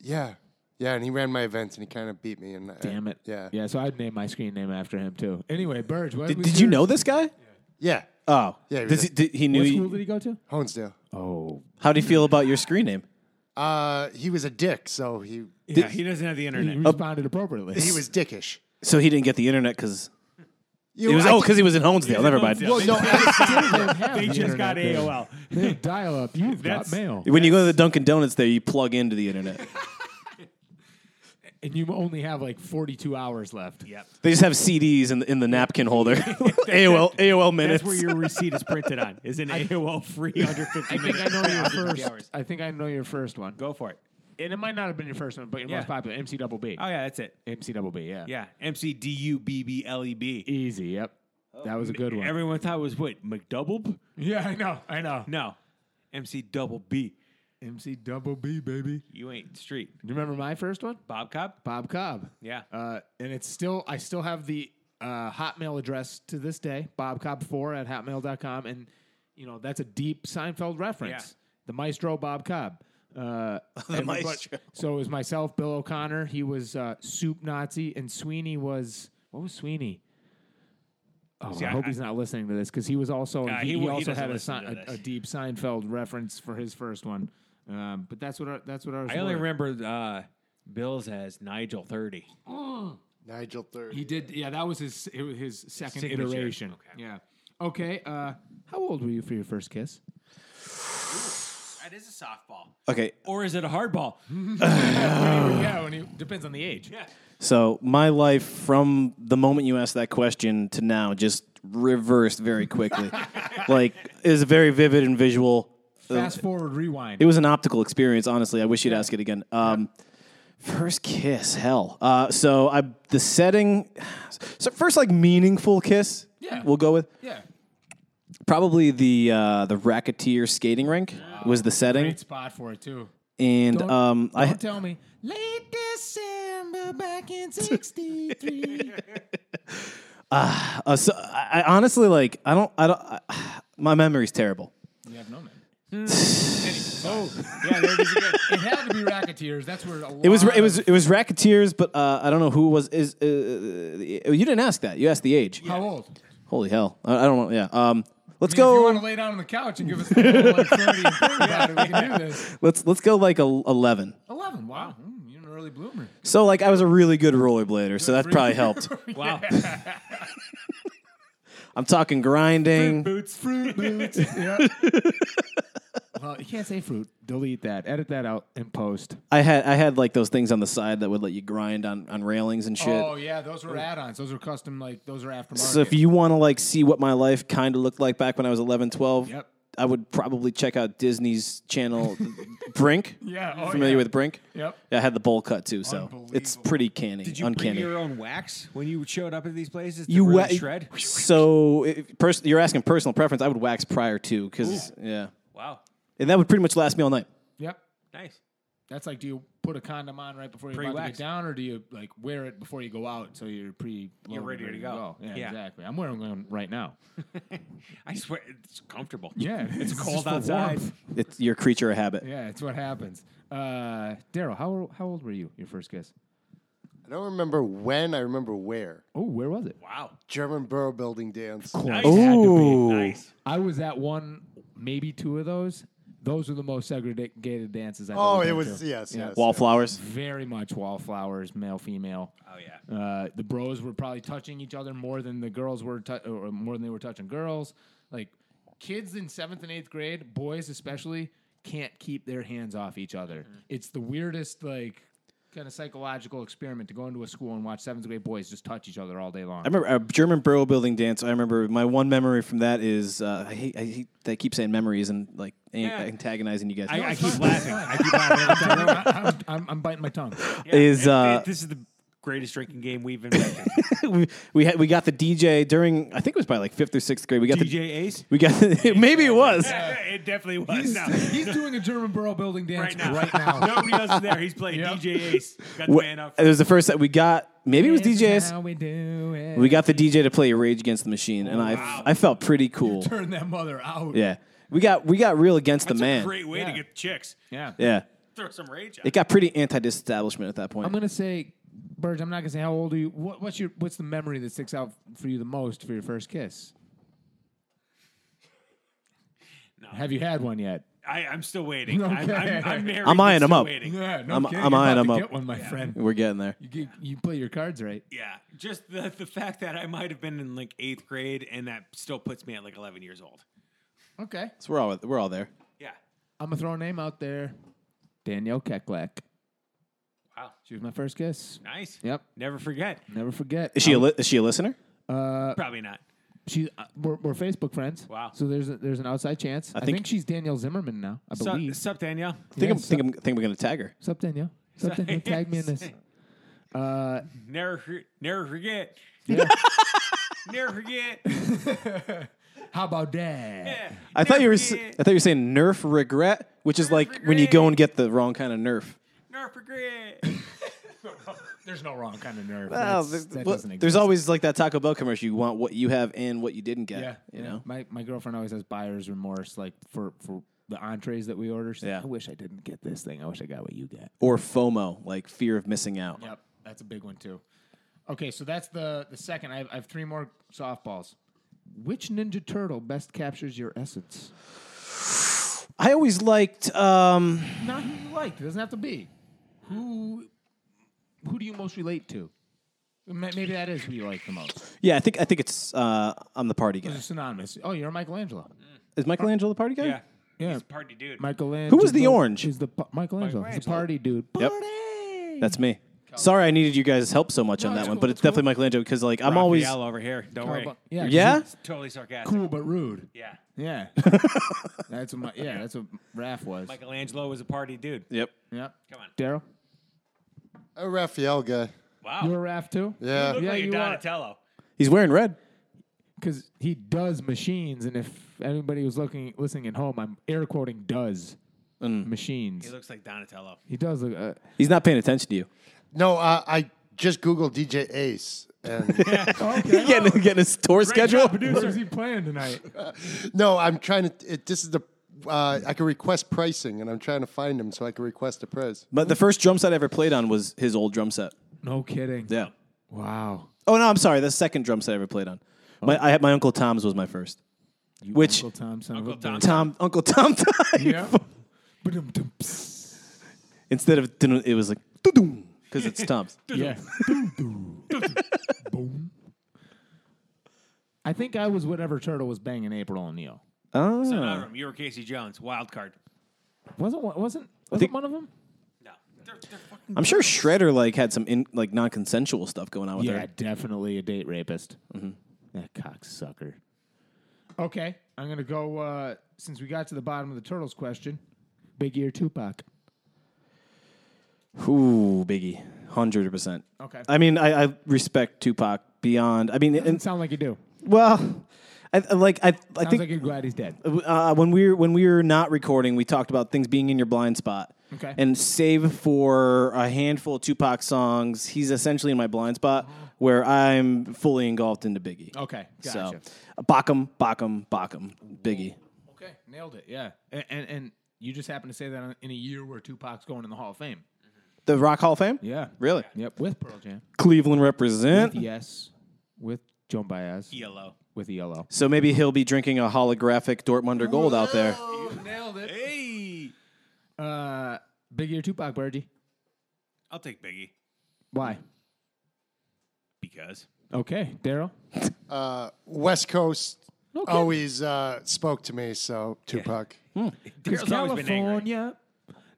Speaker 5: yeah. Yeah, and he ran my events and he kind of beat me and uh, I-
Speaker 3: Damn it.
Speaker 5: Yeah.
Speaker 3: Yeah, so I'd name my screen name after him too. Anyway, Burge, what
Speaker 4: Did,
Speaker 3: was
Speaker 4: did you
Speaker 3: your-
Speaker 4: know this guy?
Speaker 5: Yeah.
Speaker 4: Oh,
Speaker 5: Yeah, he was
Speaker 4: Does he,
Speaker 5: a-
Speaker 4: did, he knew.
Speaker 3: what school
Speaker 4: You,
Speaker 3: did he go to?
Speaker 5: Honesdale.
Speaker 3: Oh,
Speaker 4: how do you feel about your screen name?
Speaker 5: Uh he was a dick, so he
Speaker 2: Yeah, he doesn't have the internet.
Speaker 3: he responded appropriately.
Speaker 5: he
Speaker 3: [laughs]
Speaker 5: was dickish.
Speaker 4: So he didn't get the internet because
Speaker 5: You,
Speaker 4: it was
Speaker 5: I
Speaker 4: oh
Speaker 5: thi-
Speaker 4: because he was in Honesdale. Never mind.
Speaker 2: Well,
Speaker 5: well, [laughs] no,
Speaker 3: [laughs]
Speaker 5: I-
Speaker 2: they just got AOL.
Speaker 3: dial up. You've got
Speaker 2: That's-
Speaker 3: mail,
Speaker 4: When you go to the Dunkin' Donuts, there you plug into the internet.
Speaker 3: and you only have like 42 hours left.
Speaker 2: Yep.
Speaker 4: They just have CDs in the, in the napkin holder. [laughs] AOL AOL minutes.
Speaker 2: That's where your receipt is printed on. Is an AOL free under fifty minutes. [laughs]
Speaker 3: I know your
Speaker 2: Under 50
Speaker 3: first.
Speaker 2: hours.
Speaker 3: I think I know your first one.
Speaker 2: Go for it.
Speaker 3: And it might not have been your first one, but your
Speaker 2: Yeah.
Speaker 3: most popular MC Double B.
Speaker 2: Oh yeah, that's it.
Speaker 3: MC Double B. Yeah.
Speaker 2: Yeah, M C D U B B L E B.
Speaker 3: Easy. Yep. That was a good one.
Speaker 2: Everyone thought it was what McDouble?
Speaker 3: yeah, I know. I know.
Speaker 2: No, MC Double B.
Speaker 3: MC Double B, baby.
Speaker 2: You ain't street.
Speaker 3: Do you remember my first one?
Speaker 2: Bob Cobb.
Speaker 3: Bob Cobb.
Speaker 2: Yeah.
Speaker 3: Uh, and it's still, I still have the uh, Hotmail address to this day, bobcobb4 at hotmail.com. And, you know, that's a deep Seinfeld reference. The maestro Bob Cobb.
Speaker 2: [laughs]
Speaker 3: Uh, everybody-
Speaker 4: maestro.
Speaker 3: So it was myself, Bill O'Connor. He was uh, Soup Nazi, and Sweeney was, what was Sweeney? Oh,
Speaker 2: See,
Speaker 3: I,
Speaker 2: I-
Speaker 3: hope
Speaker 2: I-
Speaker 3: he's not listening to this because he was also
Speaker 2: Nah,
Speaker 3: he,
Speaker 2: he
Speaker 3: he
Speaker 2: wo- he
Speaker 3: also
Speaker 2: doesn't
Speaker 3: had a,
Speaker 2: listen
Speaker 3: Sein-
Speaker 2: to
Speaker 3: a,
Speaker 2: this.
Speaker 3: a deep Seinfeld reference for his first one, um, but that's what our, that's what ours.
Speaker 2: I only
Speaker 3: were.
Speaker 2: remember uh, Bill's as Nigel Thirty.
Speaker 5: Nigel Third.
Speaker 3: He did. Yeah, that was his it was his second
Speaker 2: Signature.
Speaker 3: iteration.
Speaker 2: Okay.
Speaker 3: Yeah. Okay. Uh, how old were you for your first kiss?
Speaker 2: That is a softball.
Speaker 4: okay,
Speaker 2: Or is it a hardball?
Speaker 4: [sighs]
Speaker 3: yeah, when you, depends on the age.
Speaker 4: so my life from the moment you asked that question to now just reversed very [laughs] quickly. like it was very vivid and visual. Uh,
Speaker 3: Fast forward, rewind.
Speaker 4: It was an optical experience, honestly. I wish you'd ask it again. Um, First kiss, hell. Uh, so I the setting. So first, like meaningful kiss.
Speaker 3: Yeah.
Speaker 4: we'll go with
Speaker 3: yeah.
Speaker 4: probably the uh, the racketeer skating rink was the setting,
Speaker 3: Great spot for it too.
Speaker 4: and
Speaker 3: Don't-
Speaker 4: um, I
Speaker 3: Don't tell me. Late December back
Speaker 4: [laughs]
Speaker 3: in '63.
Speaker 4: uh, so I, I honestly like I don't I don't [sighs] I, my memory's terrible.
Speaker 3: you have no name. Hmm. [laughs] oh, yeah, there it is again. It had to be Racketeers. That's where a lot
Speaker 4: It was it
Speaker 3: of-
Speaker 4: was it was racketeers, but uh, I don't know who was is. Uh, you didn't ask that. You asked the age.
Speaker 3: How old?
Speaker 4: Holy hell! I, I don't know. Yeah. Um, let's
Speaker 3: I mean, If you
Speaker 4: go.
Speaker 3: want to lay down on the couch and give us a little, like 30 and 30 about it, we can do this.
Speaker 4: Let's let's go like a, eleven.
Speaker 3: 11. Wow. Mm, you're an early bloomer.
Speaker 4: So like I was a really good rollerblader, so that
Speaker 3: [laughs]
Speaker 4: probably helped.
Speaker 2: Wow.
Speaker 4: [laughs] I'm talking grinding.
Speaker 2: Boots. Fruit
Speaker 3: [laughs]
Speaker 2: boots.
Speaker 3: Well, you can't say fruit. Delete that. Edit that out and post.
Speaker 4: I had I had like those things on the side that would let you grind on on railings and shit.
Speaker 3: Oh, yeah. Those were add ons. Those were custom, like, those are aftermarket.
Speaker 4: So if you want to like see what my life kind of looked like back when I was 11, 12,
Speaker 3: Yep.
Speaker 4: I would probably check out Disney's channel Brink.
Speaker 3: [laughs] Yeah, oh,
Speaker 4: familiar
Speaker 3: yeah.
Speaker 4: with Brink?
Speaker 3: Yep.
Speaker 4: Yeah, I had the bowl cut too, so it's
Speaker 3: Unbelievable.
Speaker 4: pretty canny,
Speaker 2: Did you
Speaker 4: uncanny.
Speaker 2: bring your own wax when you showed up at these places? To
Speaker 4: You
Speaker 2: really
Speaker 4: wa-
Speaker 2: shred.
Speaker 4: [laughs] So if, pers- you're asking personal preference. I would wax prior to because yeah,
Speaker 2: Wow.
Speaker 4: and that would pretty much last me all night.
Speaker 3: Yep.
Speaker 2: Nice.
Speaker 3: That's like, do you put a condom on right before you're about to
Speaker 2: Pre-wax.
Speaker 3: get down, or do you, like, wear it before you go out so you're pre
Speaker 2: You're ready to go.
Speaker 3: Yeah,
Speaker 2: Yeah.
Speaker 3: exactly. I'm wearing one right now.
Speaker 2: [laughs] I swear it's comfortable.
Speaker 3: Yeah.
Speaker 2: It's,
Speaker 3: just
Speaker 2: cold
Speaker 3: for warmth.
Speaker 2: outside.
Speaker 4: It's your creature of habit.
Speaker 3: Yeah, it's what happens. Uh, Daryl, how, how old were you, your first kiss?
Speaker 5: I don't remember when, I remember where.
Speaker 3: Oh, where was it?
Speaker 2: Wow.
Speaker 5: German Borough Building dance.
Speaker 2: Nice
Speaker 4: Ooh.
Speaker 2: had to be. Nice.
Speaker 3: I was at one, maybe two of those. Those were the most segregated dances I've
Speaker 5: Oh,
Speaker 3: ever
Speaker 5: it
Speaker 3: been
Speaker 5: was
Speaker 3: to.
Speaker 5: yes,
Speaker 3: Yeah.
Speaker 5: yes.
Speaker 4: Wallflowers.
Speaker 3: very much wallflowers, male, female.
Speaker 2: Oh yeah.
Speaker 3: Uh, the bros were probably touching each other more than the girls were, tou- or more than they were touching girls. Like kids in seventh and eighth grade, boys especially, can't keep their hands off each other.
Speaker 5: Mm-hmm.
Speaker 3: It's the weirdest, like, kind of psychological experiment to go into a school and watch seventh grade boys just touch each other all day long.
Speaker 4: I remember a German borough building dance. I remember my one memory from that is uh, I hate I hate that I keep saying memories and like an- antagonizing you guys.
Speaker 2: I, I
Speaker 3: [laughs]
Speaker 2: keep laughing. I keep laughing.
Speaker 3: I'm, I'm, I'm biting my tongue.
Speaker 4: [laughs] is uh,
Speaker 2: this is the greatest drinking game we've
Speaker 4: [laughs]
Speaker 2: invented.
Speaker 4: we we, had, we got the DJ during I think it was probably like fifth or sixth grade. We got
Speaker 2: DJ
Speaker 4: the
Speaker 2: Ace.
Speaker 4: we got [laughs] maybe it was.
Speaker 2: [laughs] it definitely was. No,
Speaker 3: [laughs] He's doing a German Borough Building dance
Speaker 2: right now.
Speaker 3: right
Speaker 2: [laughs]
Speaker 3: now.
Speaker 2: Nobody else is there. He's playing DJ Ace. Got the
Speaker 4: Wh-
Speaker 2: man up.
Speaker 4: It was the first that we got. Maybe it was DJs.
Speaker 3: How we do it.
Speaker 4: We got the DJ to play Rage Against the Machine, and I I felt pretty cool.
Speaker 3: Turn that mother out.
Speaker 4: Yeah, we got we got real against
Speaker 2: That's
Speaker 4: the
Speaker 2: a
Speaker 4: man.
Speaker 2: great way to
Speaker 3: Yeah.
Speaker 2: get chicks.
Speaker 3: Yeah.
Speaker 4: yeah,
Speaker 2: Throw some rage out.
Speaker 4: it got pretty anti-disestablishment at that point.
Speaker 3: I'm gonna say, Burge. I'm not gonna say how old are you. What, what's your What's the memory that sticks out for you the most for your first kiss? Have you had one yet?
Speaker 2: I, I'm still
Speaker 3: [laughs]
Speaker 2: waiting. I'm, I'm, I'm married.
Speaker 4: I'm eyeing
Speaker 2: but
Speaker 4: him
Speaker 2: still
Speaker 4: up.
Speaker 2: Waiting.
Speaker 3: Yeah,
Speaker 4: no I'm- kidding. I'm You're eyeing about to 'em up.
Speaker 3: Get one, my friend.
Speaker 4: We're getting there.
Speaker 3: You, you play your cards right.
Speaker 2: Yeah, just the the fact that I might have been in like eighth grade, and that still puts me at like 11 years old.
Speaker 3: Okay.
Speaker 4: So we're all we're all there.
Speaker 2: Yeah.
Speaker 3: I'm gonna throw a name out there. Danielle Keklak.
Speaker 2: Wow.
Speaker 3: She was my first kiss.
Speaker 2: Nice.
Speaker 3: Yep.
Speaker 2: Never forget.
Speaker 3: Never forget.
Speaker 4: Is she a li- is she a listener?
Speaker 2: Probably not.
Speaker 3: She uh, we're, we're Facebook friends.
Speaker 2: Wow.
Speaker 3: So there's a, there's an outside chance. I,
Speaker 4: think-
Speaker 3: think, she's Danielle Zimmerman now. I
Speaker 2: Sup,
Speaker 3: believe.
Speaker 2: sup, Danielle.
Speaker 4: I think
Speaker 3: Yeah,
Speaker 4: I'm, think I'm think we're gonna tag her.
Speaker 3: What's up, Danielle? What's up, Danielle? Tag me in
Speaker 4: [laughs]
Speaker 3: this.
Speaker 2: Never, for- never forget.
Speaker 3: [laughs]
Speaker 2: never forget.
Speaker 3: How about that?
Speaker 2: Yeah.
Speaker 4: I thought you were s-
Speaker 2: Never
Speaker 4: I thought you were saying Nerf regret, which is like when you go and get the wrong kind of Nerf.
Speaker 2: Never forget.
Speaker 3: [laughs] There's no wrong kind of nerve.
Speaker 4: Well,
Speaker 3: That's-
Speaker 4: there's- well, there's always like that Taco Bell commercial. You want what you have and what you didn't get.
Speaker 3: yeah,
Speaker 4: you know.
Speaker 3: My my girlfriend always has buyer's remorse, like for for the entrees that we order. She's like,
Speaker 4: Yeah.
Speaker 3: I wish I didn't get this thing. I wish I got what you got.
Speaker 4: Or FOMO, like fear of missing out.
Speaker 3: Yep, that's a big one too. Okay, so that's the the second. I have, I have three more softballs. Which Ninja Turtle best captures your essence?
Speaker 4: I always liked. Um,
Speaker 3: Not who you liked. It doesn't have to be. Who who do you most relate to? Ma- Maybe that is who you like the most.
Speaker 4: yeah, I think I think it's. Uh, I'm the party guy.
Speaker 3: It's synonymous. Oh, you're Michelangelo.
Speaker 4: Is Michelangelo the party guy?
Speaker 2: yeah.
Speaker 3: Yeah.
Speaker 2: He's a party dude.
Speaker 3: Michelangelo.
Speaker 4: Who was the orange?
Speaker 3: Is the pa- Michelangelo? He's a
Speaker 2: Michelangelo.
Speaker 3: party dude.
Speaker 4: Yep. That's me. Sorry, I needed you guys' help so much on that
Speaker 3: it's
Speaker 4: one,
Speaker 3: cool,
Speaker 4: but it's
Speaker 3: it's cool.
Speaker 4: definitely Michelangelo because like I'm always.
Speaker 2: Raphael over here. Don't worry.
Speaker 3: How about- Oh, yeah. 'cause
Speaker 4: Yeah.
Speaker 3: he's
Speaker 2: It's totally sarcastic.
Speaker 3: Cool but rude.
Speaker 2: Yeah.
Speaker 4: [laughs]
Speaker 3: Yeah. that's what. My, yeah, that's what Raph was.
Speaker 2: Michelangelo was a party dude.
Speaker 4: Yep.
Speaker 3: Yep.
Speaker 2: Come on.
Speaker 3: Daryl,
Speaker 5: A Raphael guy.
Speaker 2: Wow.
Speaker 3: you were Raph too.
Speaker 5: Yeah.
Speaker 2: Look
Speaker 3: Yeah,
Speaker 2: like a
Speaker 3: you are.
Speaker 2: Donatello.
Speaker 4: He's wearing red.
Speaker 3: because he does machines, and if anybody was looking listening at home, I'm air quoting does
Speaker 2: He
Speaker 4: Mm.
Speaker 3: machines.
Speaker 2: looks like Donatello.
Speaker 3: He does look. Uh,
Speaker 4: He's not paying attention to you.
Speaker 5: No, uh, I just Googled DJ Ace.
Speaker 3: [laughs]
Speaker 5: And
Speaker 4: He's getting, getting his tour schedule.
Speaker 3: What is he playing tonight?
Speaker 5: no, I'm trying to. It, this is the. Uh, I can request pricing, and I'm trying to find him so I can request a price.
Speaker 4: But the first drum set I ever played on was his old drum set.
Speaker 3: No kidding.
Speaker 4: Yeah.
Speaker 3: Wow.
Speaker 4: Oh no, I'm sorry. The second drum set I ever played on. My I had my uncle Tom's was my first. Which
Speaker 3: Uncle Tom, son
Speaker 2: Uncle
Speaker 3: of a
Speaker 2: Tom.
Speaker 3: bitch.
Speaker 4: Tom Uncle Tom [laughs] died.
Speaker 3: Yeah. Ba-dum-dum, psst.
Speaker 4: Instead of dun- it was like because it's
Speaker 3: [laughs]
Speaker 4: Tom's.
Speaker 3: yeah. Doo-doo. Boom. I think I was whatever turtle was banging April O'Neil.
Speaker 2: Son
Speaker 4: Oh.
Speaker 2: of him. You were Casey Jones. Wild card.
Speaker 3: Wasn't one- wasn't wasn't
Speaker 4: think-
Speaker 3: one of them?
Speaker 2: No. They're, they're fucking.
Speaker 4: I'm sure Shredder like had some in, like non-consensual stuff going on with
Speaker 3: Yeah,
Speaker 4: her.
Speaker 3: definitely a date rapist. That cocksucker. Mm-hmm. Okay, I'm gonna go. Uh, since we got to the bottom of the turtles question, Big Ear Tupac.
Speaker 4: Ooh, Biggie, hundred percent.
Speaker 3: Okay.
Speaker 4: I mean, I, I respect Tupac beyond. I mean,
Speaker 3: Doesn't
Speaker 4: and,
Speaker 3: sound like you do.
Speaker 4: well, I, I like I I
Speaker 3: Sounds
Speaker 4: think
Speaker 3: like you're glad he's dead.
Speaker 4: uh, when we were when we were not recording, we talked about things being in your blind spot.
Speaker 3: Okay.
Speaker 4: And save for a handful of Tupac songs, he's essentially in my blind spot
Speaker 2: Uh-huh.
Speaker 4: where I'm fully engulfed into Biggie.
Speaker 2: Oh,
Speaker 3: Okay,
Speaker 4: So,
Speaker 3: gotcha.
Speaker 4: Bacham, Bacham, Bacham, Biggie.
Speaker 3: Okay, nailed it. Yeah, and and, and you just happened to say that in a year where Tupac's going in the Hall of Fame.
Speaker 4: The Rock Hall of Fame?
Speaker 3: Yeah.
Speaker 4: Really?
Speaker 3: Yep. With Pearl Jam.
Speaker 4: Cleveland represent.
Speaker 3: Yes. With Joan Baez.
Speaker 2: Yellow.
Speaker 3: With E ELO.
Speaker 4: So maybe he'll be drinking a holographic Dortmunder Gold out there.
Speaker 3: Nailed it.
Speaker 2: Hey.
Speaker 3: Uh, Big Ear Tupac, Bergie.
Speaker 2: I'll take Biggie
Speaker 3: Why?
Speaker 2: because
Speaker 3: Okay, Daryl. Oh,
Speaker 5: West Coast
Speaker 3: Okay.
Speaker 5: always uh, spoke to me, so Tupac.
Speaker 2: Daryl's always been angry.
Speaker 3: California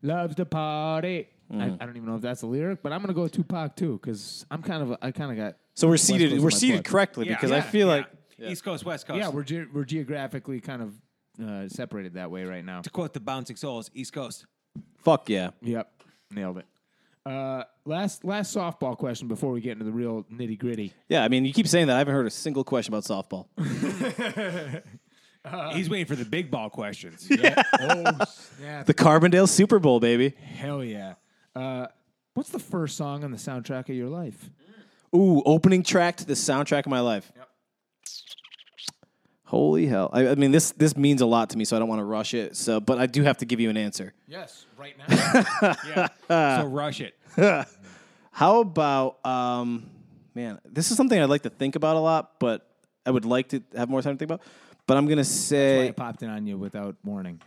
Speaker 3: loves to party. I, I don't even know if that's a lyric, but I'm gonna go with Tupac too because I'm kind of a, I kind of got.
Speaker 4: So we're
Speaker 3: Coast
Speaker 4: seated.
Speaker 3: is
Speaker 4: We're
Speaker 3: my blood.
Speaker 4: seated correctly
Speaker 2: Yeah,
Speaker 4: because I
Speaker 2: yeah,
Speaker 4: feel
Speaker 2: yeah.
Speaker 4: like
Speaker 2: East Coast, West Coast.
Speaker 3: Yeah, we're ge- we're geographically kind of uh, separated that way right now.
Speaker 2: to quote the Bouncing Souls, East Coast.
Speaker 4: fuck yeah.
Speaker 3: Yep, nailed it. Uh, last last softball question before we get into the real nitty gritty.
Speaker 4: Yeah, I mean, you keep saying that. I haven't heard a single question about softball.
Speaker 2: He's waiting for the big ball questions.
Speaker 3: [laughs] oh snap!
Speaker 4: The Carbondale Super Bowl, baby.
Speaker 3: Hell yeah! Uh, what's the first song on the soundtrack of your life?
Speaker 4: Ooh, opening track to the soundtrack of my life. Holy hell! I, I mean, this this means a lot to me, so I don't want to rush it. So, but I do have to give you an answer.
Speaker 3: Yes, right now.
Speaker 2: so rush it.
Speaker 4: How about, um, man? This is something I'd like to think about a lot, but I would like to have more time to think about. But I'm gonna
Speaker 3: I
Speaker 4: say
Speaker 3: popped in on you without warning.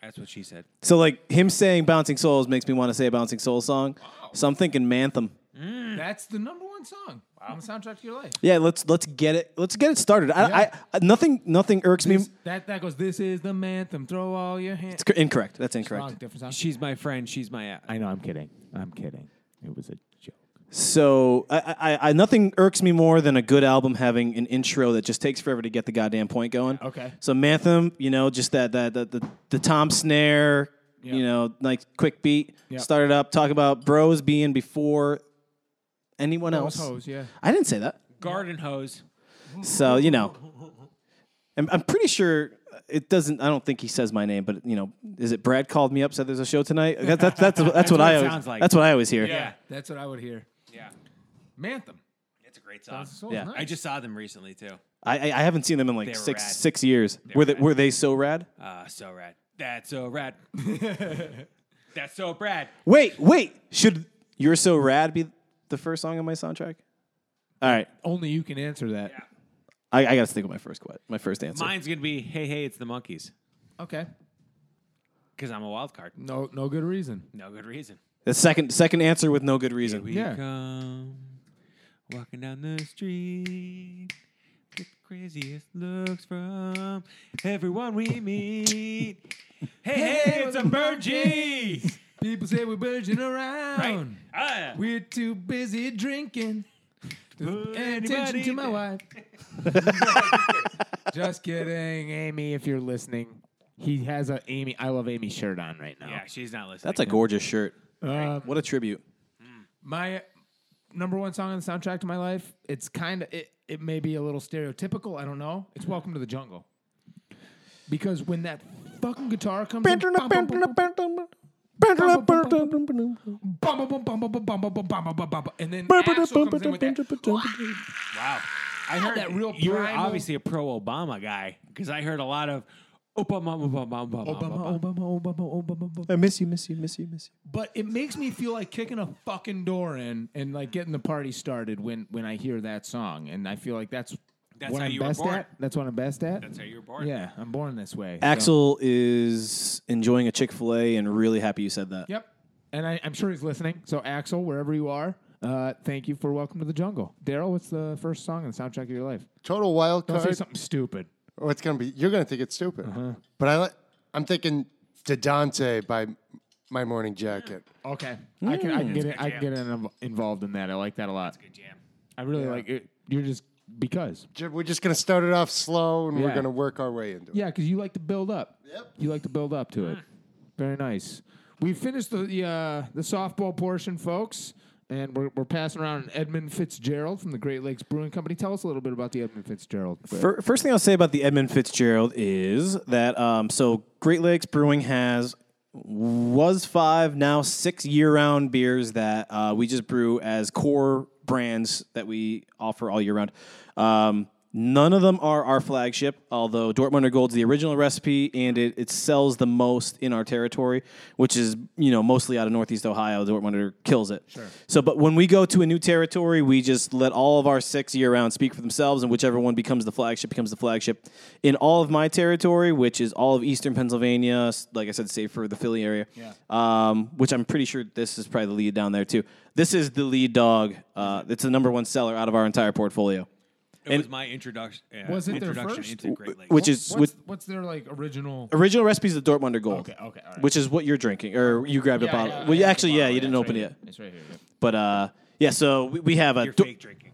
Speaker 2: That's what she said.
Speaker 4: so. Like him saying "Bouncing Souls" makes me want to say a "Bouncing Souls" song. So I'm thinking "Mantham."
Speaker 3: That's the number one song on the soundtrack to your life.
Speaker 4: Yeah, let's let's get it let's get it started. I, I, I nothing nothing irks me.
Speaker 3: That that goes. This is the anthem. Throw all your hands.
Speaker 4: It's cor- incorrect. That's incorrect.
Speaker 3: Wrong, different song.
Speaker 2: She's my friend. She's my uh, ass.
Speaker 3: I know. I'm kidding. I'm kidding. It was a joke.
Speaker 4: So I, I, I, nothing irks me more than a good album having an intro that just takes forever to get the goddamn point going.
Speaker 3: okay.
Speaker 4: So Manthem, you know, just that that, that the the tom snare, you know, like quick beat, start it up. Talk about bros being before anyone else.
Speaker 3: Hose, yeah.
Speaker 4: I didn't say that.
Speaker 2: Garden hose.
Speaker 4: So you know, I'm, I'm pretty sure it doesn't. I don't think he says my name, but you know, is it Brad called me up said there's a show tonight? That, that, that's that's what, I
Speaker 2: it
Speaker 4: always,
Speaker 2: sounds like.
Speaker 4: that's what I always hear.
Speaker 3: Yeah, that's what I would hear.
Speaker 2: Yeah.
Speaker 3: Manthem.
Speaker 2: It's a great song.
Speaker 3: So
Speaker 4: Yeah.
Speaker 3: nice.
Speaker 2: I just saw them recently too.
Speaker 4: I, I I haven't seen them in like
Speaker 2: were
Speaker 4: six
Speaker 2: rad.
Speaker 4: six years. were they
Speaker 2: rad.
Speaker 4: were they so rad?
Speaker 2: Ah, so rad. That's so [laughs] rad. That's so rad.
Speaker 4: Wait, wait. Should "You're So Rad" be the first song on my soundtrack? All right,
Speaker 3: Only you can answer that.
Speaker 4: I, I got to stick with my first que- my first answer.
Speaker 2: Mine's gonna be hey hey it's the monkeys
Speaker 3: Okay.
Speaker 2: because I'm a wild card.
Speaker 3: No, no good reason.
Speaker 2: No good reason.
Speaker 4: The second second answer with no good reason.
Speaker 2: We
Speaker 3: Yeah.
Speaker 2: come walking down the street. Get the craziest looks from everyone we [laughs] meet. Hey, hey, it's a Burgess,
Speaker 3: People say we're budging around.
Speaker 2: right? Ah.
Speaker 3: We're too busy drinking. Pay attention to my wife. Just kidding, Amy. If you're listening, he has a Amy. I love Amy shirt on right now.
Speaker 2: Yeah, she's not listening.
Speaker 4: That's a gorgeous shirt.
Speaker 3: Um,
Speaker 4: What a tribute.
Speaker 3: my number one song on the soundtrack to my life. It's kind of it. It may be a little stereotypical. I don't know. It's Welcome to the Jungle. Because when that fucking guitar comes, in, bum, bum, bum, bum, bum, bum, bum, bum, bum, bum, bum, bum, bum, bum, and then Axl comes in with that.
Speaker 2: wow. I heard
Speaker 3: that real
Speaker 2: You were
Speaker 3: primal-
Speaker 2: obviously a pro Obama guy because I heard a lot of Obama, Obama, Obama, Obama.
Speaker 3: Obama, Obama, Obama, Obama, Obama.
Speaker 4: I miss you, miss you, miss you, miss you.
Speaker 3: But it makes me feel like kicking a fucking door in and like getting the party started when when I hear that song, and I feel like that's
Speaker 2: That's
Speaker 3: what
Speaker 2: how
Speaker 3: I'm
Speaker 2: you were
Speaker 3: best
Speaker 2: born.
Speaker 3: at. That's what I'm best at.
Speaker 2: That's how you were born.
Speaker 3: yeah, I'm born this way. so-
Speaker 4: Axel is enjoying a Chick Fil A and really happy you said that.
Speaker 3: Yep. And I, I'm sure he's listening. So, Axel, wherever you are, uh, thank you for Welcome to the Jungle. Daryl, what's the first song and soundtrack of your life?
Speaker 5: Total wild
Speaker 3: Don't say Uh-huh.
Speaker 5: card.
Speaker 3: something stupid.
Speaker 5: Oh, it's gonna be. You're gonna think it's stupid. But I, li- I'm thinking Dante by My Morning Jacket.
Speaker 3: Okay. I can I can get it, I can get in, involved in that. I like that a lot.
Speaker 2: Good jam.
Speaker 3: I really like it. You're just because.
Speaker 5: Ju- We're just gonna start it off slow, and
Speaker 3: Yeah.
Speaker 5: we're gonna work our way into it.
Speaker 3: Yeah, because you like to build up.
Speaker 5: Yep.
Speaker 3: You like to build up to
Speaker 4: Mm.
Speaker 3: it. Very nice. We finished the the, uh, the softball portion, folks, and we're, we're passing around Edmund Fitzgerald from the Great Lakes Brewing Company. Tell us a little bit about the Edmund Fitzgerald.
Speaker 4: Fir- First thing I'll say about the Edmund Fitzgerald is that um, so Great Lakes Brewing has was five now six year round beers that uh, we just brew as core brands that we offer all year round. Um, none of them are our flagship, although Dortmunder Gold's the original recipe and it, it sells the most in our territory, which is you know mostly out of Northeast Ohio. Dortmunder kills it. Sure. So, but when we go to a new territory, we just let all of our six year round speak for themselves, and whichever one becomes the flagship becomes the flagship. In all of my territory, which is all of Eastern Pennsylvania, s- like I said, save for the Philly area, yeah. um, which I'm pretty sure this is probably the lead down there too. This is the lead dog. Uh, it's the number one seller out of our entire portfolio,
Speaker 2: It was my introduction. Uh,
Speaker 3: Was it their
Speaker 2: introduction
Speaker 3: first?
Speaker 2: into Great Lakes.
Speaker 4: which is
Speaker 3: what's,
Speaker 4: with
Speaker 3: what's their like original?
Speaker 4: original recipes of Dortmunder Gold.
Speaker 3: Okay, okay, all right.
Speaker 4: Which is what you're drinking, or you grabbed a bottle.
Speaker 3: yeah,
Speaker 4: well, you
Speaker 3: yeah,
Speaker 4: actually, yeah,
Speaker 3: yeah,
Speaker 4: you didn't
Speaker 3: it's
Speaker 4: open
Speaker 3: right
Speaker 4: it
Speaker 3: here.
Speaker 4: yet.
Speaker 3: It's right here.
Speaker 4: But uh, Yeah, so we, we have a.
Speaker 2: You're
Speaker 4: uh, do-
Speaker 2: fake
Speaker 4: [laughs]
Speaker 2: drinking.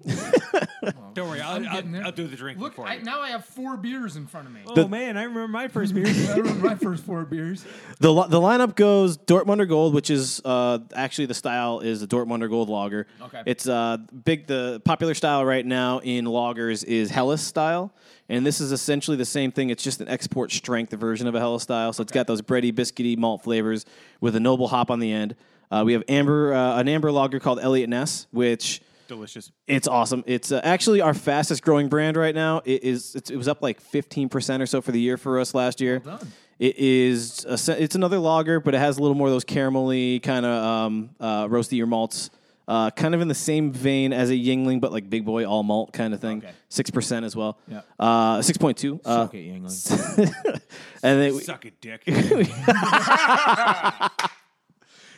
Speaker 2: Don't worry, I'll,
Speaker 3: getting there.
Speaker 2: I'll, I'll do the drinking
Speaker 3: Look,
Speaker 2: for
Speaker 3: I,
Speaker 2: you.
Speaker 3: now I have four beers in front of
Speaker 4: [laughs]
Speaker 3: me.
Speaker 2: oh man, I remember my first beer.
Speaker 3: I remember my first four beers.
Speaker 4: The, li- the lineup goes Dortmunder Gold, which is uh, actually the style is the Dortmunder Gold lager.
Speaker 3: Okay.
Speaker 4: It's uh, big. The popular style right now in lagers is Hellas style, and this is essentially the same thing. It's just an export strength version of a Hellas style. So it's got those bready, biscuity malt flavors with a noble hop on the end. Uh, we have amber uh, an amber lager called Elliot Ness, which
Speaker 2: Delicious.
Speaker 4: it's awesome. It's uh, actually our fastest growing brand right now. It is. It's, it was up like fifteen percent or so for the year for us last year. It is. A, se- it's another lager, but it has a little more of those caramelly kind of um, uh, roasty or malts. Uh, kind of in the same vein as a Yingling, but like big boy all malt kind of thing. Six percent as well. Yeah. Uh, Six point two. Uh,
Speaker 3: Okay,
Speaker 4: [laughs] and then we,
Speaker 2: Suck a dick.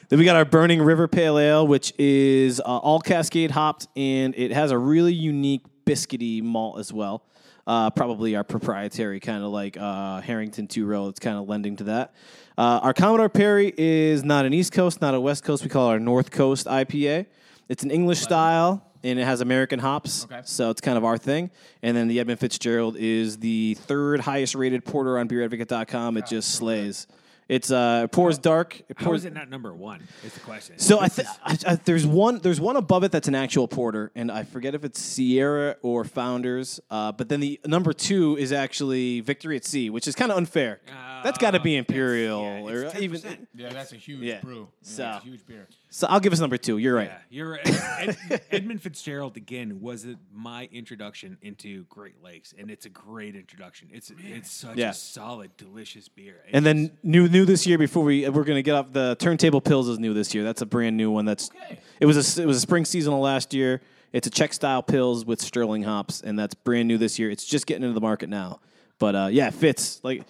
Speaker 4: Then we got our Burning River Pale Ale, which is uh, all Cascade hopped, and it has a really unique biscuity malt as well. Uh, probably our proprietary kind of like uh, Harrington Two Row. It's kind of lending to that. Uh, our Commodore Perry is not an East Coast, not a West Coast. We call it our North Coast IPA. It's an English style, and it has American hops,
Speaker 3: Okay.
Speaker 4: so it's kind of our thing. And then the Edmund Fitzgerald is the third highest rated porter on BeerAdvocate.com. It just slays. It's uh, it pours dark. It
Speaker 2: How
Speaker 4: pours
Speaker 2: is it not number one? Is the question.
Speaker 4: so I, th- I, I there's one there's one above it that's an actual porter, and I forget if it's Sierra or Founders. Uh, but then the number two is actually Victory at Sea, which is kind of unfair. that's got to be Imperial or
Speaker 2: Ah, it's
Speaker 4: even.
Speaker 2: 10%.
Speaker 3: Yeah, that's a huge
Speaker 4: Yeah.
Speaker 3: brew. Yeah,
Speaker 4: So-
Speaker 3: that's a huge beer.
Speaker 4: So I'll give us number two. You're right.
Speaker 2: Yeah, you're Ed, Ed- Edmund Fitzgerald again was it my introduction into Great Lakes, and it's a great introduction. It's it's such
Speaker 4: Yeah.
Speaker 2: a solid, delicious beer. It's
Speaker 4: And then new new this year before we we're gonna get off the turntable pills is new this year. That's a brand new one. That's it was a it was a spring seasonal last year. It's a Czech style pills with Sterling hops, and that's brand new this year. It's just getting into the market now. But uh, yeah, it fits like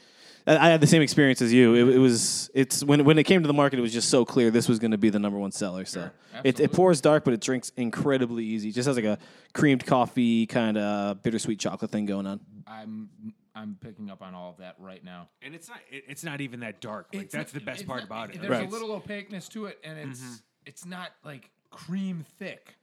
Speaker 4: I, I had the same experience as you. It, it was it's when when it came to the market, it was just so clear this was going to be the number one seller. So it, it pours dark, but it drinks incredibly easy. Just has like a creamed coffee kind of bittersweet chocolate thing going on.
Speaker 3: I'm I'm picking up on all of that right now.
Speaker 2: and it's not it, it's not even that dark. Like
Speaker 3: It's
Speaker 2: that's
Speaker 3: not-
Speaker 2: the best
Speaker 3: it's
Speaker 2: part
Speaker 3: not-
Speaker 2: about it. Mm-hmm.
Speaker 3: There's
Speaker 4: Right.
Speaker 3: a little opaqueness to it, and it's it's not like cream thick.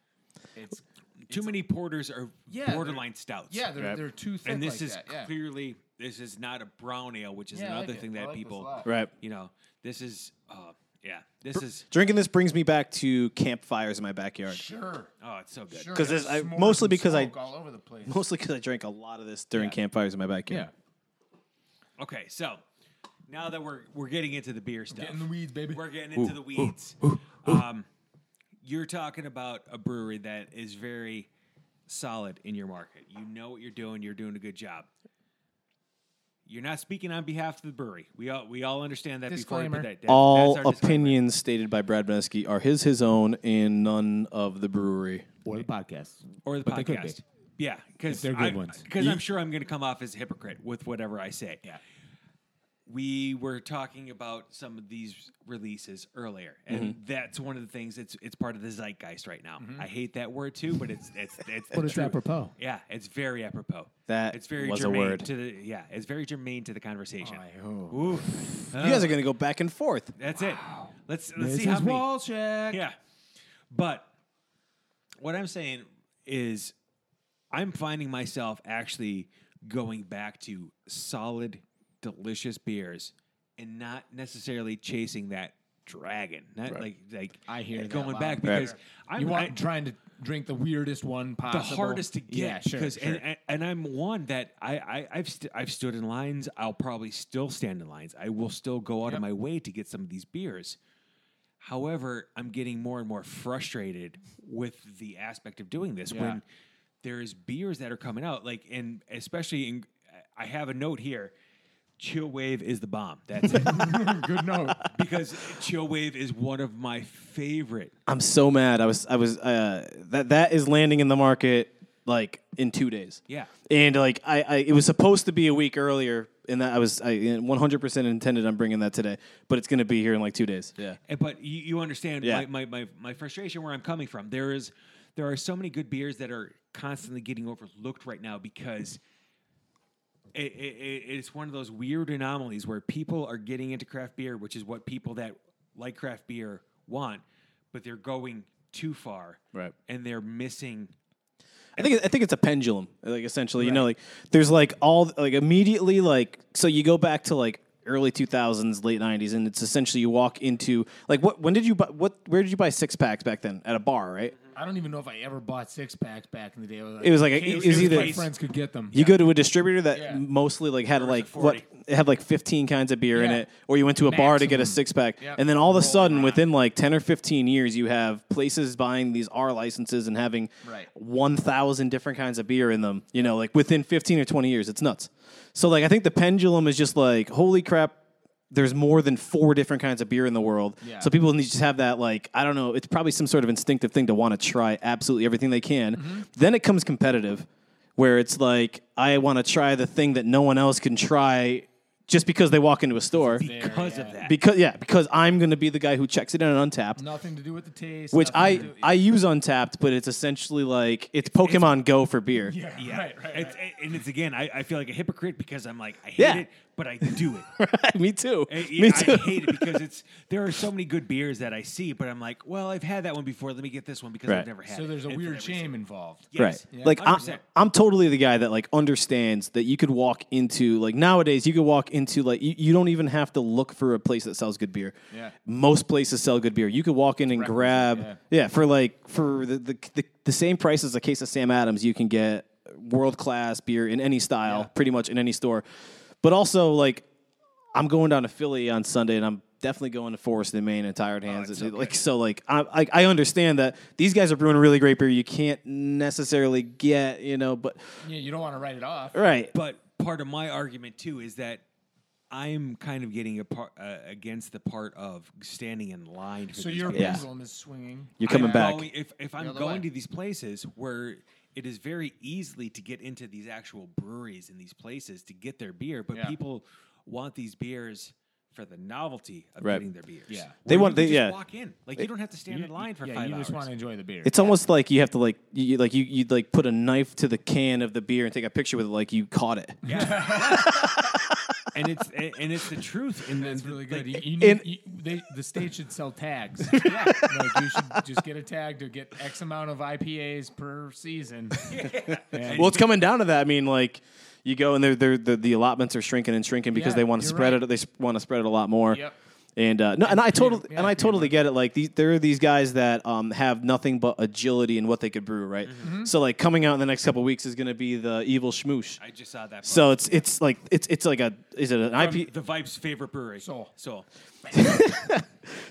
Speaker 3: It's
Speaker 2: Too many porters are
Speaker 3: Yeah, they're-
Speaker 2: borderline stouts.
Speaker 3: yeah, they're they're too thick.
Speaker 2: and this
Speaker 3: like
Speaker 2: is
Speaker 3: that, yeah.
Speaker 2: clearly this is not a brown ale, which is
Speaker 3: Yeah, I like
Speaker 2: another
Speaker 3: it.
Speaker 2: thing
Speaker 3: I
Speaker 2: that
Speaker 3: like this a
Speaker 2: people
Speaker 3: lot.
Speaker 4: Right.
Speaker 2: You know, this is uh, yeah, this is
Speaker 4: Drinking this brings me back to campfires in my backyard.
Speaker 3: Sure,
Speaker 2: oh, it's so good.
Speaker 3: sure.
Speaker 4: 'Cause
Speaker 3: there's
Speaker 4: it's- I-
Speaker 3: s'mores
Speaker 4: mostly
Speaker 3: and
Speaker 4: because I-
Speaker 3: smoke all over the place.
Speaker 4: Mostly because I drank a lot of this during campfires in my backyard.
Speaker 2: Okay, so now that we're we're getting into the beer stuff,
Speaker 3: Get in the weeds, baby.
Speaker 2: We're getting into the weeds. Um, you're talking about a brewery that is very solid in your market. You know what you're doing. You're doing a good job. You're not speaking on behalf of the brewery. We all we all understand that. Before
Speaker 3: Disclaimer.
Speaker 2: we put that, that's-
Speaker 4: All
Speaker 2: that's our disclaimer.
Speaker 4: opinions stated by Brad Mesky are his, his own, and none of the brewery.
Speaker 3: Or the podcast.
Speaker 2: or the
Speaker 3: they could be.
Speaker 2: podcast. Yeah, because
Speaker 3: they're good ones.
Speaker 2: Because I'm sure I'm going to come off as a hypocrite with whatever I say. Yeah. We were talking about some of these releases earlier, and
Speaker 3: Mm-hmm.
Speaker 2: that's one of the things. It's it's part of the zeitgeist right now. I hate that word too, but it's it's
Speaker 3: [laughs]
Speaker 2: it's.
Speaker 3: But it's apropos.
Speaker 2: Yeah, it's very apropos.
Speaker 4: That
Speaker 2: it's very
Speaker 4: was a
Speaker 2: germane
Speaker 4: word.
Speaker 2: to the yeah. It's very germane to the conversation.
Speaker 3: Oh,
Speaker 2: Oof.
Speaker 4: You guys are going to go back and forth.
Speaker 2: That's it. Let's let's see how many. Yeah. But what I'm saying is I'm finding myself actually going back to solid, delicious beers and not necessarily chasing that dragon. Not like like
Speaker 3: I hear that
Speaker 2: going
Speaker 3: loud
Speaker 2: back
Speaker 3: and
Speaker 2: because
Speaker 3: clear.
Speaker 2: I'm
Speaker 3: You
Speaker 2: I-
Speaker 3: want trying to drink the weirdest one
Speaker 2: the
Speaker 3: possible.
Speaker 2: hardest to get
Speaker 3: Yeah, sure.
Speaker 2: because
Speaker 3: sure.
Speaker 2: And, and and I'm one that I, I I've st- I've stood in lines. I'll probably still stand in lines. I will still go out of my way to get some of these beers. However, I'm getting more and more frustrated with the aspect of doing this when there is beers that are coming out like and especially in I have a note here. Chill wave is the bomb. That's it. [laughs]
Speaker 3: good note.
Speaker 2: because chill wave is one of my favorite
Speaker 4: I'm so mad. I was, I was, uh, that, that is landing in the market like in two days.
Speaker 2: Yeah.
Speaker 4: And like, I, I, it was supposed to be a week earlier, and that I was, I 100% intended on bringing that today, but it's going to be here in like two days. Yeah.
Speaker 2: And- Eh, But you, you understand
Speaker 4: Yeah.
Speaker 2: my, my, my, my frustration where I'm coming from. There is there are so many good beers that are constantly getting overlooked right now because it, it, it- it's one of those weird anomalies where people are getting into craft beer, which is what people that like craft beer want, but they're going too far,
Speaker 3: Right.
Speaker 2: And they're missing.
Speaker 4: I think I think it's a pendulum, like essentially. You know, like there's like all like immediately like so you go back to like early 2000s, late 90s, and it's essentially you walk into like what when did you buy what where did you buy six packs back then at a bar, right?
Speaker 3: [laughs] I don't even know if I ever bought six packs back in the day.
Speaker 4: It was like a,
Speaker 3: It
Speaker 4: it
Speaker 3: was
Speaker 4: was
Speaker 3: my
Speaker 4: either
Speaker 3: friends could get them.
Speaker 4: you go to a distributor that
Speaker 3: Yeah.
Speaker 4: mostly like had like what it had like 15 kinds of beer in
Speaker 3: Yeah.
Speaker 4: it or you went to a bar to get a
Speaker 3: Maximum.
Speaker 4: six pack
Speaker 3: Yep.
Speaker 4: and then all of a sudden within like 10 or 15 years you have places buying these R licenses and having
Speaker 3: Right.
Speaker 4: 1000 different kinds of beer in them you know like within 15 or 20 years it's nuts so like I think the pendulum is just like holy crap there's more than four different kinds of beer in the world.
Speaker 3: Yeah.
Speaker 4: So people need to just have that, like, I don't know, it's probably some sort of instinctive thing to want to try absolutely everything they can. Then it comes competitive, where it's like, I want to try the thing that no one else can try just because they walk into a store.
Speaker 2: Because of that,
Speaker 4: Because, yeah, because I'm going to be the guy who checks it in on untapped.
Speaker 3: Nothing to do with the taste.
Speaker 4: Which
Speaker 3: nothing
Speaker 4: I,
Speaker 3: to do-
Speaker 4: I use Untapped, but it's essentially like it's Pokemon Go for beer.
Speaker 3: yeah,
Speaker 2: yeah,
Speaker 3: right, right.
Speaker 2: It's, and it's again, I, I feel like a hypocrite because I'm like, I hate
Speaker 4: Yeah.
Speaker 2: it, but I do it.
Speaker 4: [laughs] Me too.
Speaker 2: I,
Speaker 4: [laughs] Me too.
Speaker 2: I hate it because it's there are so many good beers that I see, but I'm like, well, I've had that one before. Let me get this one because
Speaker 4: Right.
Speaker 2: I've never had.
Speaker 3: So
Speaker 2: it.
Speaker 3: there's a
Speaker 2: And for
Speaker 3: weird
Speaker 2: every
Speaker 3: shame
Speaker 2: single-
Speaker 3: involved.
Speaker 2: Yes.
Speaker 4: Right. Like I'm,
Speaker 2: 100%.
Speaker 4: I'm totally the guy that like understands that you could walk into like nowadays you could walk into like you, you don't even have to look for a place that sells good beer.
Speaker 3: Yeah.
Speaker 4: Most places sell good beer. You could walk in and grab
Speaker 3: yeah.
Speaker 4: yeah. for like for the, the the the same price as a case of Sam Adams you can get world class beer in any style pretty much in any store. But also like I'm going down to Philly on Sunday, and I'm definitely going to Forest and Maine and Tired Hands. and Like so, like I, I I understand that these guys are brewing really great beer. You can't necessarily get, you know, but
Speaker 3: Yeah, you don't want to write it off.
Speaker 4: right,
Speaker 2: but part of my argument too is that I'm kind of getting a part, uh, against the part of standing in line. For
Speaker 3: So
Speaker 2: these
Speaker 3: your
Speaker 2: beers.
Speaker 4: Yeah.
Speaker 3: pendulum is swinging.
Speaker 4: you're coming
Speaker 2: I'm
Speaker 4: back.
Speaker 2: going- if if I'm
Speaker 3: other
Speaker 2: going
Speaker 3: way.
Speaker 2: to these places where it is very easily to get into these actual breweries and these places to get their beer, but
Speaker 3: Yeah.
Speaker 2: people want these beers for the novelty of
Speaker 4: Right.
Speaker 2: getting their beers.
Speaker 3: Yeah.
Speaker 2: Where
Speaker 4: They want-
Speaker 2: you can
Speaker 4: they-
Speaker 2: just
Speaker 4: yeah.
Speaker 2: walk in like you don't have to stand in line for
Speaker 3: yeah,
Speaker 2: five
Speaker 3: you just
Speaker 2: hours.
Speaker 3: want to enjoy the beer.
Speaker 4: It's almost like you have to like you you- like you you like put a knife to the can of the beer and take a picture with it, like you caught it.
Speaker 2: and it's and and it's the truth. And
Speaker 3: [laughs] That's
Speaker 2: the-
Speaker 3: really
Speaker 2: like,
Speaker 3: good. You, you need,
Speaker 4: and-
Speaker 3: you, they, the state should sell tags.
Speaker 4: [laughs]
Speaker 3: yeah. Like you should just get a tag to get X amount of IPAs per
Speaker 2: [laughs]
Speaker 3: season.
Speaker 4: Well, it's coming down to that. I mean, like you go and they're, they're, the the allotments are shrinking and shrinking because
Speaker 3: Yeah,
Speaker 4: they want to
Speaker 3: you're
Speaker 4: spread
Speaker 3: right.
Speaker 4: it. They want to spread it a lot more.
Speaker 3: Yep.
Speaker 4: And uh, no, and I totally
Speaker 3: yeah,
Speaker 4: and I
Speaker 3: pretty
Speaker 4: totally get it. Like these, there are these guys that um, have nothing but agility in what they could brew, right?
Speaker 3: Mm-hmm.
Speaker 4: So like coming out in the next couple weeks is going to be the evil schmoosh.
Speaker 2: I just saw that.
Speaker 4: so
Speaker 2: post.
Speaker 4: it's it's like it's it's like a is it an
Speaker 2: From
Speaker 4: IP?
Speaker 2: the Vibe's favorite brewery.
Speaker 3: Sol.
Speaker 2: Sol.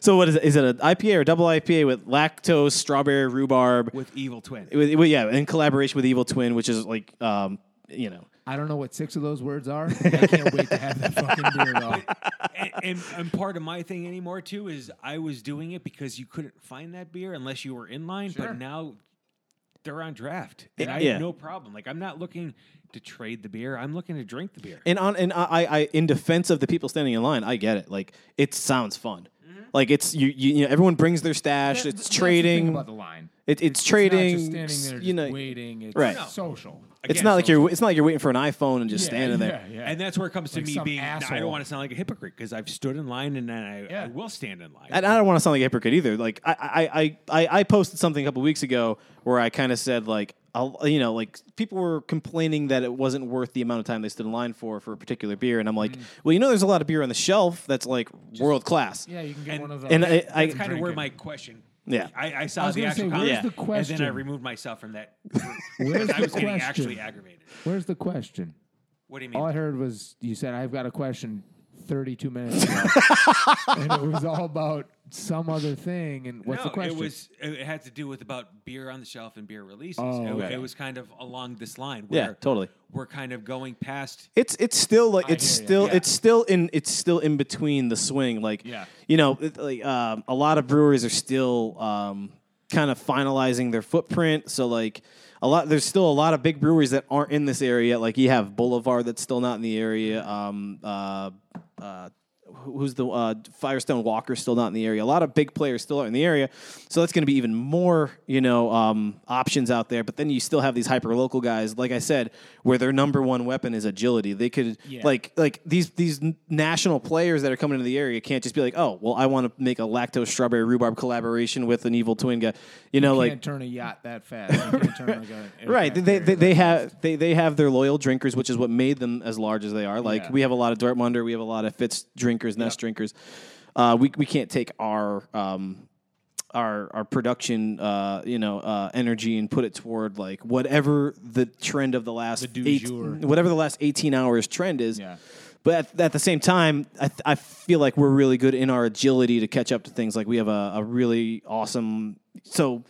Speaker 4: So what is it? Is it an IPA or double IPA with lactose, strawberry, rhubarb?
Speaker 2: with Evil Twin.
Speaker 4: With, with- yeah, in collaboration with Evil Twin, which is like um, you know
Speaker 3: I don't know what six of those words
Speaker 4: [laughs]
Speaker 3: are. I can't wait to have that fucking beer though.
Speaker 2: and, and, and part of my thing anymore too is I was doing it because you couldn't find that beer unless you were in line.
Speaker 3: Sure.
Speaker 2: But now they're on draft, and
Speaker 4: Yeah.
Speaker 2: I
Speaker 4: Yeah.
Speaker 2: have no problem. Like I'm not looking to trade the beer. I'm looking to drink the beer.
Speaker 4: And on and I, I- I in defense of the people standing in line, I get it. Like it sounds fun. Like it's you, you you know everyone brings their stash.
Speaker 3: Mm-hmm. That's
Speaker 4: it's
Speaker 3: the thing
Speaker 4: trading.
Speaker 3: about the line.
Speaker 4: It, it's
Speaker 3: It's
Speaker 4: trading.
Speaker 3: not just standing there,
Speaker 4: you know,
Speaker 3: just waiting. It's
Speaker 4: right.
Speaker 3: social.
Speaker 4: it's
Speaker 2: Again,
Speaker 4: not like
Speaker 2: so-
Speaker 4: you're it's not like you're waiting for an iPhone and just
Speaker 3: Yeah,
Speaker 4: standing there.
Speaker 3: yeah, yeah.
Speaker 2: And that's where it comes to
Speaker 3: Like
Speaker 2: me
Speaker 3: some
Speaker 2: being. I
Speaker 3: asshole.
Speaker 2: don't want to sound like a hypocrite because I've stood in line and then I,
Speaker 3: Yeah.
Speaker 2: I will stand in line.
Speaker 4: And I don't want to sound like a hypocrite either. Like I I, I, I I posted something a couple weeks ago where I kind of said like I'll, you know like people were complaining that it wasn't worth the amount of time they stood in line for for a particular beer, and I'm
Speaker 3: Mm.
Speaker 4: like, well, you know, there's a lot of beer on the shelf that's like world class.
Speaker 3: yeah, you can get
Speaker 2: and-
Speaker 3: one of those.
Speaker 4: And I, I
Speaker 2: that's kind of where
Speaker 3: drinking.
Speaker 2: my question.
Speaker 4: Yeah.
Speaker 2: I, I saw
Speaker 3: was
Speaker 2: the
Speaker 3: gonna
Speaker 2: actual
Speaker 3: say,
Speaker 2: comment,
Speaker 3: where's
Speaker 4: the
Speaker 2: and then I
Speaker 3: question?
Speaker 2: removed myself from that.
Speaker 4: [laughs]
Speaker 3: Where's
Speaker 2: I
Speaker 3: the
Speaker 2: was getting actually
Speaker 3: question?
Speaker 2: aggravated.
Speaker 3: Where's the question?
Speaker 2: What do you mean?
Speaker 3: All I heard was you said I've got a question 32 minutes ago, and it was all about some other thing. And what's the
Speaker 2: No,
Speaker 3: question?
Speaker 2: It was it had to do with about beer on the shelf and beer releases.
Speaker 3: Oh,
Speaker 2: it,
Speaker 3: okay.
Speaker 2: it was kind of along this line.
Speaker 4: Yeah,
Speaker 2: Where
Speaker 4: totally.
Speaker 2: We're kind of going past.
Speaker 4: It's it's still like it's
Speaker 3: hear ya.
Speaker 4: still
Speaker 2: Yeah.
Speaker 4: it's still in it's still in between the swing. Like
Speaker 3: Yeah.
Speaker 4: you know, it, like um, a lot of breweries are still um, kind of finalizing their footprint. So like a lot, there's still a lot of big breweries that aren't in this area. Like you have Boulevard that's still not in the area. Um, uh, uh, who's the uh, Firestone Walker still not in the area. A lot of big players still aren't in the area, so that's going to be even more you know um, options out there. But then you still have these hyper local guys, like I said, where their number one weapon is agility. They could like like these these n- national players that are coming into the area can't just be like, oh well, I want to make a lactose strawberry rhubarb collaboration with an evil twin guy. You know, like
Speaker 3: can't turn a yacht that fast. You can't turn like a
Speaker 4: right they, they, they have they, they have their loyal drinkers which is what made them as large as they are like we have a lot of dortmunder we have a lot of fitz drinkers nest drinkers uh, we, we can't take our um, our our production uh, you know uh, energy and put it toward like whatever the trend of the last
Speaker 3: du
Speaker 4: eight-
Speaker 3: jour.
Speaker 4: whatever the last 18 hours trend is but at, at the same time, I, th- I feel like we're really good in our agility to catch up to things. Like we have a, a really awesome. So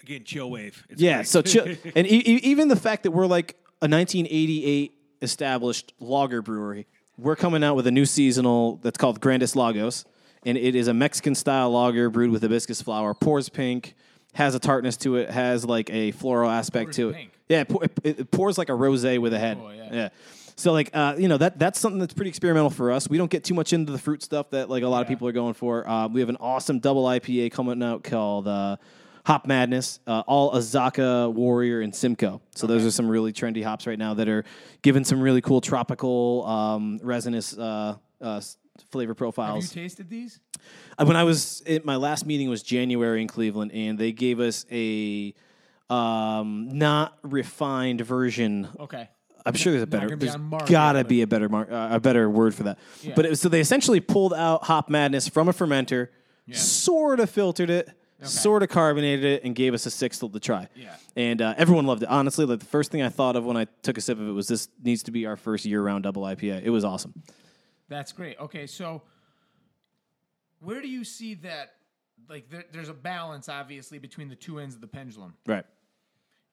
Speaker 2: Again, chill wave. It's
Speaker 4: yeah.
Speaker 2: great.
Speaker 4: So chill,
Speaker 2: [laughs]
Speaker 4: and e- e- even the fact that we're like a 1988 established lager brewery, we're coming out with a new seasonal that's called Grandis Lagos, and it is a Mexican style lager brewed with hibiscus flower, pours pink, has a tartness to it, has like a floral aspect to it.
Speaker 3: pink.
Speaker 4: Yeah, it, pour, it, it pours like a rosé with a head.
Speaker 3: yeah.
Speaker 4: So like uh, you know that that's something that's pretty experimental for us. We don't get too much into the fruit stuff that like a lot of people are going for. Uh, we have an awesome double IPA coming out called uh, Hop Madness, uh, all Azaka Warrior and Simcoe. So those are some really trendy hops right now that are giving some really cool tropical um, resinous uh, uh, s- flavor
Speaker 3: Have you
Speaker 4: profiles.
Speaker 3: tasted these?
Speaker 4: Uh, when I was at my last meeting was January in Cleveland, and they gave us a um, not refined version
Speaker 3: Okay.
Speaker 4: I'm sure there's a better.
Speaker 3: gonna be
Speaker 4: There's
Speaker 3: on market,
Speaker 4: gotta
Speaker 3: but-
Speaker 4: be a better mar- uh, a better word for that. But it was, so they essentially pulled out hop madness from a fermenter, sort of filtered it, sort of carbonated it, and gave us a sixth to try.
Speaker 3: Yeah.
Speaker 4: And uh, everyone loved it. Honestly, like the first thing I thought of when I took a sip of it was this needs to be our first year round double IPA. It was awesome.
Speaker 3: That's great. Okay, so where do you see that? Like, there, there's a balance, obviously, between the two ends of the pendulum,
Speaker 4: Right.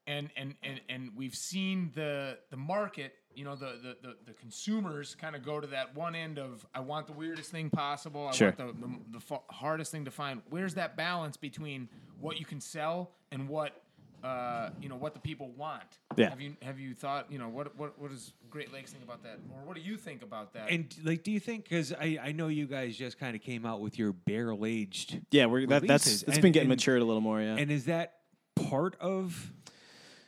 Speaker 3: and and and and we've seen the the market, you know, the the the, the consumers kind of go to that one end of I want the weirdest thing possible, I
Speaker 4: Sure.
Speaker 3: want the the, the fa- hardest thing to find. Where's that balance between what you can sell and what uh, you know what the people want.
Speaker 4: Yeah.
Speaker 3: Have you have you thought you know what what what does Great Lakes think about that, or what do you think about that?
Speaker 2: And like, do you think? Because I, I know you guys just kind of came out with your barrel aged.
Speaker 4: Yeah, we're that, that's
Speaker 2: Releases
Speaker 4: it's
Speaker 2: and-
Speaker 4: been getting
Speaker 2: and-
Speaker 4: matured a little more. Yeah.
Speaker 2: And is that part of?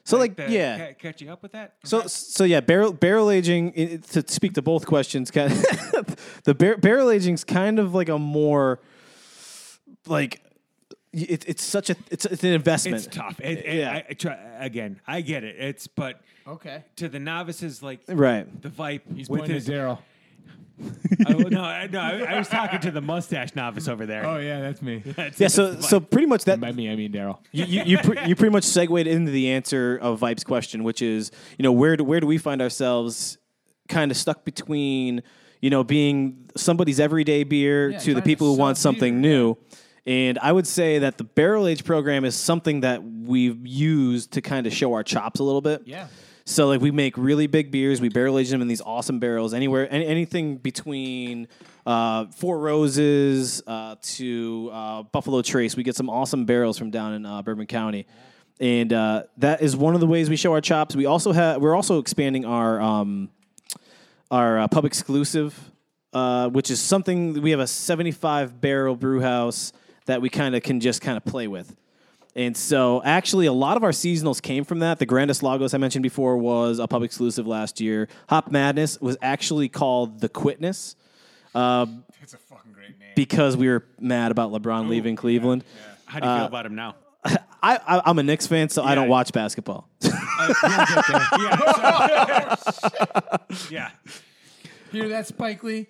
Speaker 4: so like,
Speaker 2: the
Speaker 4: yeah.
Speaker 2: ca- catching up with that.
Speaker 4: So, so yeah, barrel barrel aging. i- i- To speak to both questions, kind of, [laughs] the bar, barrel aging's kind of like a more like y- it, it's such a it's, it's an investment.
Speaker 2: it's tough. It, it-
Speaker 4: Yeah.
Speaker 2: I, I try, again, I get it. It's but
Speaker 3: okay.
Speaker 2: to the novices, like
Speaker 4: right?
Speaker 2: the Vipe He's
Speaker 3: Point
Speaker 2: with
Speaker 3: to
Speaker 2: his. [laughs]
Speaker 3: Daryl.
Speaker 2: I, Oh, no, I, no, I, I was talking to the mustache novice over there.
Speaker 3: Oh yeah, that's me.
Speaker 4: Yeah. So so pretty much that
Speaker 3: By me, I mean Daryl.
Speaker 4: you you you, pre- you pretty much segued into the answer of Vipe's question, which is you know where do, where do we find ourselves kind of stuck between you know being somebody's everyday beer to the
Speaker 3: trying to
Speaker 4: people who
Speaker 3: sell
Speaker 4: want something new. And I would say that the barrel age program is something that we've used to kind of show our chops a little bit.
Speaker 3: Yeah.
Speaker 4: So like we make really big beers, we barrel age them in these awesome barrels. Anywhere, any, anything between uh, Four Roses uh, to uh, Buffalo Trace, we get some awesome barrels from down in uh, Bourbon County, and uh, that is one of the ways we show our chops. We also have we're also expanding our um, our uh, pub exclusive, uh, which is something that we have a 75 barrel brew house that we kind of can just kind of play with. And so, actually, a lot of our seasonals came from that. The Grandest Lagos I mentioned before was a pub exclusive last year. Hop Madness was actually called The Quitness
Speaker 3: It's a fucking great name.
Speaker 4: because we were mad about LeBron leaving Cleveland.
Speaker 2: How do you feel about him
Speaker 3: [laughs]
Speaker 2: now?
Speaker 4: [laughs] I, I, I'm a Knicks fan, so I don't watch basketball. [laughs]
Speaker 3: [laughs] Oh,
Speaker 2: Yeah.
Speaker 3: Hear that, Spike Lee?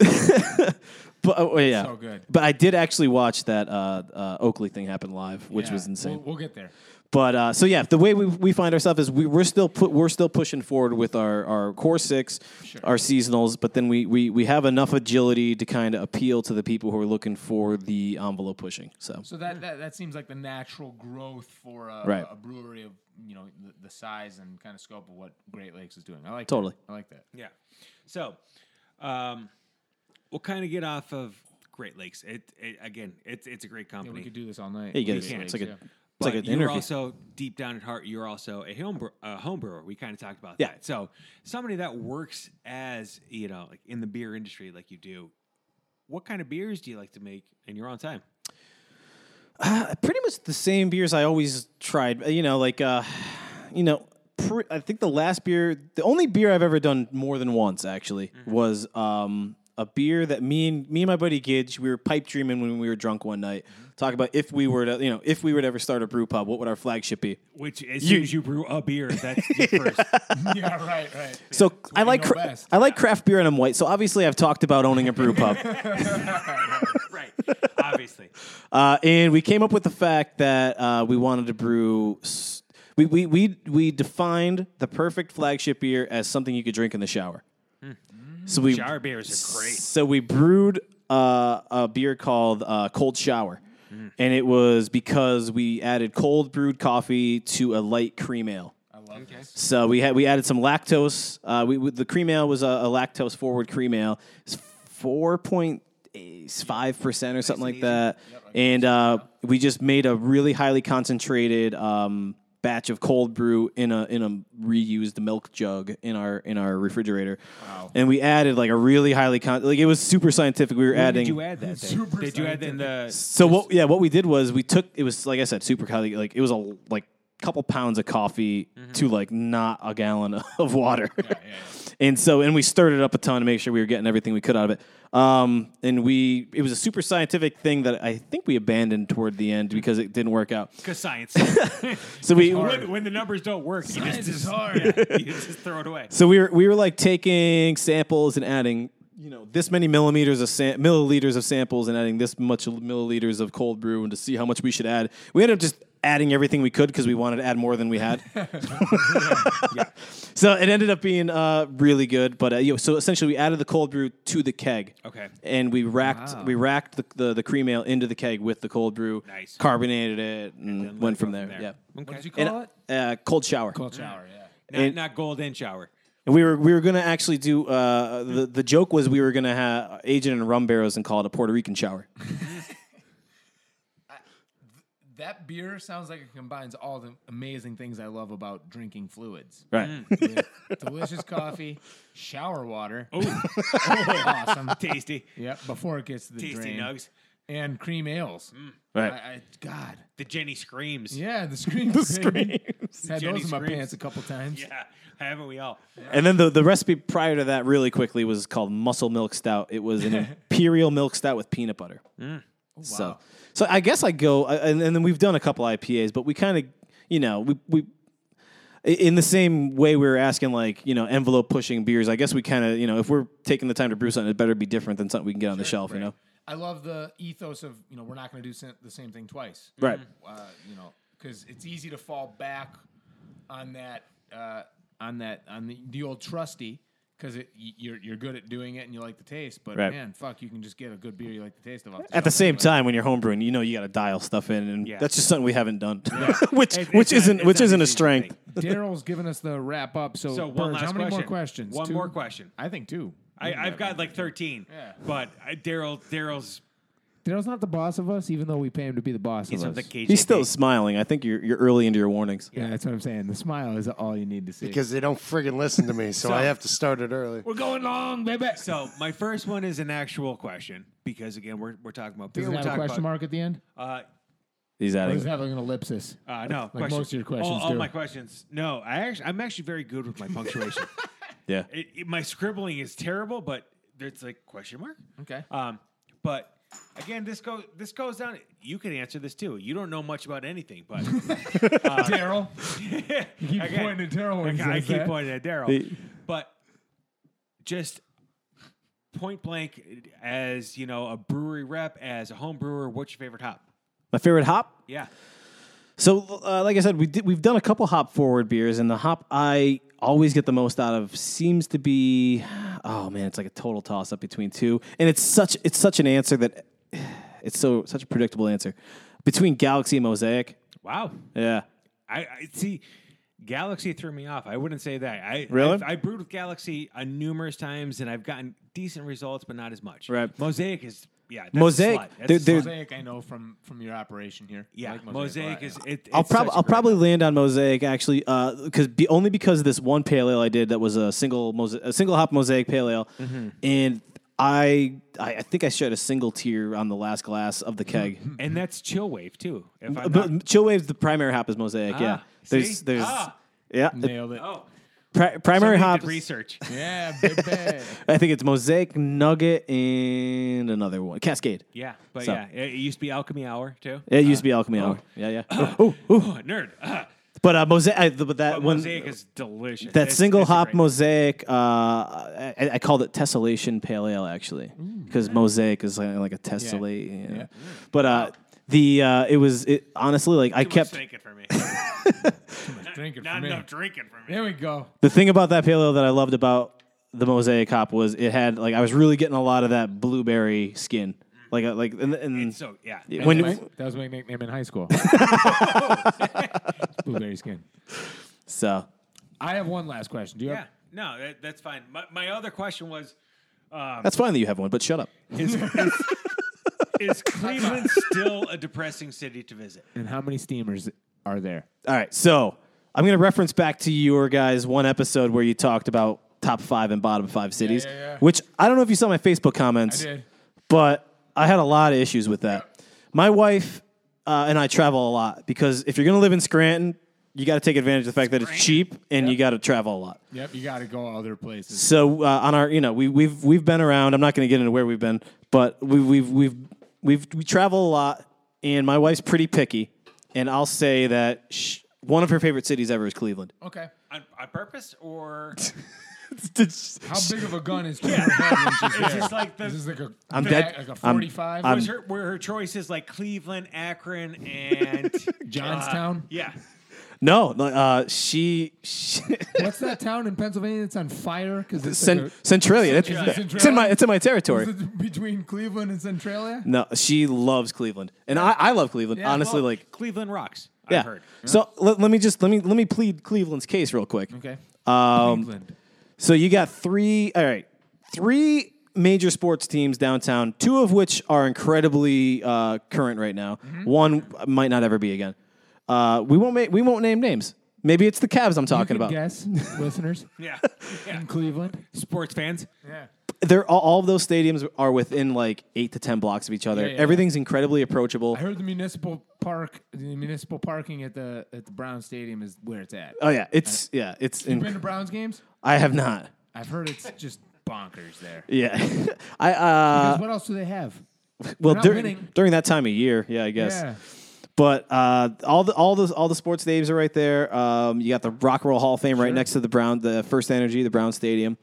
Speaker 4: but oh, yeah,
Speaker 3: So good.
Speaker 4: But I did actually watch that uh, uh, Oakley thing happen live, which was insane.
Speaker 3: We'll, we'll get there.
Speaker 4: But uh, so yeah, the way we, we find ourselves is we, we're still pu- we're still pushing forward with our, our core six, our seasonals, but then we, we we have enough agility to kind of appeal to the people who are looking for the envelope pushing. So
Speaker 3: So that, that that seems like the natural growth for a,
Speaker 4: Right.
Speaker 3: a brewery of you know the, the size and kind of scope of what Great Lakes is doing. I like
Speaker 4: Totally.
Speaker 3: That. I like that.
Speaker 2: Yeah. So, um, we'll kind of get off of Great Lakes. It, it again, it's it's a great
Speaker 3: Yeah,
Speaker 2: company.
Speaker 3: we could do this all night.
Speaker 4: yeah, you
Speaker 3: Great
Speaker 4: get it.
Speaker 3: Lakes,
Speaker 4: It's like a
Speaker 3: yeah.
Speaker 4: it's like
Speaker 2: But
Speaker 4: an
Speaker 2: you're
Speaker 4: interview.
Speaker 2: also deep down at heart, you're also a home bre- a home brewer. We kind of talked about
Speaker 4: Yeah.
Speaker 2: that. So somebody that works as you know, like in the beer industry, like you do, What kind of beers do you like to make? And you're on time.
Speaker 4: pretty much the same beers I always tried. You know, like uh, you know, pr- I think the last beer, the only beer I've ever done more than once actually was um a beer that me and me and my buddy Gidge we were pipe dreaming when we were drunk one night. Talk about if we were to you know if we would ever start a brew pub, what would our flagship be?
Speaker 2: Which as soon as you brew a beer, that's
Speaker 4: [laughs]
Speaker 2: your first.
Speaker 3: [laughs] yeah, right, right.
Speaker 4: So I like
Speaker 3: know
Speaker 4: cra-
Speaker 3: best.
Speaker 4: I like craft beer and I'm white. So obviously I've talked about owning a brew pub.
Speaker 2: right. Obviously.
Speaker 4: Uh, and we came up with the fact that uh, we wanted to brew. s- We, we, we, we defined the perfect flagship beer as something you could drink in the shower. So we
Speaker 2: Hmm. Shower beers are great.
Speaker 4: so we brewed uh, a beer called uh, Cold Shower,
Speaker 2: Hmm.
Speaker 4: and it was because we added cold brewed coffee to a light cream ale. I love
Speaker 2: this.
Speaker 4: So we had we added some lactose. Uh, we, we- the cream ale was a, a lactose forward cream ale. It's four point five percent or something like that, and uh, we just made a really highly concentrated. Um, batch of cold brew in a in a reused milk jug in our in our refrigerator. And we added like a really highly con- like it was super scientific. We were
Speaker 2: When
Speaker 4: adding
Speaker 2: did you add that? Thing? Did you add in the?
Speaker 4: so what? Yeah, what we did was we took it was like I said, super highly like it was a like couple pounds of coffee to like not a gallon [laughs] of water, [laughs] and so and we stirred it up a ton to make sure we were getting everything we could out of it. Um, and we it was a super scientific thing that I think we abandoned toward the end because it didn't work out.
Speaker 2: Because
Speaker 4: [laughs]
Speaker 2: science.
Speaker 4: So we
Speaker 2: when, when the numbers don't work, you just,
Speaker 3: Science is
Speaker 2: just-
Speaker 3: hard.
Speaker 2: yeah, you just throw it away.
Speaker 4: So we were we were like taking samples and adding you know this many millimeters of sam- milliliters of samples and adding this much milliliters of cold brew and to see how much we should add. We ended up just adding everything we could because we wanted to add more than we
Speaker 2: [laughs]
Speaker 4: had. [laughs] So it ended up being uh, really good, but uh, you know, so essentially we added the cold brew to the keg.
Speaker 2: Okay.
Speaker 4: And we racked we racked the, the, the cream ale into the keg with the cold brew,
Speaker 2: Nice.
Speaker 4: carbonated it, and,
Speaker 2: let
Speaker 4: went
Speaker 2: it go
Speaker 4: from
Speaker 2: from
Speaker 4: there.
Speaker 2: there.
Speaker 4: Yeah.
Speaker 3: What did you
Speaker 4: And,
Speaker 3: call it?
Speaker 4: uh, cold shower.
Speaker 3: Cold shower. Yeah.
Speaker 2: Not,
Speaker 4: and-
Speaker 2: not gold and shower.
Speaker 4: And we were we were gonna actually do uh, the the joke was we were gonna have agent and rum barrels and call it a Puerto Rican shower.
Speaker 3: That beer sounds like it combines all the amazing things I love about drinking fluids.
Speaker 4: Right.
Speaker 3: Mm.
Speaker 4: [laughs]
Speaker 3: Delicious coffee, shower water.
Speaker 2: Oh,
Speaker 3: [laughs] awesome.
Speaker 4: [laughs]
Speaker 2: tasty,
Speaker 3: Yep, before it gets to the
Speaker 2: tasty
Speaker 3: drain.
Speaker 2: nugs.
Speaker 3: And cream ales. I,
Speaker 4: right.
Speaker 3: I, God.
Speaker 2: The Jenny screams.
Speaker 3: Yeah, the scream. the
Speaker 4: screams.
Speaker 3: Had
Speaker 2: Jenny
Speaker 3: those in my
Speaker 2: screams.
Speaker 3: pants a couple times.
Speaker 2: Yeah, [laughs] haven't we all?
Speaker 4: And then the, the recipe prior to that really quickly was called muscle milk stout. It was an imperial milk stout with peanut butter. So so I guess I go I- and, and then we've done a couple IPAs, but we kind of you know we we i- in the same way we were asking like you know envelope pushing beers. I guess we kind of you know if we're taking the time to brew something, it better be different than something we can get on the shelf. You know.
Speaker 3: I love the ethos of, you know, we're not going to do sa- the same thing twice.
Speaker 4: Right.
Speaker 3: Uh, you know, because it's easy to fall back on that, uh, on that, on the, the old trusty. Because you're you're good at doing it and you like the taste, but
Speaker 4: Right.
Speaker 3: man, fuck, you can just get a good beer you like the taste of. off
Speaker 4: At the
Speaker 3: shelf
Speaker 4: same
Speaker 3: anyway.
Speaker 4: time, when you're homebrewing, you know you got to dial stuff in, and
Speaker 2: Yeah.
Speaker 4: that's just something we haven't done, [laughs] which
Speaker 2: It- it's
Speaker 4: which
Speaker 2: not-
Speaker 4: isn't
Speaker 2: it's
Speaker 4: which
Speaker 2: not
Speaker 4: isn't
Speaker 2: an
Speaker 4: a
Speaker 2: easy
Speaker 4: strength.
Speaker 2: thing.
Speaker 3: Daryl's given us the wrap up. So,
Speaker 2: So one
Speaker 3: Burge,
Speaker 2: last
Speaker 3: how many
Speaker 2: question.
Speaker 3: more questions?
Speaker 2: One
Speaker 3: Two?
Speaker 2: more question.
Speaker 3: I think two.
Speaker 2: I, I've got like thirteen,
Speaker 3: Yeah.
Speaker 2: but I- Daryl, Daryl's
Speaker 3: Daryl's not the boss of us, even though we pay him to be the boss
Speaker 2: he's
Speaker 3: of
Speaker 2: of
Speaker 3: us.
Speaker 2: the KJP.
Speaker 4: He's still smiling. I think you're you're early into your warnings.
Speaker 3: yeah, that's what I'm saying. The smile is all you need to see.
Speaker 5: Because they don't friggin' listen to me, so I have to start it early.
Speaker 3: we're going long, baby.
Speaker 2: So my first one is an actual question because again we're we're talking about beer.
Speaker 3: Does it
Speaker 2: we're
Speaker 3: have a
Speaker 2: talking
Speaker 3: question
Speaker 2: about,
Speaker 3: mark at the end?
Speaker 2: mark?
Speaker 4: He's
Speaker 3: Or
Speaker 4: adding.
Speaker 3: does it have like an ellipsis?
Speaker 2: Uh, uh, no,
Speaker 3: Like most of your questions
Speaker 2: All, all
Speaker 3: do.
Speaker 2: my questions. No, I actually I'm actually very good with my
Speaker 3: [laughs]
Speaker 2: punctuation.
Speaker 4: Yeah.
Speaker 2: it, it- my scribbling is terrible, but there's like question mark.
Speaker 3: Okay.
Speaker 2: [laughs] Um, but again, this goes this goes down. You can answer this too. You don't know much about anything,
Speaker 3: [laughs]
Speaker 2: but
Speaker 3: Daryl.
Speaker 2: you [laughs]
Speaker 3: keep pointing at Daryl when he
Speaker 2: I
Speaker 3: says
Speaker 2: keep
Speaker 3: that.
Speaker 2: pointing at Daryl, but just point blank, as you know, a brewery rep, as a home brewer, what's your favorite hop?
Speaker 4: My favorite hop
Speaker 2: Yeah,
Speaker 4: So, uh, like I said, we did, we've done a couple hop forward beers, and the hop I always get the most out of seems to be, oh man, it's like a total toss up between two, and it's such it's such an answer that [sighs] it's so such a predictable answer between Galaxy and Mosaic.
Speaker 2: wow.
Speaker 4: Yeah,
Speaker 2: I, I see. Galaxy threw me off. I wouldn't say that. I
Speaker 4: Really?
Speaker 2: I've- i brewed with Galaxy uh, numerous times, and I've gotten decent results, but not as much.
Speaker 4: Right.
Speaker 2: Mosaic is yeah. That's a
Speaker 4: Mosaic,
Speaker 2: slut.
Speaker 4: they're-
Speaker 2: That's a
Speaker 4: they're-
Speaker 2: slut.
Speaker 3: Mosaic, I know from from your operation here.
Speaker 2: yeah.
Speaker 3: I like
Speaker 2: Mosaic
Speaker 3: a lot,
Speaker 2: is.
Speaker 3: yeah.
Speaker 2: It,
Speaker 4: I'll
Speaker 2: it's such
Speaker 4: probably
Speaker 2: a
Speaker 4: I'll
Speaker 2: great
Speaker 4: probably
Speaker 2: hop.
Speaker 4: land on Mosaic actually because be,
Speaker 2: Mm-hmm.
Speaker 4: only because of this one pale ale I did that was a single mos- a single hop Mosaic pale ale, and I, I I think I shed a single tear on the last glass of the keg.
Speaker 2: And that's chill wave too. Mm-hmm. If I'm
Speaker 4: but
Speaker 2: not-
Speaker 4: chill waves, the primary hop is mosaic. yeah,
Speaker 2: Ah,
Speaker 4: there's
Speaker 2: see?
Speaker 4: there's
Speaker 2: Ah.
Speaker 4: yeah
Speaker 3: Nailed it.
Speaker 2: oh,
Speaker 4: pri- primary
Speaker 2: somebody did
Speaker 4: hop.
Speaker 2: research.
Speaker 3: Yeah, baby.
Speaker 4: I think it's mosaic, nugget, and another one, cascade.
Speaker 2: Yeah, but
Speaker 4: So-
Speaker 2: yeah, it, it used to be Alchemy Hour too.
Speaker 4: It used to be alchemy hour. Yeah, yeah. Oh, oh,
Speaker 2: [coughs] Oh, nerd. [laughs] Ah,
Speaker 4: but uh, mosaic, I, but that
Speaker 2: but
Speaker 4: one.
Speaker 2: mosaic is delicious.
Speaker 4: That
Speaker 2: It's-
Speaker 4: single
Speaker 2: it's a
Speaker 4: hop
Speaker 2: great-
Speaker 4: mosaic, uh, I, I called it tessellation pale ale actually,
Speaker 2: Mm.
Speaker 4: because mosaic is like, like a tessellate. Yeah. But uh, the uh, it was it, honestly like I
Speaker 2: Too much
Speaker 4: kept
Speaker 2: thinking
Speaker 4: [laughs]
Speaker 2: for me.
Speaker 3: Drinking for
Speaker 2: Not
Speaker 3: me.
Speaker 2: enough drinking for me.
Speaker 3: There we go.
Speaker 4: the thing about that pale ale that I loved about the mosaic hop was it had like I was really getting a lot of that blueberry skin, like uh, like and, and
Speaker 2: So yeah,
Speaker 4: when
Speaker 3: That was my nickname in high [laughs] school. Blueberry skin.
Speaker 4: so
Speaker 3: I have one last question. Do you
Speaker 2: yeah.
Speaker 3: have?
Speaker 2: No, that, that's fine. My, my other question was:
Speaker 4: that's fine that you have one, but shut up.
Speaker 2: Um, Is, is, is
Speaker 4: [laughs]
Speaker 2: Cleveland still a depressing city to visit?
Speaker 3: And how many steamers are there?
Speaker 4: All right, so I'm going to reference back to your guys one episode where you talked about top five and bottom five cities,
Speaker 3: yeah, yeah.
Speaker 4: which I don't know if you saw my Facebook comments, but I had a lot of issues with that. My wife uh, and I travel a lot because if you're going to live in Scranton, you got to take advantage of the fact that it's cheap and you got to travel a lot.
Speaker 3: Yep, you got to go other places.
Speaker 4: So uh, on our, you know, we, we've we've been around. I'm not going to get into where we've been, but we, we've we've we've we travel a lot, and my wife's pretty picky, and I'll say that sh one of her favorite cities ever is Cleveland.
Speaker 3: Okay.
Speaker 2: On, on purpose or
Speaker 4: [laughs]
Speaker 3: How big of a
Speaker 2: [laughs]
Speaker 3: gun is Cleveland Browns when
Speaker 2: It's
Speaker 3: she's there?
Speaker 2: just like the-
Speaker 3: This is like a
Speaker 4: I'm
Speaker 3: back-
Speaker 4: dead.
Speaker 3: like a
Speaker 4: I'm-
Speaker 3: 45.
Speaker 4: I'm-
Speaker 2: was her, were her choices like Cleveland, Akron,
Speaker 4: [laughs]
Speaker 2: and
Speaker 3: Johnstown?
Speaker 2: yeah,
Speaker 4: No, no, uh, she, she [laughs]
Speaker 3: What's that town in Pennsylvania that's on fire? Because it's
Speaker 4: Cen-
Speaker 3: like
Speaker 4: Centralia. That's-
Speaker 3: Centralia.
Speaker 4: It's, in my it's in my
Speaker 3: a, is
Speaker 4: territory.
Speaker 3: it between Cleveland and Centralia.
Speaker 4: No, she loves Cleveland, and I, I love Cleveland.
Speaker 3: Yeah,
Speaker 4: honestly,
Speaker 3: well,
Speaker 4: like
Speaker 2: Cleveland rocks.
Speaker 4: yeah.
Speaker 2: I've heard.
Speaker 4: So let, let me just let me let me plead Cleveland's case real quick.
Speaker 3: Okay.
Speaker 4: Um,
Speaker 3: Cleveland.
Speaker 4: So you got three, all right, three major sports teams downtown, two of which are incredibly uh, current right now.
Speaker 3: Mm-hmm.
Speaker 4: One might not ever be again. Uh, we won't ma- we won't name names. Maybe it's the Cavs I'm talking
Speaker 3: You can
Speaker 4: about.
Speaker 3: guess, listeners,
Speaker 4: [laughs]
Speaker 2: Yeah, yeah.
Speaker 3: [laughs] in Cleveland.
Speaker 2: Sports fans.
Speaker 4: They're all, all of those stadiums are within like eight to ten blocks of each other.
Speaker 3: Yeah, yeah, yeah.
Speaker 4: Everything's incredibly approachable.
Speaker 3: I heard the municipal park, the municipal parking at the at the Brown Stadium is where it's at.
Speaker 4: Oh yeah, it's yeah, it's.
Speaker 3: you been
Speaker 4: In,
Speaker 3: to Browns games?
Speaker 4: I
Speaker 3: [laughs]
Speaker 4: have not.
Speaker 3: I've heard it's just bonkers there.
Speaker 4: Yeah, [laughs] I uh,
Speaker 3: 'Cause what else do they have?
Speaker 4: well
Speaker 3: not
Speaker 4: during
Speaker 3: winning.
Speaker 4: during that time of year, yeah, I guess.
Speaker 3: Yeah.
Speaker 4: But uh, all the all the all the sports names are right there. Um, you got the Rock and Roll Hall of Fame right next to the Brown, the First Energy, the Brown Stadium.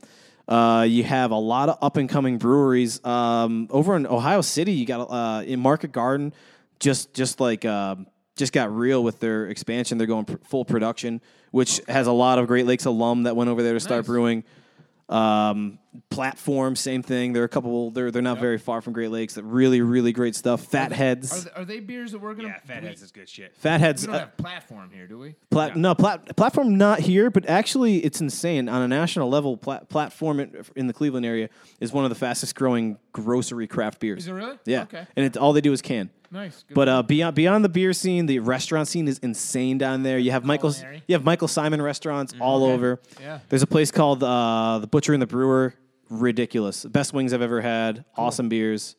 Speaker 4: Uh, you have a lot of up and coming breweries um, over in Ohio City. You got uh, in Market Garden, just just like um, just got real with their expansion. They're going pr- full production, which has a lot of Great Lakes alum that went over there to start brewing. Um, platform, same thing. They're a couple. They're they're not very far from Great Lakes. That really really great stuff. Fat
Speaker 3: Are,
Speaker 4: Heads.
Speaker 3: th- are they beers that we're gonna?
Speaker 2: Yeah,
Speaker 3: we,
Speaker 2: Fatheads is good shit.
Speaker 4: Fat Heads.
Speaker 3: we don't
Speaker 4: uh,
Speaker 3: have platform here, do we?
Speaker 4: Plat- No, plat- platform not here, but actually it's insane. On a national level, plat- platform in, in the Cleveland area is one of the fastest growing grocery craft beers.
Speaker 3: Is it really?
Speaker 4: Yeah.
Speaker 3: Okay.
Speaker 4: And it, all they do is can.
Speaker 3: Nice. Good
Speaker 4: But uh, beyond beyond the beer scene, the restaurant scene is insane down there. You have Michael's,
Speaker 3: Culinary. Mm-hmm.
Speaker 4: you have Michael Simon restaurants all over.
Speaker 3: Yeah.
Speaker 4: There's a place called uh, the Butcher and the Brewer. Ridiculous. Best wings I've ever had. Awesome beers.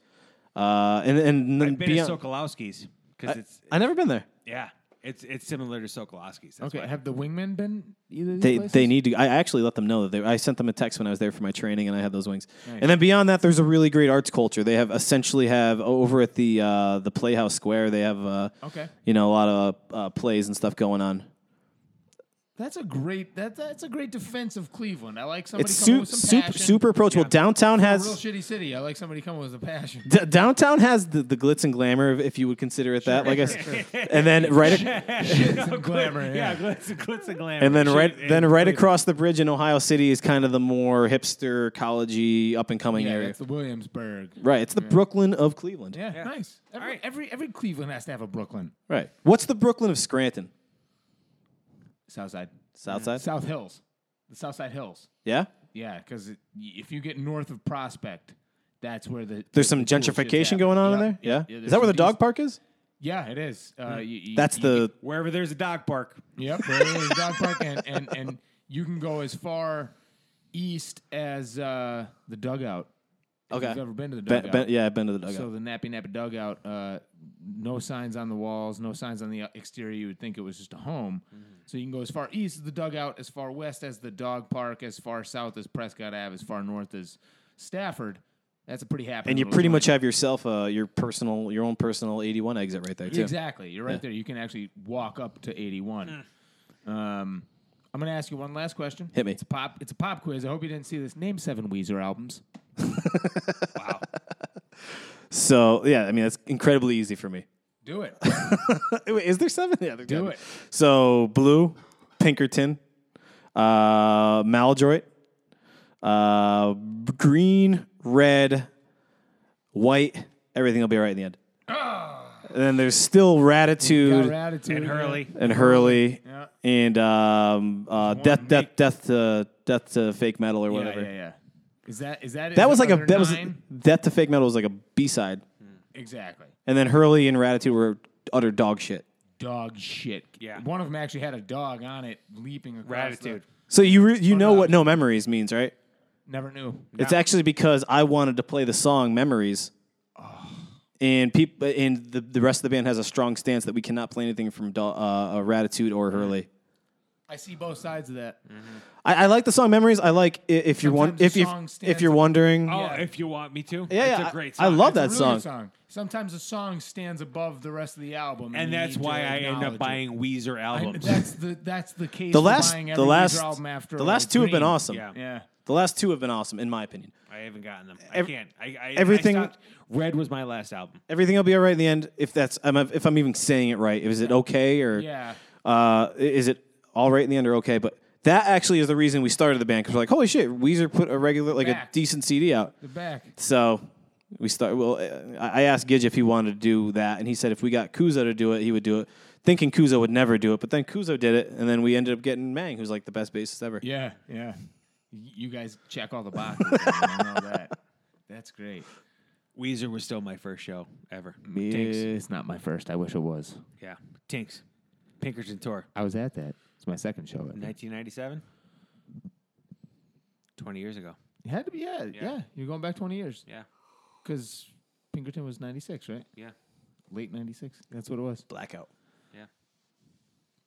Speaker 4: Uh, and and
Speaker 2: I've been
Speaker 4: beyond,
Speaker 2: to Sokolowski's because it's
Speaker 4: I never been there.
Speaker 2: yeah, it's it's similar to Sokolowski's. That's
Speaker 3: Okay,
Speaker 2: why.
Speaker 3: have the wingmen been either of these
Speaker 4: They,
Speaker 3: places?
Speaker 4: they need to. I actually let them know that they. I sent them a text when I was there for my training, and I had those wings. And then beyond that, there's a really great arts culture. They have essentially have over at the uh, the Playhouse Square. They have uh,
Speaker 3: Okay.
Speaker 4: you know, a lot of uh, plays and stuff going on.
Speaker 3: That's a great that that's a great defense of Cleveland. I like somebody
Speaker 4: It's
Speaker 3: coming with
Speaker 4: super
Speaker 3: some
Speaker 4: super,
Speaker 3: passion.
Speaker 4: super approachable. Downtown
Speaker 3: a real
Speaker 4: has
Speaker 3: shitty city. I like somebody coming with a passion.
Speaker 4: [laughs] d- downtown has the, the glitz and glamour, if- if you would consider it that. Like I s-
Speaker 3: [laughs]
Speaker 4: and then right. ac-
Speaker 3: Some glamour.
Speaker 2: yeah, [laughs] glitz, glitz and glamour.
Speaker 4: And then
Speaker 2: Shit,
Speaker 4: right
Speaker 2: and-
Speaker 4: then right across the bridge in Ohio City is kind of the more hipster, collegey, up and coming
Speaker 3: Yeah,
Speaker 4: area.
Speaker 3: that's the Williamsburg.
Speaker 4: right, it's the Brooklyn of Cleveland.
Speaker 3: Yeah, nice. Every,
Speaker 2: right.
Speaker 3: every every Cleveland has to have a Brooklyn.
Speaker 4: Right. What's the Brooklyn of Scranton?
Speaker 3: Southside.
Speaker 4: Southside?
Speaker 3: South Hills. The Southside Hills.
Speaker 4: Yeah.
Speaker 3: Yeah, because if you get north of Prospect, that's where the
Speaker 4: There's some
Speaker 3: the cool shit's
Speaker 4: gentrification
Speaker 3: happening.
Speaker 4: going on
Speaker 3: Yeah,
Speaker 4: in there. Yeah.
Speaker 3: there's
Speaker 4: is that where the
Speaker 3: some
Speaker 4: dog
Speaker 3: decent-
Speaker 4: park is?
Speaker 3: Yeah, it is. Uh, you- you-
Speaker 4: That's
Speaker 3: you-
Speaker 4: the
Speaker 2: wherever there's a dog park,
Speaker 3: Yep, there is dog park, and, and and you can go as far east as uh, the dugout. If
Speaker 4: Okay.
Speaker 3: You've ever been to the
Speaker 4: Be-
Speaker 3: dugout?
Speaker 4: be- yeah, I've been to the dugout.
Speaker 3: So the nappy nappy dugout, uh, no signs on the walls, no signs on the exterior. You would think it was just a home. So you can go as far east as the dugout, as far west as the dog park, as far south as Prescott Ave, as far north as Stafford. That's a pretty happy.
Speaker 4: and you
Speaker 3: little
Speaker 4: pretty
Speaker 3: joint.
Speaker 4: much have yourself uh, your personal, your own personal 81 exit right there too.
Speaker 3: Exactly. You're right there. You can actually walk up to 81. Um, I'm going to ask you one last question.
Speaker 4: Hit me.
Speaker 3: It's a pop. It's a pop quiz. I hope you didn't see this. Name seven Weezer albums.
Speaker 4: So yeah, I mean that's incredibly easy for me.
Speaker 3: Do it.
Speaker 4: [laughs] Wait, is there seven? Yeah, there
Speaker 3: Do
Speaker 4: gotta be.
Speaker 3: it.
Speaker 4: So blue, Pinkerton, uh, Maladroit, uh, green, red, white. Everything will be all right in the end.
Speaker 3: Ah.
Speaker 4: And then there's still Ratitude
Speaker 3: attitude.
Speaker 2: And Hurley.
Speaker 4: and Hurley
Speaker 3: Yeah.
Speaker 4: and um, uh, death, death, death to death to fake metal or
Speaker 3: Yeah,
Speaker 4: whatever.
Speaker 3: yeah, yeah. Is that is that
Speaker 4: That was like a that was
Speaker 3: nine?
Speaker 4: death to fake metal was like a B side,
Speaker 3: exactly
Speaker 4: and then Hurley and Ratitude were utter dog shit.
Speaker 3: dog shit.
Speaker 2: Yeah.
Speaker 3: one of them actually had a dog on it leaping across.
Speaker 2: Ratitude.
Speaker 3: The,
Speaker 4: So you re- you know what no memories means, right?
Speaker 3: never knew.
Speaker 4: It's actually because I wanted to play the song Memories. And people and the, the rest of the band has a strong stance that we cannot play anything from Do- uh, uh, Ratitude or Hurley.
Speaker 3: I see both sides of that.
Speaker 4: I, I like the song Memories. I like i- if you're won-
Speaker 3: Sometimes the
Speaker 4: if you
Speaker 3: song stands
Speaker 4: if you're
Speaker 3: up.
Speaker 4: wondering.
Speaker 2: Oh,
Speaker 3: Yeah.
Speaker 2: if you want me to.
Speaker 4: yeah,
Speaker 2: It's
Speaker 4: yeah,
Speaker 2: a great
Speaker 4: I, I
Speaker 2: song.
Speaker 4: love that
Speaker 3: It's a really
Speaker 4: song.
Speaker 3: good song. Sometimes a song stands above the rest of the album, and,
Speaker 2: And
Speaker 3: you
Speaker 2: that's
Speaker 3: need to
Speaker 2: why I end
Speaker 3: acknowledge
Speaker 2: up
Speaker 3: it.
Speaker 2: buying Weezer
Speaker 3: I-
Speaker 2: albums.
Speaker 3: that's the that's the case.
Speaker 4: The
Speaker 3: for
Speaker 4: last
Speaker 3: buying
Speaker 4: the
Speaker 3: every Weezer
Speaker 4: last
Speaker 3: album after
Speaker 4: the last
Speaker 3: a
Speaker 4: two have been
Speaker 3: green.
Speaker 4: awesome.
Speaker 2: Yeah.
Speaker 3: Yeah,
Speaker 4: The last two have been awesome in my opinion.
Speaker 2: I haven't gotten them. I
Speaker 4: Ev-
Speaker 2: can't. I, I
Speaker 4: everything-
Speaker 2: I stopped- Red was my last album.
Speaker 4: Everything will be all right in the end if that's I'm, if I'm even saying it right. Is it okay or
Speaker 3: yeah.
Speaker 4: uh, is it all right in the end or okay? But that actually is the reason we started the band because we're like, holy shit, Weezer put a regular, like a
Speaker 3: Back.
Speaker 4: decent CD out.
Speaker 3: The back.
Speaker 4: So we start. Well, uh, I I asked Gidge if he wanted to do that, and he said if we got Kuzo to do it, he would do it. Thinking Kuzo would never do it, but then Kuzo did it, and then we ended up getting Mang, who's like the best bassist ever.
Speaker 3: Yeah, yeah. Y- You guys check all the boxes. I [laughs] know that. That's great.
Speaker 2: Weezer was still my first show ever.
Speaker 3: It's not my first. I wish it was.
Speaker 2: Yeah. Tinks. Pinkerton Tour.
Speaker 3: I was at that. It's my second show.
Speaker 2: 1997. 20 years ago.
Speaker 3: It had to be. Yeah, yeah. You're going back 20 years
Speaker 2: Yeah.
Speaker 3: because Pinkerton was 96, right?
Speaker 2: Yeah.
Speaker 3: Late 96. That's what it was.
Speaker 4: Blackout.
Speaker 2: Yeah.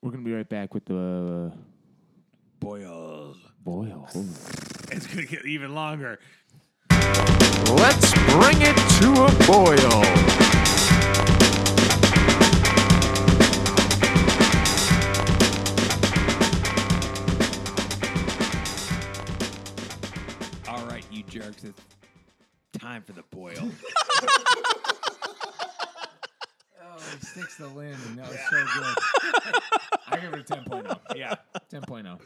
Speaker 3: We're gonna be right back with the uh,
Speaker 2: Boyle.
Speaker 3: boil.
Speaker 2: It's going to get even longer.
Speaker 1: Let's bring it to a boil.
Speaker 2: All right, you jerks. It's time for the boil.
Speaker 3: He sticks the landing. That was so good. I give it a 10.0.
Speaker 2: [laughs] yeah.
Speaker 3: 10.0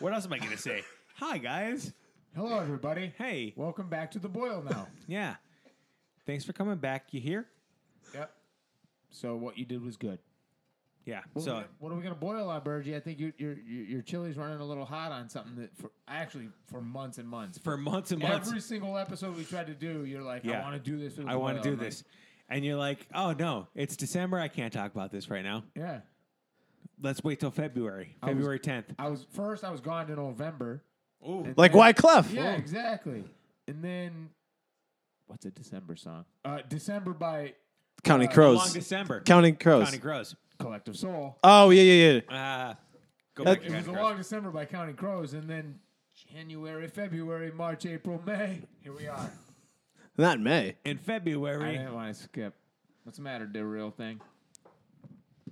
Speaker 2: What else am I going to say? Hi, guys.
Speaker 3: Hello, everybody.
Speaker 2: Hey.
Speaker 3: Welcome back to the boil now.
Speaker 2: Yeah. Thanks for coming back. You here?
Speaker 3: yep. So what you did was good.
Speaker 2: Yeah.
Speaker 3: What are we
Speaker 2: So
Speaker 3: gonna- what are we gonna boil on, Bergie? I think your your your your chili's running a little hot on something that for actually for months and months.
Speaker 2: for months and months,
Speaker 3: every single episode we tried to do, you're like, I
Speaker 2: Yeah.
Speaker 3: want to do this. with
Speaker 2: I want
Speaker 3: boil.
Speaker 2: to do
Speaker 3: I'm like,
Speaker 2: this. And you're like, oh no, it's December. I can't talk about this right now.
Speaker 3: yeah,
Speaker 2: Let's wait till February,
Speaker 3: was-
Speaker 2: February 10th.
Speaker 3: I was first. I was gone to November.
Speaker 2: Ooh.
Speaker 4: Like why Clef?
Speaker 3: Yeah, exactly. And then what's a December song? Uh, December by
Speaker 4: Counting
Speaker 2: Long
Speaker 4: Crows.
Speaker 2: December.
Speaker 4: Counting Crows.
Speaker 2: Counting Crows.
Speaker 3: Collective Soul.
Speaker 4: Oh yeah, yeah, yeah.
Speaker 2: Uh, go
Speaker 4: That-
Speaker 2: back
Speaker 3: It
Speaker 2: to
Speaker 3: was a
Speaker 2: Counting
Speaker 3: long
Speaker 2: Crows.
Speaker 3: December by Counting Crows, and then January, February, March, April, May. Here we are.
Speaker 4: Not in May.
Speaker 2: In
Speaker 3: I
Speaker 2: February,
Speaker 3: didn't want to skip. What's the matter, the real thing?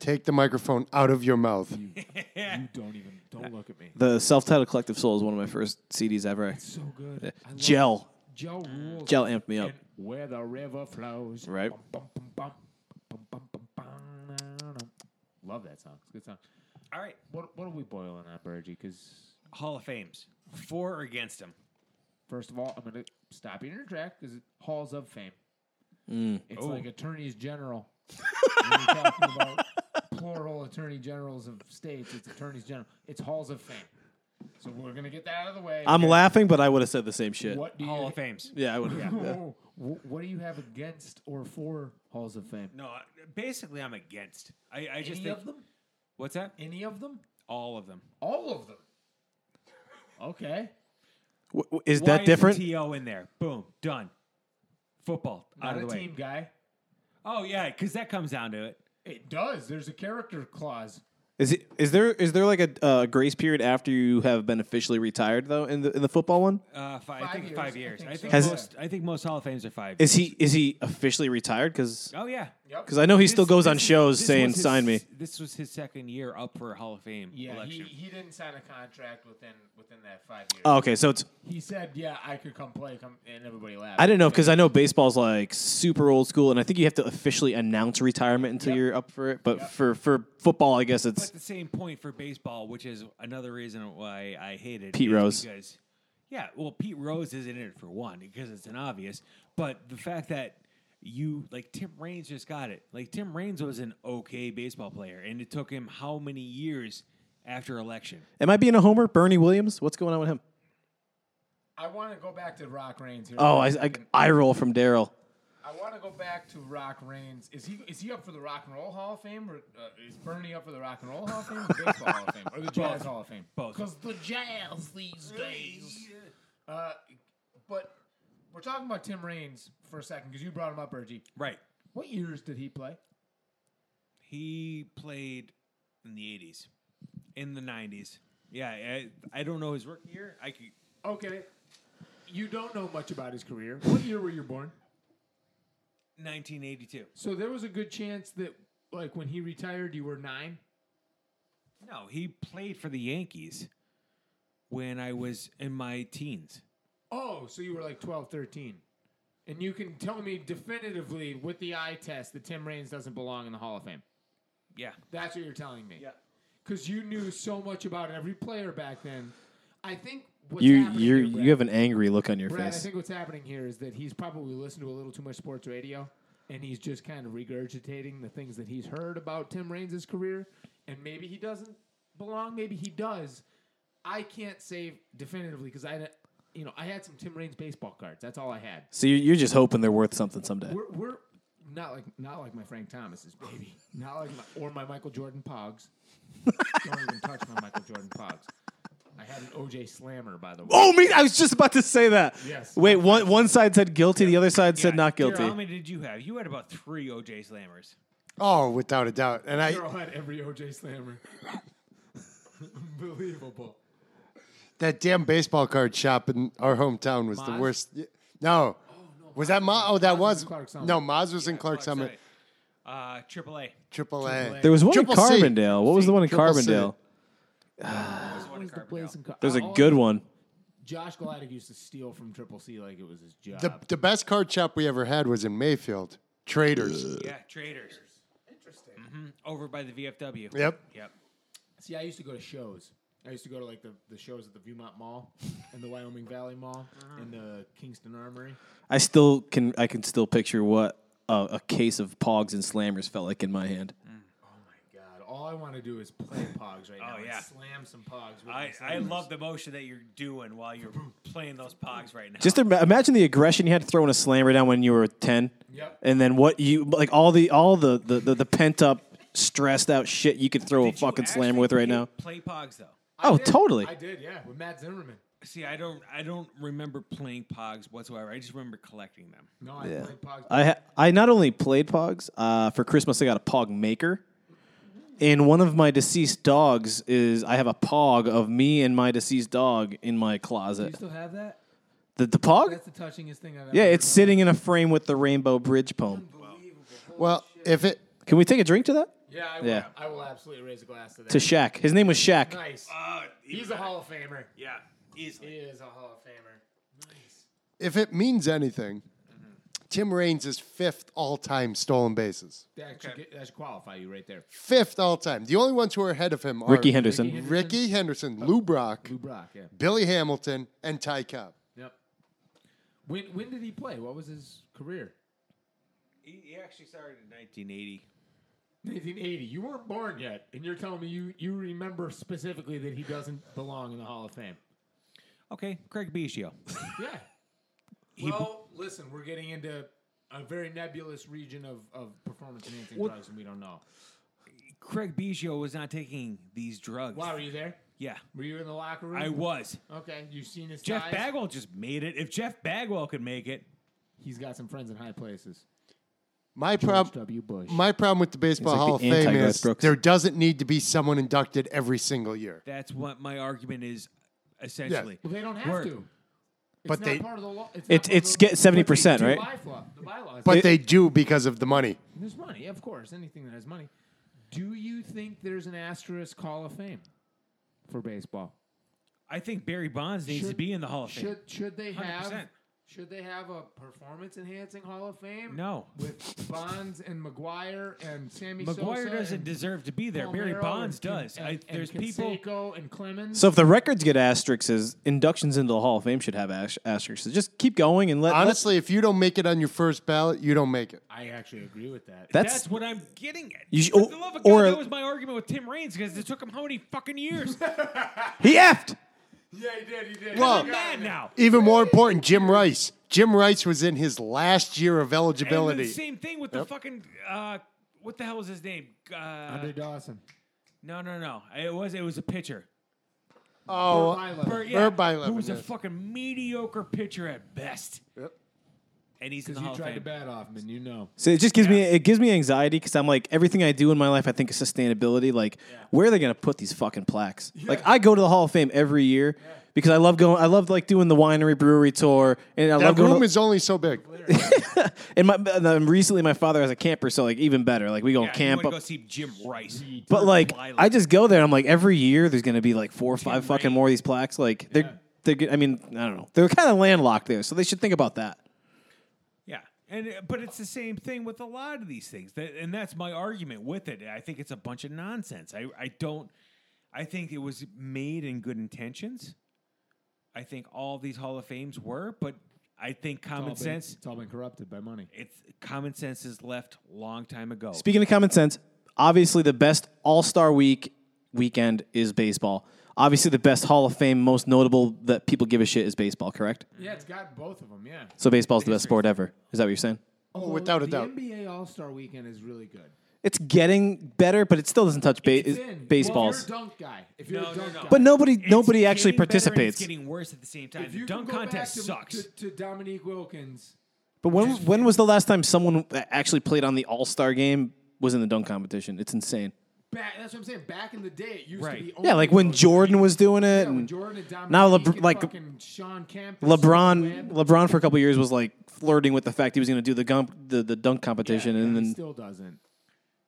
Speaker 5: Take the microphone out of your mouth.
Speaker 3: Mm. You don't even don't look at me.
Speaker 4: The self-titled Collective Soul is one of my first CDs ever.
Speaker 3: So good. I love
Speaker 4: Gel,
Speaker 3: Joe rules.
Speaker 4: gel amped me up.
Speaker 3: And Where the river flows.
Speaker 4: Mm. Right.
Speaker 3: Bum, bum, bum, bum, bum, bum, bum, bum, na, na. Love that song. It's a good song.
Speaker 2: all right,
Speaker 3: What what are we boiling on, Bergie? Because
Speaker 2: Hall of Fames. For or against him?
Speaker 3: first of all, I'm gonna stop you in your track because Halls of Fame.
Speaker 2: Mm.
Speaker 3: It's like
Speaker 2: [laughs]
Speaker 3: attorneys general. when you're talking about plural attorney generals of states. It's attorneys general. It's halls of fame. So we're gonna get that out of the way.
Speaker 4: I'm
Speaker 3: Okay.
Speaker 4: laughing, but I would have said the same shit.
Speaker 3: What do you?
Speaker 2: Hall of Fames.
Speaker 4: Yeah, I would.
Speaker 3: Yeah.
Speaker 4: Yeah.
Speaker 3: Whoa, whoa. Oh, Wh- What do you have against or for halls of fame?
Speaker 2: No, I- basically, I'm against. I, I just
Speaker 3: Any
Speaker 2: think.
Speaker 3: of them?
Speaker 2: What's that?
Speaker 3: Any of them?
Speaker 2: All of them.
Speaker 3: All of them. Okay.
Speaker 4: W- w- Is
Speaker 2: Why
Speaker 4: that different?
Speaker 2: Is the TO in there. Boom. Done. football out
Speaker 3: Not
Speaker 2: of
Speaker 3: a
Speaker 2: the way.
Speaker 3: team guy.
Speaker 2: Oh yeah, because that comes down to it.
Speaker 3: It does. There's a character clause.
Speaker 4: Is it is there is there like a uh, grace period after you have been officially retired though in the in the football one?
Speaker 2: Uh, five, I
Speaker 3: Five
Speaker 2: think
Speaker 3: years,
Speaker 2: five
Speaker 3: I
Speaker 2: years.
Speaker 3: think
Speaker 2: I
Speaker 3: so.
Speaker 2: think,
Speaker 4: Has-
Speaker 2: most. I think most Hall of Fames are five.
Speaker 4: Is he is he officially retired? Because
Speaker 2: oh yeah.
Speaker 4: because I know he
Speaker 2: This-
Speaker 4: still goes
Speaker 2: this
Speaker 4: on
Speaker 2: is-
Speaker 4: shows
Speaker 2: this
Speaker 4: saying
Speaker 2: was his-
Speaker 4: sign me.
Speaker 2: This was his second year up for Hall of Fame
Speaker 3: Yeah, he,
Speaker 2: election.
Speaker 3: he didn't sign a contract within within that five years.
Speaker 4: Oh, okay, so it's
Speaker 3: He said, "Yeah, I could come play," come, and everybody laughed.
Speaker 4: I didn't know because I know baseball's like super old school, and I think you have to officially announce retirement until you're up for it. But for for football, I guess
Speaker 2: but
Speaker 4: it's
Speaker 2: the same point for baseball, which is another reason why I hated
Speaker 4: Pete
Speaker 2: is
Speaker 4: Rose.
Speaker 2: Because, yeah, well, Pete Rose isn't in it for one because it's an obvious. But the fact that you like Tim Raines just got it. Like Tim Raines was an okay baseball player, and it took him how many years after election?
Speaker 4: am I being a homer? Bernie Williams, what's going on with him?
Speaker 3: I want to go back to Rock Reigns here.
Speaker 4: Oh, I I, eye roll from Daryl.
Speaker 3: want to go back to Rock Reigns. Is he is he up for the Rock and Roll Hall of Fame or uh, is Bernie up for the Rock and Roll Hall of Fame, or the Baseball Hall of Fame, or the Jazz Hall of Fame?
Speaker 2: Both.
Speaker 3: Because the Jazz these days. Uh, but we're talking about Tim Raines for a second because you brought him up, Reggie.
Speaker 2: Right.
Speaker 3: What years did he play?
Speaker 2: He played in the '80s, in the '90s. Yeah, I, I don't know his rookie year. I could.
Speaker 3: Okay, you don't know much about his career. What year were you born?
Speaker 2: 1982.
Speaker 3: So there was a good chance that, like, when he retired, you were nine.
Speaker 2: No, he played for the Yankees when I was in my teens.
Speaker 3: Oh, so you were like 12, 13. And you can tell me definitively with the eye test that Tim Raines doesn't belong in the Hall of Fame.
Speaker 2: Yeah.
Speaker 3: That's what you're telling me. Yeah. Because you knew so much about every player back then. I think what's
Speaker 4: You
Speaker 3: happening
Speaker 4: you
Speaker 3: here, Brad-
Speaker 4: you have an angry look on your
Speaker 3: Brad, I
Speaker 4: face.
Speaker 3: think what's happening here is that he's probably listened to a little too much sports radio, and he's just kind of regurgitating the things that he's heard about Tim Raines' career, and maybe he doesn't belong, maybe he does. I can't say definitively because I, you know, I had some Tim Raines baseball cards. That's all I had.
Speaker 4: So you- you're just hoping they're worth something someday.
Speaker 3: We're, we're not like not like my Frank Thomas's baby, not like my, or my Michael Jordan Pogs. Don't even touch my Michael Jordan Pogs. I had an OJ Slammer, by the way.
Speaker 4: Oh, me! I was just about to say that.
Speaker 3: Yes.
Speaker 4: Wait, one one side said guilty, the other side said
Speaker 2: Yeah.
Speaker 4: not
Speaker 2: Here,
Speaker 4: guilty.
Speaker 2: how many did you have? You had about three OJ Slammers.
Speaker 5: Oh, without a doubt. And I
Speaker 3: Girl had every OJ Slammer. [laughs] Unbelievable.
Speaker 5: that damn baseball card shop in our hometown was the
Speaker 3: Moz?
Speaker 5: worst. y- No. was that Ma? Oh, that
Speaker 3: Moz was
Speaker 5: was
Speaker 3: in Clark Summit.
Speaker 5: no. Moz was in Clark Summit.
Speaker 2: Oh, Uh, Triple A.
Speaker 5: Triple A.
Speaker 4: There was one in
Speaker 5: Triple C.
Speaker 4: Carbondale. What was the one in
Speaker 5: Triple C.
Speaker 4: Carbondale?
Speaker 3: Where's the place in Car-
Speaker 4: There's a
Speaker 3: all-
Speaker 4: good one.
Speaker 3: Josh Gladdick used to steal from Triple C like it was his job.
Speaker 5: The the best card shop we ever had was in Mayfield. Traders.
Speaker 2: Yeah, Traders. Mm-hmm.
Speaker 3: Interesting.
Speaker 2: Over by the VFW.
Speaker 5: Yep.
Speaker 2: Yep.
Speaker 3: See, I used to go to shows. I used to go to like the, the shows at the Viewmont Mall and the Wyoming Valley Mall
Speaker 2: Uh-huh.
Speaker 3: and the Kingston Armory.
Speaker 4: I still can I can still picture what a, a case of pogs and slammers felt like in my hand.
Speaker 3: God, all I want to do is play Pogs right now.
Speaker 2: Oh,
Speaker 3: and
Speaker 2: yeah.
Speaker 3: slam some Pogs. With my
Speaker 2: I, I
Speaker 3: slammers.
Speaker 2: love the motion that you're doing while you're playing those pogs right now.
Speaker 4: Just ima- imagine the aggression you had to throw in a slammer down when you were ten.
Speaker 3: Yep.
Speaker 4: And then what you like all the all the the, the, the pent up stressed out shit you could throw
Speaker 2: Did
Speaker 4: a
Speaker 2: you
Speaker 4: fucking slammer
Speaker 2: actually
Speaker 4: with right
Speaker 2: play-
Speaker 4: now.
Speaker 2: Play pogs though.
Speaker 3: I
Speaker 4: oh,
Speaker 3: did.
Speaker 4: totally.
Speaker 3: I did, yeah, with Matt Zimmerman.
Speaker 2: See, I don't, I don't remember playing pogs whatsoever. I just remember collecting them.
Speaker 3: No, I played Pogs.
Speaker 4: I ha- I not only played Pogs. Uh, for Christmas, I got a Pog maker. And one of my deceased dogs is I have a Pog of me and my deceased dog in my
Speaker 3: you
Speaker 4: closet.
Speaker 3: still have that?
Speaker 4: The, the Pog?
Speaker 3: That's the touchingest thing I've ever
Speaker 4: Yeah, it's sitting in a frame with the Rainbow Bridge poem.
Speaker 5: Well, if it
Speaker 4: Can we take a drink to that?
Speaker 3: Yeah, I will.
Speaker 4: Yeah.
Speaker 3: I will absolutely raise a glass to that.
Speaker 4: To Shaq. His name was Shaq.
Speaker 3: nice.
Speaker 2: Uh,
Speaker 3: He's a Hall of Famer.
Speaker 2: yeah,
Speaker 3: He
Speaker 2: easily.
Speaker 3: is a Hall of Famer. Nice.
Speaker 5: if it means anything, Tim Raines is fifth all time stolen bases.
Speaker 3: That, should get, that should qualify you right there.
Speaker 5: Fifth all time. The only ones who are ahead of him are
Speaker 4: Ricky Henderson.
Speaker 5: Ricky Henderson, Lou Brock,
Speaker 3: Lou Brock, yeah.
Speaker 5: Billy Hamilton, and Ty Cobb.
Speaker 3: Yep. When when did he play? What was his career? [laughs]
Speaker 2: He, he actually started in 1980.
Speaker 3: 1980. You weren't born yet, and you're telling me you you remember specifically that he doesn't belong in the Hall of Fame.
Speaker 2: Okay, Craig Biggio.
Speaker 3: [laughs] Yeah. well, listen, we're getting into a very nebulous region of, of performance enhancing drugs, and we don't know.
Speaker 2: Craig Biggio was not taking these drugs.
Speaker 3: Why were you there?
Speaker 2: Yeah,
Speaker 3: Were you in the locker room?
Speaker 2: I was.
Speaker 3: Oh, Okay, you've seen his
Speaker 2: Jeff
Speaker 3: ties?
Speaker 2: Bagwell just made it. If Jeff Bagwell could make it,
Speaker 3: He's got some friends in high places.
Speaker 5: My
Speaker 3: George
Speaker 5: problem.
Speaker 3: W. Bush.
Speaker 5: My problem with the Baseball
Speaker 4: like
Speaker 5: Hall
Speaker 4: the
Speaker 5: of Fame
Speaker 4: anti-Garth
Speaker 5: is
Speaker 4: Brooks.
Speaker 5: there doesn't need to be someone inducted every single year.
Speaker 2: That's what my argument is, essentially.
Speaker 3: well, they don't have
Speaker 2: Word.
Speaker 3: to. It's
Speaker 5: But
Speaker 3: not
Speaker 5: they-
Speaker 3: part of the law. It's, not
Speaker 4: It's-
Speaker 3: part of
Speaker 4: it's
Speaker 3: the- but
Speaker 4: get
Speaker 3: they
Speaker 4: 70%,
Speaker 3: do
Speaker 4: right?
Speaker 3: bylaw- the bylaws.
Speaker 5: But they do because of the money.
Speaker 3: There's money, of course. Anything that has money. Do you think there's an asterisk Hall of Fame for baseball?
Speaker 2: I think Barry Bonds needs to
Speaker 3: Should-
Speaker 2: be in the Hall of Fame.
Speaker 3: Should should they have
Speaker 2: 100%.
Speaker 3: should they have a performance enhancing Hall of Fame?
Speaker 2: No.
Speaker 3: With Bonds and McGuire and Sammy
Speaker 2: McGuire
Speaker 3: Sosa
Speaker 2: doesn't
Speaker 3: and
Speaker 2: deserve to be there. Barry
Speaker 3: Palmeiro
Speaker 2: Bonds
Speaker 3: and Kin-
Speaker 2: does. I,
Speaker 3: and- and
Speaker 2: there's people.
Speaker 3: Canseco and Clemens.
Speaker 4: So if the records get asterisks, inductions into the Hall of Fame should have as- asterisks. Just keep going and let. let-
Speaker 5: Honestly, if you don't make it on your first ballot, you don't make it.
Speaker 3: I actually agree with that.
Speaker 4: that's,
Speaker 2: That's, what I'm getting at.
Speaker 4: You should-
Speaker 2: For
Speaker 4: or-
Speaker 2: the love of
Speaker 4: or-
Speaker 2: God, that was my argument with Tim Raines because it took him how many fucking
Speaker 3: [laughs]
Speaker 2: years?
Speaker 4: he effed.
Speaker 3: yeah, he did. He did.
Speaker 5: Well,
Speaker 2: I'm mad now.
Speaker 5: even more important, Jim Rice. Jim Rice was in his last year of
Speaker 2: And the
Speaker 5: eligibility.
Speaker 2: same thing with the fucking uh, what the hell was his name? Uh,
Speaker 3: Andre Dawson.
Speaker 2: no, no, no. It was it was a pitcher.
Speaker 5: oh,
Speaker 3: Bylaw.
Speaker 2: Bert, yeah,
Speaker 5: Herb Bylev,
Speaker 2: who was a
Speaker 5: yes.
Speaker 2: fucking mediocre pitcher at best. Yep. And he's in the
Speaker 3: Because
Speaker 2: Hall
Speaker 3: you
Speaker 2: of
Speaker 3: tried to
Speaker 2: Fame.
Speaker 3: bat off him, and you know.
Speaker 4: So it just gives me it gives me anxiety because I'm like everything I do in my life I think is sustainability. Like where are they gonna put these fucking plaques? Like I go to the Hall of Fame every year because I love going. I love like doing the winery brewery tour and I
Speaker 5: that
Speaker 4: love going.
Speaker 5: room
Speaker 4: to-
Speaker 5: is only so big.
Speaker 4: and my and then recently my father has a camper, so like even better. Like we go
Speaker 2: Yeah, you
Speaker 4: camp
Speaker 2: wanna
Speaker 4: up.
Speaker 2: go see Jim Rice.
Speaker 4: But like
Speaker 2: Bylaw.
Speaker 4: I just go there. and I'm like every year there's gonna be like four or five fucking more of these plaques. Like they're they're. get- I mean I don't know. They're kind of landlocked there, so they should think about that.
Speaker 2: Yeah, and uh, but it's the same thing with a lot of these things, That- and that's my argument with it. I think it's a bunch of nonsense. I I don't. I think it was made in good intentions. I think all these Hall of Fames were, but I think common
Speaker 3: It's all been-
Speaker 2: sense.
Speaker 3: It's all been corrupted by money.
Speaker 2: It's common sense is left long time ago.
Speaker 4: Speaking of common sense, obviously the best All Star Week weekend is baseball. Obviously, the best Hall of Fame, most notable that people give a shit is baseball. Correct?
Speaker 3: Yeah, it's got both of them. Yeah.
Speaker 4: So baseball's the best sport ever. Is that what you're saying?
Speaker 5: Oh, without a doubt.
Speaker 3: The NBA All Star Weekend is really good.
Speaker 4: It's getting better, but it still doesn't touch ba-
Speaker 3: It's in.
Speaker 4: baseballs.
Speaker 3: If you're a dunk guy, if you're
Speaker 2: No,
Speaker 3: a
Speaker 2: no,
Speaker 3: dunk
Speaker 2: no.
Speaker 3: guy,
Speaker 4: but nobody,
Speaker 2: It's
Speaker 4: nobody actually
Speaker 2: getting better and it's
Speaker 4: participates.
Speaker 2: getting worse at the same time.
Speaker 3: if
Speaker 2: The
Speaker 3: you
Speaker 2: dunk
Speaker 3: can go back
Speaker 2: contest
Speaker 3: to-
Speaker 2: sucks.
Speaker 3: To, to Dominique Wilkins,
Speaker 4: But when, when was the last time someone actually played on the All Star game? Was in the dunk competition. It's insane.
Speaker 3: back, that's what I'm saying. Back in the day, it used
Speaker 2: Right.
Speaker 3: to be. Only
Speaker 4: Yeah, like when
Speaker 3: those-
Speaker 4: Jordan was doing it.
Speaker 3: Oh, Yeah, when
Speaker 4: and-
Speaker 3: Jordan and Dominique
Speaker 4: Now Lebr-
Speaker 3: and
Speaker 4: like-
Speaker 3: fucking Sean Kemp, and Webb.
Speaker 4: LeBron LeBron for a couple years was like flirting with the fact he was going to do the gump, the, the dunk competition and
Speaker 3: he
Speaker 4: then
Speaker 3: still doesn't.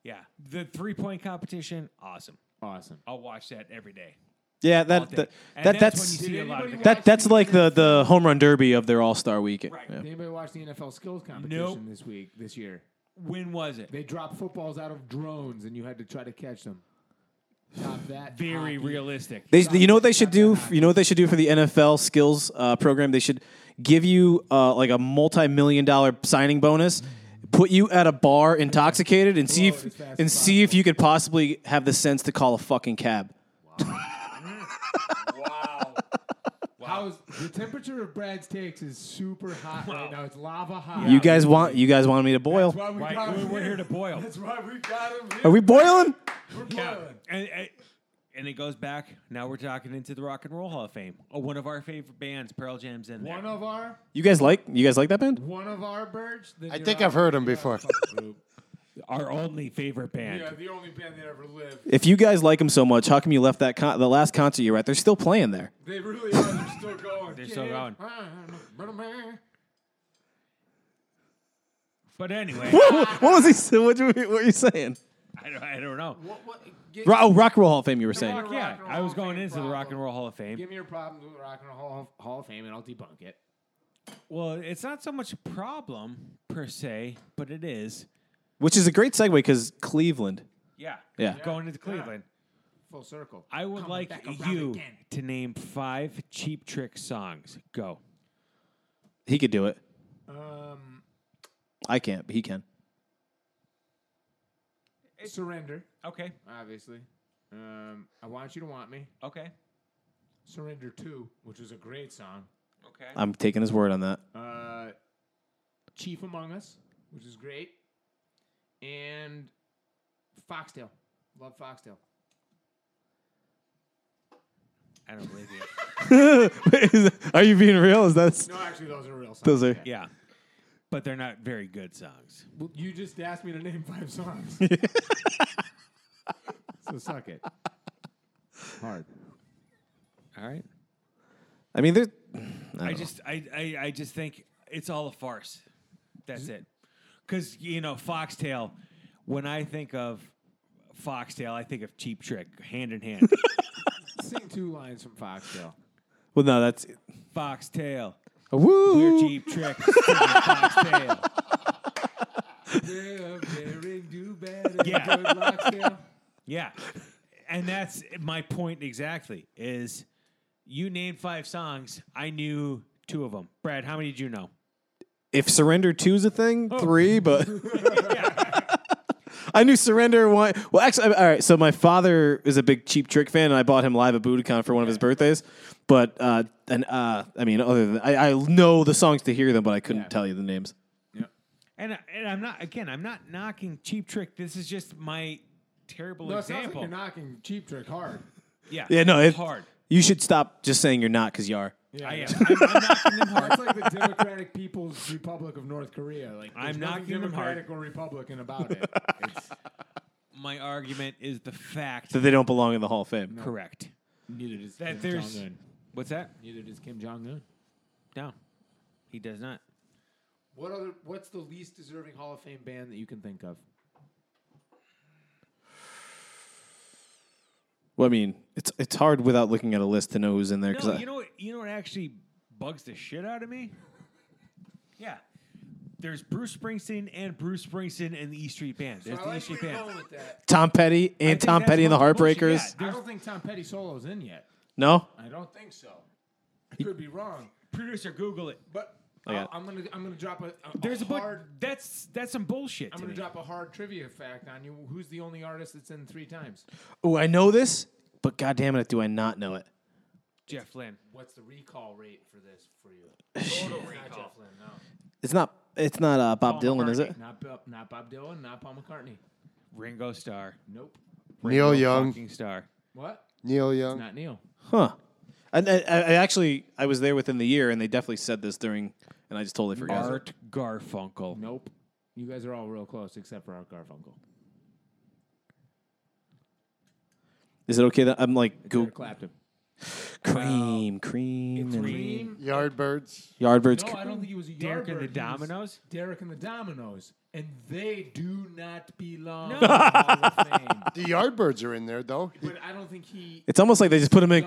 Speaker 2: yeah, the three point competition, awesome.
Speaker 3: Awesome.
Speaker 2: I'll watch that every day.
Speaker 4: yeah
Speaker 2: all
Speaker 4: that
Speaker 2: day.
Speaker 4: that,
Speaker 2: And
Speaker 4: that
Speaker 2: that's,
Speaker 4: that's
Speaker 2: when you see a lot of
Speaker 3: Anybody
Speaker 2: the
Speaker 4: that that's like the the home run derby of their All Star weekend.
Speaker 2: Right.
Speaker 4: Yeah.
Speaker 3: Did anybody watch the NFL skills competition this week this year?
Speaker 2: when was it?
Speaker 3: They dropped footballs out of drones, and you had to try to catch them. Top
Speaker 2: [laughs]
Speaker 3: that.
Speaker 2: Very
Speaker 3: hockey.
Speaker 2: realistic.
Speaker 4: They, you know what they should do? f- You know what they should do for the NFL skills uh, program? They should give you uh, like a multi million dollar signing bonus, put you at a bar intoxicated, and see
Speaker 3: Blow it as
Speaker 4: if
Speaker 3: fast
Speaker 4: and
Speaker 3: as
Speaker 4: see if you could possibly have the sense to call a fucking cab.
Speaker 3: How is the temperature of Brad's takes is super hot right now. It's lava hot. Oh
Speaker 4: You guys want you guys want me to boil?
Speaker 3: That's why we
Speaker 2: Right,
Speaker 3: got
Speaker 2: we're,
Speaker 3: him
Speaker 2: we're here to boil.
Speaker 3: That's why we got him here.
Speaker 4: Are we boiling?
Speaker 3: We're
Speaker 2: Yeah,
Speaker 3: boiling.
Speaker 2: and, and- and it goes back. Now we're talking into the Rock and Roll Hall of Fame. Oh, one of our favorite bands, Pearl Jam's in there.
Speaker 3: One of our,
Speaker 4: You guys like you guys like that band?
Speaker 3: one of our birds. then
Speaker 5: I
Speaker 3: you're
Speaker 5: think
Speaker 3: out
Speaker 5: I've heard
Speaker 3: of
Speaker 5: him
Speaker 3: the
Speaker 5: before.
Speaker 3: fucking group.
Speaker 2: our only favorite band.
Speaker 3: yeah, uh, the only band that ever lived.
Speaker 4: If you guys like them so much, how come you left that con- the last concert you were at? They're still playing there. [laughs]
Speaker 3: They really are. They're still going. They're
Speaker 2: still going. But anyway,
Speaker 4: what was he? What, you- what were you saying?
Speaker 2: I, don't, I don't know.
Speaker 3: What, what, get,
Speaker 4: Ro- oh, Rock and Roll Hall of Fame. You were saying.
Speaker 3: Rock
Speaker 2: Yeah,
Speaker 3: and Roll
Speaker 2: I was
Speaker 3: Hall of
Speaker 2: going
Speaker 3: Fame
Speaker 2: into the Rock and
Speaker 3: problem.
Speaker 2: Roll Hall of Fame.
Speaker 3: give me your problems with the Rock and Roll Hall, Hall of Fame, and I'll debunk it.
Speaker 2: Well, it's not so much a problem per se, but it is.
Speaker 4: Which is a great segue because Cleveland.
Speaker 2: Yeah,
Speaker 4: Yeah.
Speaker 2: Going into Cleveland,
Speaker 3: Full circle.
Speaker 2: I would
Speaker 3: Coming
Speaker 2: like
Speaker 3: back around
Speaker 2: you
Speaker 3: again.
Speaker 2: to name five Cheap Trick songs. Go.
Speaker 4: He could do it.
Speaker 3: Um,
Speaker 4: I can't, but he can.
Speaker 3: surrender,
Speaker 2: Okay.
Speaker 3: obviously. Um, I want you to want me.
Speaker 2: Okay.
Speaker 3: Surrender Two, which was a great song.
Speaker 2: Okay.
Speaker 4: I'm taking his word on that. [laughs]
Speaker 3: Uh, Chief Among Us, which is great, and Foxtail. Love Foxtail.
Speaker 2: I don't believe you.
Speaker 4: Is- are you being real? Is that
Speaker 3: No, actually, those are real songs.
Speaker 4: those are?
Speaker 2: Yeah. but they're not very good songs.
Speaker 3: Well, You just asked me to name five
Speaker 4: [laughs]
Speaker 3: songs. so suck it. Hard.
Speaker 2: All right.
Speaker 4: I mean, there.
Speaker 2: I just I, I I just think it's all a farce.
Speaker 3: Mm-hmm.
Speaker 2: That's it. Because you know Foxtail. When I think of Foxtail, I think of Cheap Trick, hand in hand.
Speaker 3: [laughs] Sing two lines from Foxtail.
Speaker 4: Well, no, that's
Speaker 2: Foxtail, we're
Speaker 4: woo.
Speaker 2: Cheap Trick.
Speaker 3: [laughs]
Speaker 2: Foxtail.
Speaker 3: Live, Jerry, do better.
Speaker 2: Yeah.
Speaker 3: Good Foxtail.
Speaker 2: Yeah. And that's my point exactly is you named five songs. I knew two of them. Brad, how many did you know?
Speaker 4: If surrender two's a thing,
Speaker 2: Oh.
Speaker 4: three,
Speaker 2: [laughs]
Speaker 4: but [laughs] I knew surrender one. Well, actually, all right. So my father is a big Cheap Trick fan, and I bought him live at Budokan for one of his birthdays. But uh, and uh, I mean, other than I, I know the songs to hear them, but I couldn't tell you the names.
Speaker 2: And, I- and I'm not, again, I'm not knocking Cheap Trick. This is just my terrible
Speaker 3: No, it sounds like
Speaker 2: example.
Speaker 3: you're knocking Cheap Trick hard.
Speaker 2: yeah.
Speaker 4: Yeah, no, it's
Speaker 2: hard.
Speaker 4: You should stop just saying you're not because you are.
Speaker 3: [laughs] Yeah,
Speaker 2: I
Speaker 4: [laughs]
Speaker 3: yeah. [laughs]
Speaker 2: am. I'm, I'm knocking them hard.
Speaker 3: That's like the Democratic People's Republic of North Korea. Like, there's
Speaker 2: I'm
Speaker 3: nothing
Speaker 2: knocking them hard.
Speaker 3: Democratic or Republican about it. It's
Speaker 2: My argument is the fact
Speaker 4: That they don't belong in the Hall of Fame.
Speaker 2: correct.
Speaker 3: [laughs] neither does
Speaker 2: That
Speaker 3: Kim
Speaker 2: there's-
Speaker 3: Jong Un.
Speaker 2: What's that?
Speaker 3: Neither does Kim Jong Un.
Speaker 2: No, he does not.
Speaker 3: What other? What's the least deserving Hall of Fame band that you can think of?
Speaker 4: Well, I mean, it's it's hard without looking at a list to know who's in there.
Speaker 2: No,
Speaker 4: 'cause I,
Speaker 2: you know what? You know what actually bugs the shit out of me? Yeah, there's Bruce Springsteen and Bruce Springsteen and the E Street Band. There's the E Street Band.
Speaker 3: with that.
Speaker 4: Tom Petty
Speaker 2: I
Speaker 4: and
Speaker 2: think
Speaker 4: Tom
Speaker 2: that's
Speaker 4: Petty and the
Speaker 2: one of bullshit-
Speaker 4: Heartbreakers.
Speaker 2: yeah,
Speaker 3: I
Speaker 2: there's-
Speaker 3: don't think Tom Petty solo's in yet.
Speaker 4: No,
Speaker 3: I don't think so. I could be wrong,
Speaker 2: producer, Google it.
Speaker 3: but
Speaker 4: I got it.
Speaker 3: I am gonna I'm gonna drop a, a
Speaker 2: There's a
Speaker 3: hard.
Speaker 2: bunch. That's that's some bullshit.
Speaker 3: I'm
Speaker 2: to
Speaker 3: gonna
Speaker 2: me.
Speaker 3: drop a hard trivia fact on you. Who's the only artist that's in three times?
Speaker 4: oh, I know this, but God damn it, do I not know it?
Speaker 2: Jeff Lynne.
Speaker 3: What's the recall rate for this for you? [laughs] Total recall. Not Jeff Lynne, no.
Speaker 4: It's not. It's not uh, Bob
Speaker 2: Paul
Speaker 4: Dylan, is
Speaker 2: McCartney.
Speaker 4: it?
Speaker 3: Not, Bo- not Bob Dylan. Not Paul McCartney.
Speaker 2: Ringo Starr,
Speaker 3: Nope.
Speaker 5: Neil Young.
Speaker 2: fucking Starr.
Speaker 3: What?
Speaker 5: Neil Young.
Speaker 3: Not Neil.
Speaker 4: Huh. And I, I, I actually I was there within the year, and they definitely said this during, and I just totally forgot.
Speaker 2: Art Garfunkel.
Speaker 3: Nope. You guys are all real close except for Art Garfunkel.
Speaker 4: Is it okay that I'm like go
Speaker 3: Eric Clapton.
Speaker 4: cream, cream, and
Speaker 2: Cream,
Speaker 5: Yardbirds.
Speaker 4: Yardbirds?
Speaker 3: No, I don't think he was a
Speaker 2: Derek and the
Speaker 3: Yardbird. He was
Speaker 2: Dominoes.
Speaker 3: Derek and the Dominoes. And they do not belong in the [laughs] Hall of Fame.
Speaker 5: The Yardbirds are in there though.
Speaker 3: But I don't think he.
Speaker 4: It's almost like they just put him
Speaker 3: Just
Speaker 4: in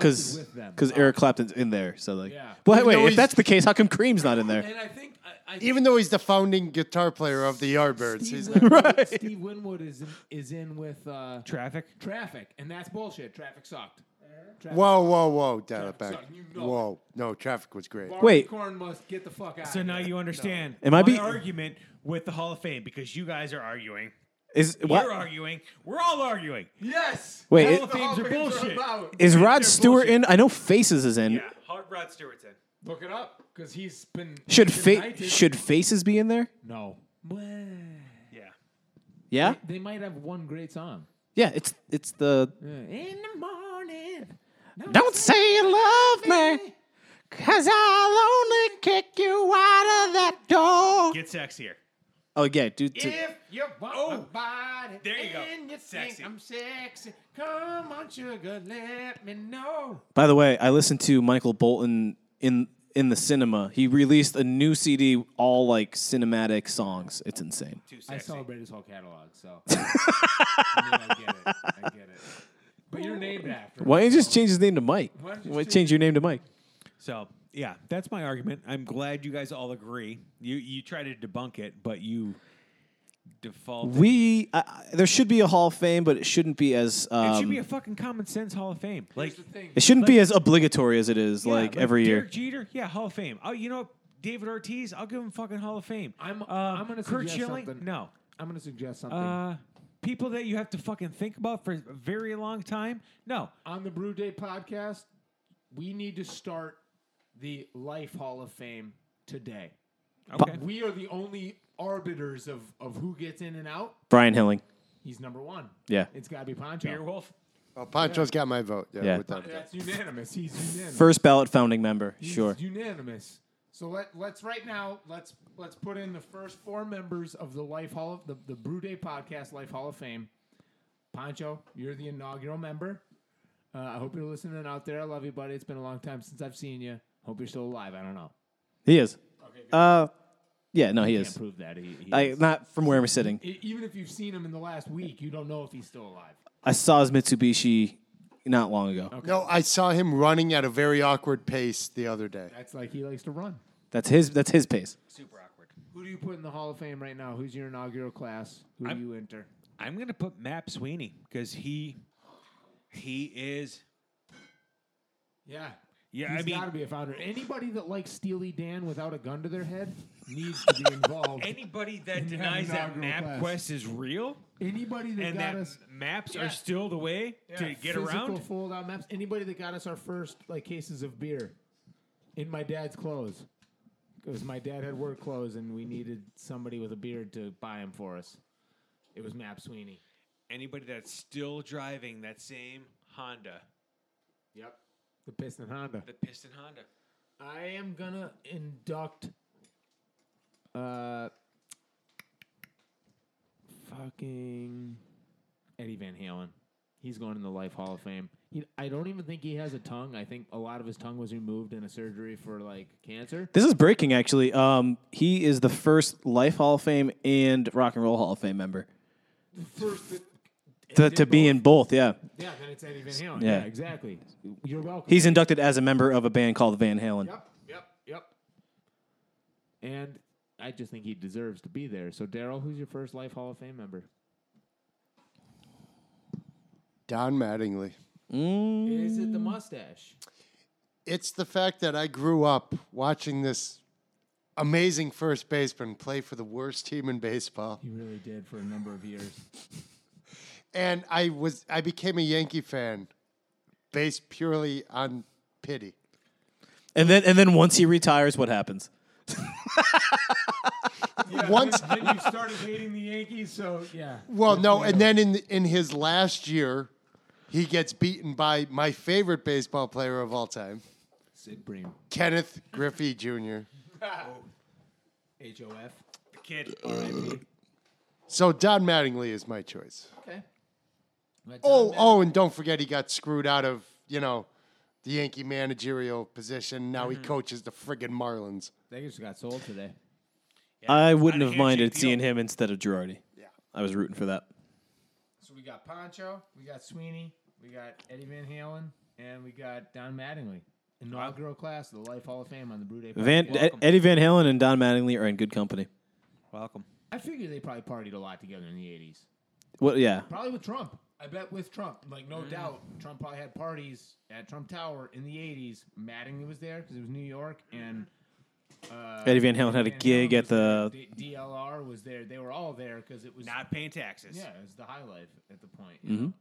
Speaker 4: because
Speaker 3: with them.
Speaker 4: Eric Clapton's in there. So like,
Speaker 3: Yeah.
Speaker 4: well,
Speaker 5: Even
Speaker 4: wait,
Speaker 5: though
Speaker 4: if
Speaker 5: he's-
Speaker 4: that's the case, how come Cream's not in there?
Speaker 3: And I think. I, I
Speaker 5: Even though he's the founding guitar player of the Yardbirds,
Speaker 3: Steve [laughs]
Speaker 5: he's not.
Speaker 3: Winwood, Steve Winwood is in, is in with uh,
Speaker 2: Traffic.
Speaker 3: Traffic, and that's bullshit. Traffic sucked. Traffic
Speaker 5: Whoa, whoa, whoa, down it back.
Speaker 3: sucked, you know it.
Speaker 5: Whoa, no, traffic was great.
Speaker 3: Barney
Speaker 4: Wait.
Speaker 3: Corn must get the fuck out.
Speaker 2: So now you understand
Speaker 4: Am I
Speaker 2: my
Speaker 4: be-
Speaker 2: argument with the Hall of Fame because you guys are arguing.
Speaker 4: Is
Speaker 2: You're
Speaker 4: what?
Speaker 2: arguing. We're all arguing.
Speaker 3: Yes.
Speaker 4: Wait,
Speaker 2: Hall
Speaker 4: it-
Speaker 2: of Fames are bullshit.
Speaker 4: Is Rod
Speaker 2: They're
Speaker 4: Stewart
Speaker 2: bullshit.
Speaker 4: in? I know Faces is in.
Speaker 2: Yeah, Hard Rod Stewart's in.
Speaker 3: Look it up because he's been
Speaker 4: Should fa-
Speaker 3: indicted.
Speaker 4: should Faces be in there?
Speaker 3: no.
Speaker 2: Yeah.
Speaker 4: Yeah,
Speaker 3: They might have one great song.
Speaker 4: yeah. It's it's the
Speaker 3: In the morning.
Speaker 4: Don't say you love me, cause I'll only kick you out of that door.
Speaker 2: Get sexier.
Speaker 4: Oh yeah, dude. dude.
Speaker 3: If you want
Speaker 2: Oh,
Speaker 3: my body
Speaker 2: there you go.
Speaker 3: and you
Speaker 2: Sexy.
Speaker 3: think I'm sexy, come on, sugar, let me know.
Speaker 4: By the way, I listened to Michael Bolton in in the cinema. He released a new CD, all like cinematic songs. It's insane.
Speaker 2: Too sexy.
Speaker 3: I celebrate his whole catalog,
Speaker 2: [laughs]
Speaker 3: so I, mean, I get it. I get it. But you're named after. him,
Speaker 4: Why don't you
Speaker 3: so-
Speaker 4: just change his name to Mike?
Speaker 3: Why
Speaker 4: Why,
Speaker 3: don't you just
Speaker 4: change your name to Mike?
Speaker 2: So yeah, that's my argument. I'm glad you guys all agree. You you try to debunk it, but you default.
Speaker 4: We I, I- there should be a Hall of Fame, but it shouldn't be as um,
Speaker 2: it should be a fucking common sense Hall of Fame. Like,
Speaker 3: Here's the thing.
Speaker 4: it shouldn't be as obligatory as it is
Speaker 2: yeah,
Speaker 4: like every year.
Speaker 2: Derek Jeter, yeah, Hall of Fame. Oh, you know David Ortiz, I'll give him fucking Hall of Fame.
Speaker 3: I'm-
Speaker 2: Um,
Speaker 3: I'm gonna
Speaker 2: Kurt
Speaker 3: suggest
Speaker 2: Schilling,
Speaker 3: something.
Speaker 2: no.
Speaker 3: I'm gonna suggest something.
Speaker 2: Uh, people that you have to fucking think about for a very long time, no.
Speaker 3: On the Brew Day podcast, we need to start the Life Hall of Fame today.
Speaker 2: Okay.
Speaker 3: We are the only arbiters of, of who gets in and out.
Speaker 4: Brian Hilling.
Speaker 3: He's number one.
Speaker 4: Yeah.
Speaker 3: It's got to be Poncho.
Speaker 2: Beerwolf.
Speaker 5: Well, Pancho's got my vote. Yeah,
Speaker 4: Yeah.
Speaker 5: without a doubt.
Speaker 3: That's unanimous. He's unanimous.
Speaker 4: First ballot founding member.
Speaker 3: He's
Speaker 4: Sure.
Speaker 3: Unanimous. So let let's right now let's let's put in the first four members of the Life Hall of the the Brew Day Podcast Life Hall of Fame. Pancho, you're the inaugural member. Uh, I hope you're listening out there. I love you, buddy. It's been a long time since I've seen you. Hope you're still alive. I don't know.
Speaker 4: He is. Uh, yeah, no, he
Speaker 3: Can't
Speaker 4: is.
Speaker 3: prove that. He, he
Speaker 4: I, not from where I'm sitting.
Speaker 3: E- even if you've seen him in the last week, you don't know if he's still alive.
Speaker 4: I saw his Mitsubishi not long ago.
Speaker 5: No, I saw him running at a very awkward pace the other day.
Speaker 3: That's like he likes to run.
Speaker 4: That's his. That's his pace.
Speaker 3: Who do you put in the Hall of Fame right now? Who's your inaugural class? Who do you enter?
Speaker 2: I'm gonna put Map Sweeney because he he is
Speaker 3: Yeah.
Speaker 2: yeah.
Speaker 3: He's
Speaker 2: I mean,
Speaker 3: got to be [laughs] a founder. Anybody that likes Steely Dan without a gun to their head needs to be involved.
Speaker 2: anybody that
Speaker 3: have
Speaker 2: denies that
Speaker 3: inaugural
Speaker 2: MapQuest
Speaker 3: class.
Speaker 2: is real
Speaker 3: Anybody that
Speaker 2: and
Speaker 3: got
Speaker 2: that
Speaker 3: us
Speaker 2: maps
Speaker 3: Yeah.
Speaker 2: are still the way to
Speaker 3: yeah,
Speaker 2: get
Speaker 3: physical
Speaker 2: around.
Speaker 3: fold-out maps. Anybody that got us our first like cases of beer in my dad's clothes because my dad had work clothes and we needed somebody with a beard to buy them for us. It was Map Sweeney.
Speaker 2: Anybody that's still driving that same Honda,
Speaker 3: Yep. The Piston Honda.
Speaker 2: the piston Honda.
Speaker 3: I am gonna induct. Uh, fucking Eddie Van Halen. He's going in the Life Hall of Fame. He, I don't even think he has a tongue. I think a lot of his tongue was removed in a surgery for like cancer.
Speaker 4: This is breaking, actually. Um, he is the first Life Hall of Fame and Rock and Roll Hall of Fame member
Speaker 3: First,
Speaker 4: to, to be in both. Yeah,
Speaker 3: yeah, then it's Eddie Van Halen.
Speaker 4: Yeah.
Speaker 3: Yeah, exactly. You're welcome.
Speaker 4: he's inducted as a member of a band called Van Halen.
Speaker 3: Yep, yep, yep. And I just think he deserves to be there. So Daryl, who's your first Life Hall of Fame member?
Speaker 5: Don Mattingly.
Speaker 3: Is it the mustache?
Speaker 5: It's the fact that I grew up watching this amazing first baseman play for the worst team in baseball.
Speaker 3: You really did for a number of years.
Speaker 5: And I was I became a Yankee fan based purely on
Speaker 3: [laughs]
Speaker 5: pity.
Speaker 4: And then and then once he retires, what happens?
Speaker 5: Once
Speaker 3: then you started hating the Yankees, so yeah.
Speaker 5: well no, and then in in his last year he gets beaten by my favorite baseball player of all time,
Speaker 3: Sid Bream.
Speaker 5: Kenneth Griffey Jr.
Speaker 3: H O F.
Speaker 2: The kid.
Speaker 5: So Don Mattingly is my choice.
Speaker 3: Okay.
Speaker 5: Oh, oh, and don't forget he got screwed out of, you know, the Yankee managerial position. Now he coaches the friggin' Marlins.
Speaker 3: They just got sold today.
Speaker 4: I wouldn't
Speaker 2: Not a
Speaker 4: have minded
Speaker 2: handshake
Speaker 4: seeing
Speaker 2: deal.
Speaker 4: him instead of Girardi. Yeah, I was rooting for that.
Speaker 3: So we got Poncho, we got Sweeney, we got Eddie Van Halen, and we got Don Mattingly. Inaugural class of the Life Hall of Fame on the Brew Day.
Speaker 4: Van
Speaker 3: podcast.
Speaker 4: Ed- Eddie Van Halen and Don Mattingly are in good company.
Speaker 2: Welcome.
Speaker 3: I figure they probably partied a lot together in the 80s.
Speaker 4: Well, yeah,
Speaker 3: Probably with Trump. I bet with Trump, like no doubt, Trump probably had parties at Trump Tower in the '80s. Mattingly was there because it was New York, and uh,
Speaker 4: Eddie Van Halen had a
Speaker 3: Van Halen
Speaker 4: gig at
Speaker 3: was there,
Speaker 4: the.
Speaker 3: D- DLR was there. They were all there because it was
Speaker 2: Not paying taxes.
Speaker 3: yeah, it was the high life at the point. you know?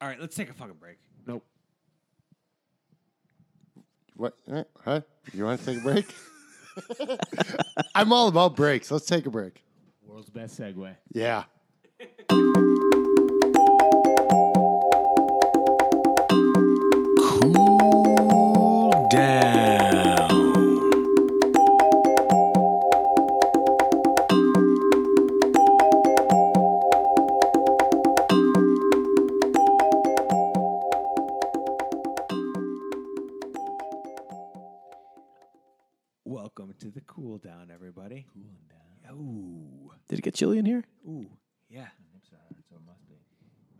Speaker 2: All right, let's take a fucking break.
Speaker 3: Nope.
Speaker 5: What? eh, Huh? You want to take a break? [laughs] I'm all about breaks. Let's take a break.
Speaker 3: World's best segue.
Speaker 5: Yeah.
Speaker 1: Cool down.
Speaker 2: Welcome to the cool down, everybody. Cooling down.
Speaker 4: Did it get chilly in here?
Speaker 2: Ooh, ooh, yeah.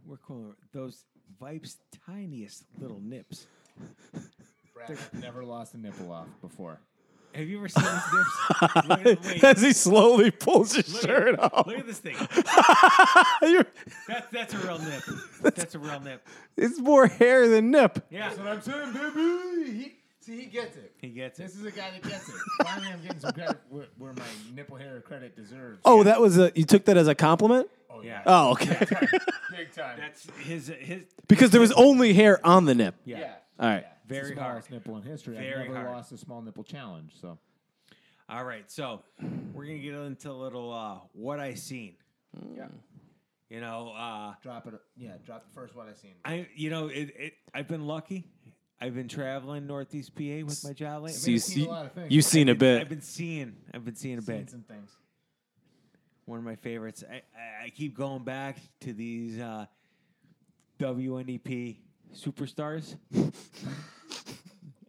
Speaker 2: We're calling those Vipe's tiniest little nips.
Speaker 3: Brad never lost a nipple off before.
Speaker 2: Have you ever seen these [laughs] nips? Look at- wait,
Speaker 4: [laughs] As he slowly pulls his shirt off. [laughs]
Speaker 2: look at this thing.
Speaker 4: You're-
Speaker 2: That's that's a real nip. That's a real nip.
Speaker 4: it's more hair than nip.
Speaker 2: Yeah,
Speaker 3: That's what I'm saying, baby. He, see, he gets it.
Speaker 2: he gets it.
Speaker 3: This is a guy that gets it. Finally, I'm getting some credit where, where my nipple hair credit deserves.
Speaker 4: Oh, that was a. You took that as a compliment?
Speaker 3: Oh, yeah.
Speaker 4: Oh, okay.
Speaker 3: Big time.
Speaker 2: That's his his
Speaker 4: [laughs] because there was only hair on the nip.
Speaker 2: yeah.
Speaker 3: yeah.
Speaker 4: All right.
Speaker 2: Very
Speaker 3: the smallest
Speaker 2: hard.
Speaker 3: nipple in history.
Speaker 2: Very
Speaker 3: I've never
Speaker 2: hard.
Speaker 3: lost a small nipple challenge. So
Speaker 2: All right, so we're gonna get into a little uh, what I seen.
Speaker 3: yeah,
Speaker 2: You know, uh,
Speaker 3: drop it. Yeah, drop the first one I seen.
Speaker 2: I you know it, it I've been lucky. I've been traveling Northeast PA with my job lately.
Speaker 4: So you
Speaker 2: I've been-
Speaker 4: see,
Speaker 3: a lot of things.
Speaker 4: you've seen a
Speaker 2: I've
Speaker 4: bit.
Speaker 2: been seeing. I've been seeing a
Speaker 3: Seen
Speaker 2: bit.
Speaker 3: some things.
Speaker 2: One of my favorites. I, I, I keep going back to these uh, WNEP superstars,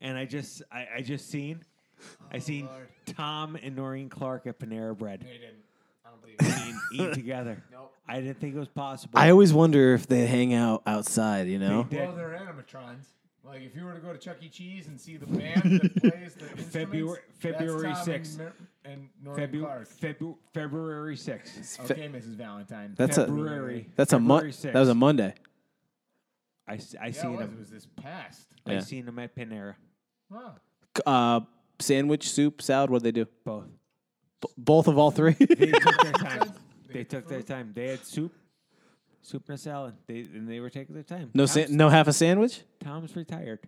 Speaker 2: and I just I, I just seen I seen
Speaker 3: Oh, Lord.
Speaker 2: Tom and Noreen Clark at Panera Bread
Speaker 3: No, you didn't. I don't believe it.
Speaker 2: eating,
Speaker 3: [laughs]
Speaker 2: eating together. I didn't think it was possible.
Speaker 4: I always wonder if they hang out outside. You know,
Speaker 2: They did.
Speaker 3: well, they're animatrons. Like if you were to go to Chuck E. Cheese and [laughs] see the band that plays the instruments,
Speaker 2: February-
Speaker 3: that's
Speaker 2: February
Speaker 3: Tom
Speaker 2: 6th.
Speaker 3: and, Mer- and Norman
Speaker 2: Febu-
Speaker 3: Clark.
Speaker 2: Febu- February 6th.
Speaker 3: Okay, Mrs. Valentine.
Speaker 4: that's a
Speaker 2: February.
Speaker 4: that's a
Speaker 2: February
Speaker 4: month. That was a
Speaker 2: 6th.
Speaker 4: Monday.
Speaker 2: I, s- I
Speaker 3: yeah, it
Speaker 2: seen
Speaker 3: was, it
Speaker 2: him.
Speaker 3: was this past.
Speaker 4: Yeah.
Speaker 2: I seen him at Panera.
Speaker 3: Wow.
Speaker 4: C- Uh, sandwich, soup, salad. What would they do?
Speaker 2: Both.
Speaker 4: B- both of all three. [laughs]
Speaker 2: They took their time. They took their time. They had soup, soup and a salad. They and they were taking their time.
Speaker 4: no,
Speaker 2: Tom's,
Speaker 4: sa- no half a sandwich.
Speaker 2: Tom's retired.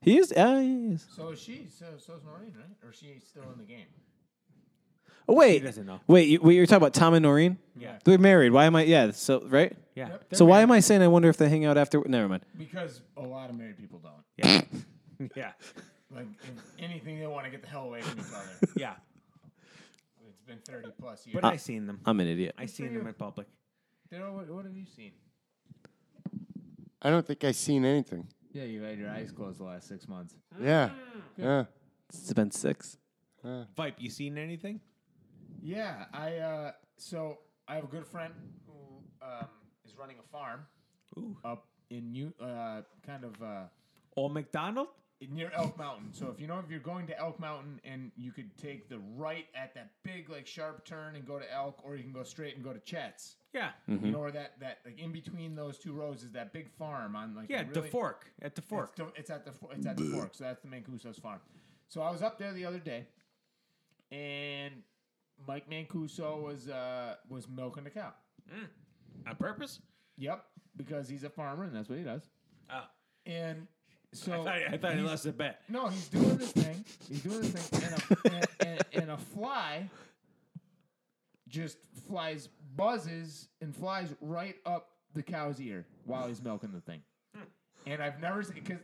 Speaker 4: He is. Uh, he is.
Speaker 3: So is she? So so's Noreen, right? Or is she still in the game?
Speaker 4: Oh, wait,
Speaker 2: doesn't know.
Speaker 4: wait. You, wait, you're talking about Tom and Noreen.
Speaker 2: Yeah.
Speaker 4: they're married. Why am I? Yeah. So right.
Speaker 2: Yeah.
Speaker 4: So why am I saying I wonder if they hang out after? Never mind.
Speaker 3: Because a lot of married people don't.
Speaker 4: [laughs]
Speaker 2: Yeah. [laughs]
Speaker 3: Like if anything, they want to get the hell away from each other.
Speaker 2: Yeah.
Speaker 3: it's been thirty plus
Speaker 4: Uh,
Speaker 3: years.
Speaker 2: But I seen them.
Speaker 4: I'm an idiot.
Speaker 2: I seen them in public.
Speaker 3: Daryl, what, what have you seen?
Speaker 5: I don't think I seen anything.
Speaker 3: Yeah, you've had your eyes closed the last six months.
Speaker 5: Yeah.
Speaker 3: Hmm.
Speaker 5: Yeah.
Speaker 4: It's been six.
Speaker 2: Vipe, you seen anything?
Speaker 3: Yeah, I uh, so I have a good friend who um, is running a farm
Speaker 2: Ooh.
Speaker 3: up in you uh, kind of uh,
Speaker 2: Old McDonald?
Speaker 3: near Elk Mountain. So if you know if you're going to Elk Mountain and you could take the right at that big like sharp turn and go to Elk, or you can go straight and go to Chet's.
Speaker 2: Yeah.
Speaker 4: Mm-hmm.
Speaker 3: You know where that that like in between those two roads is that big farm on like
Speaker 2: Yeah,
Speaker 3: a really,
Speaker 2: the fork. At the fork.
Speaker 3: It's, the- it's at the fo- it's at the fork. So that's the Mancuso's farm. So I was up there the other day, and Mike Mancuso was uh, was milking the cow.
Speaker 2: On purpose?
Speaker 3: Yep, because he's a farmer and that's what he does.
Speaker 2: Oh.
Speaker 3: And so
Speaker 2: I thought, I thought he lost a bet.
Speaker 3: no, he's doing this thing. He's doing this thing, and a, and, and, and a fly just flies, buzzes, and flies right up the cow's ear while he's milking the thing. And I've never seen because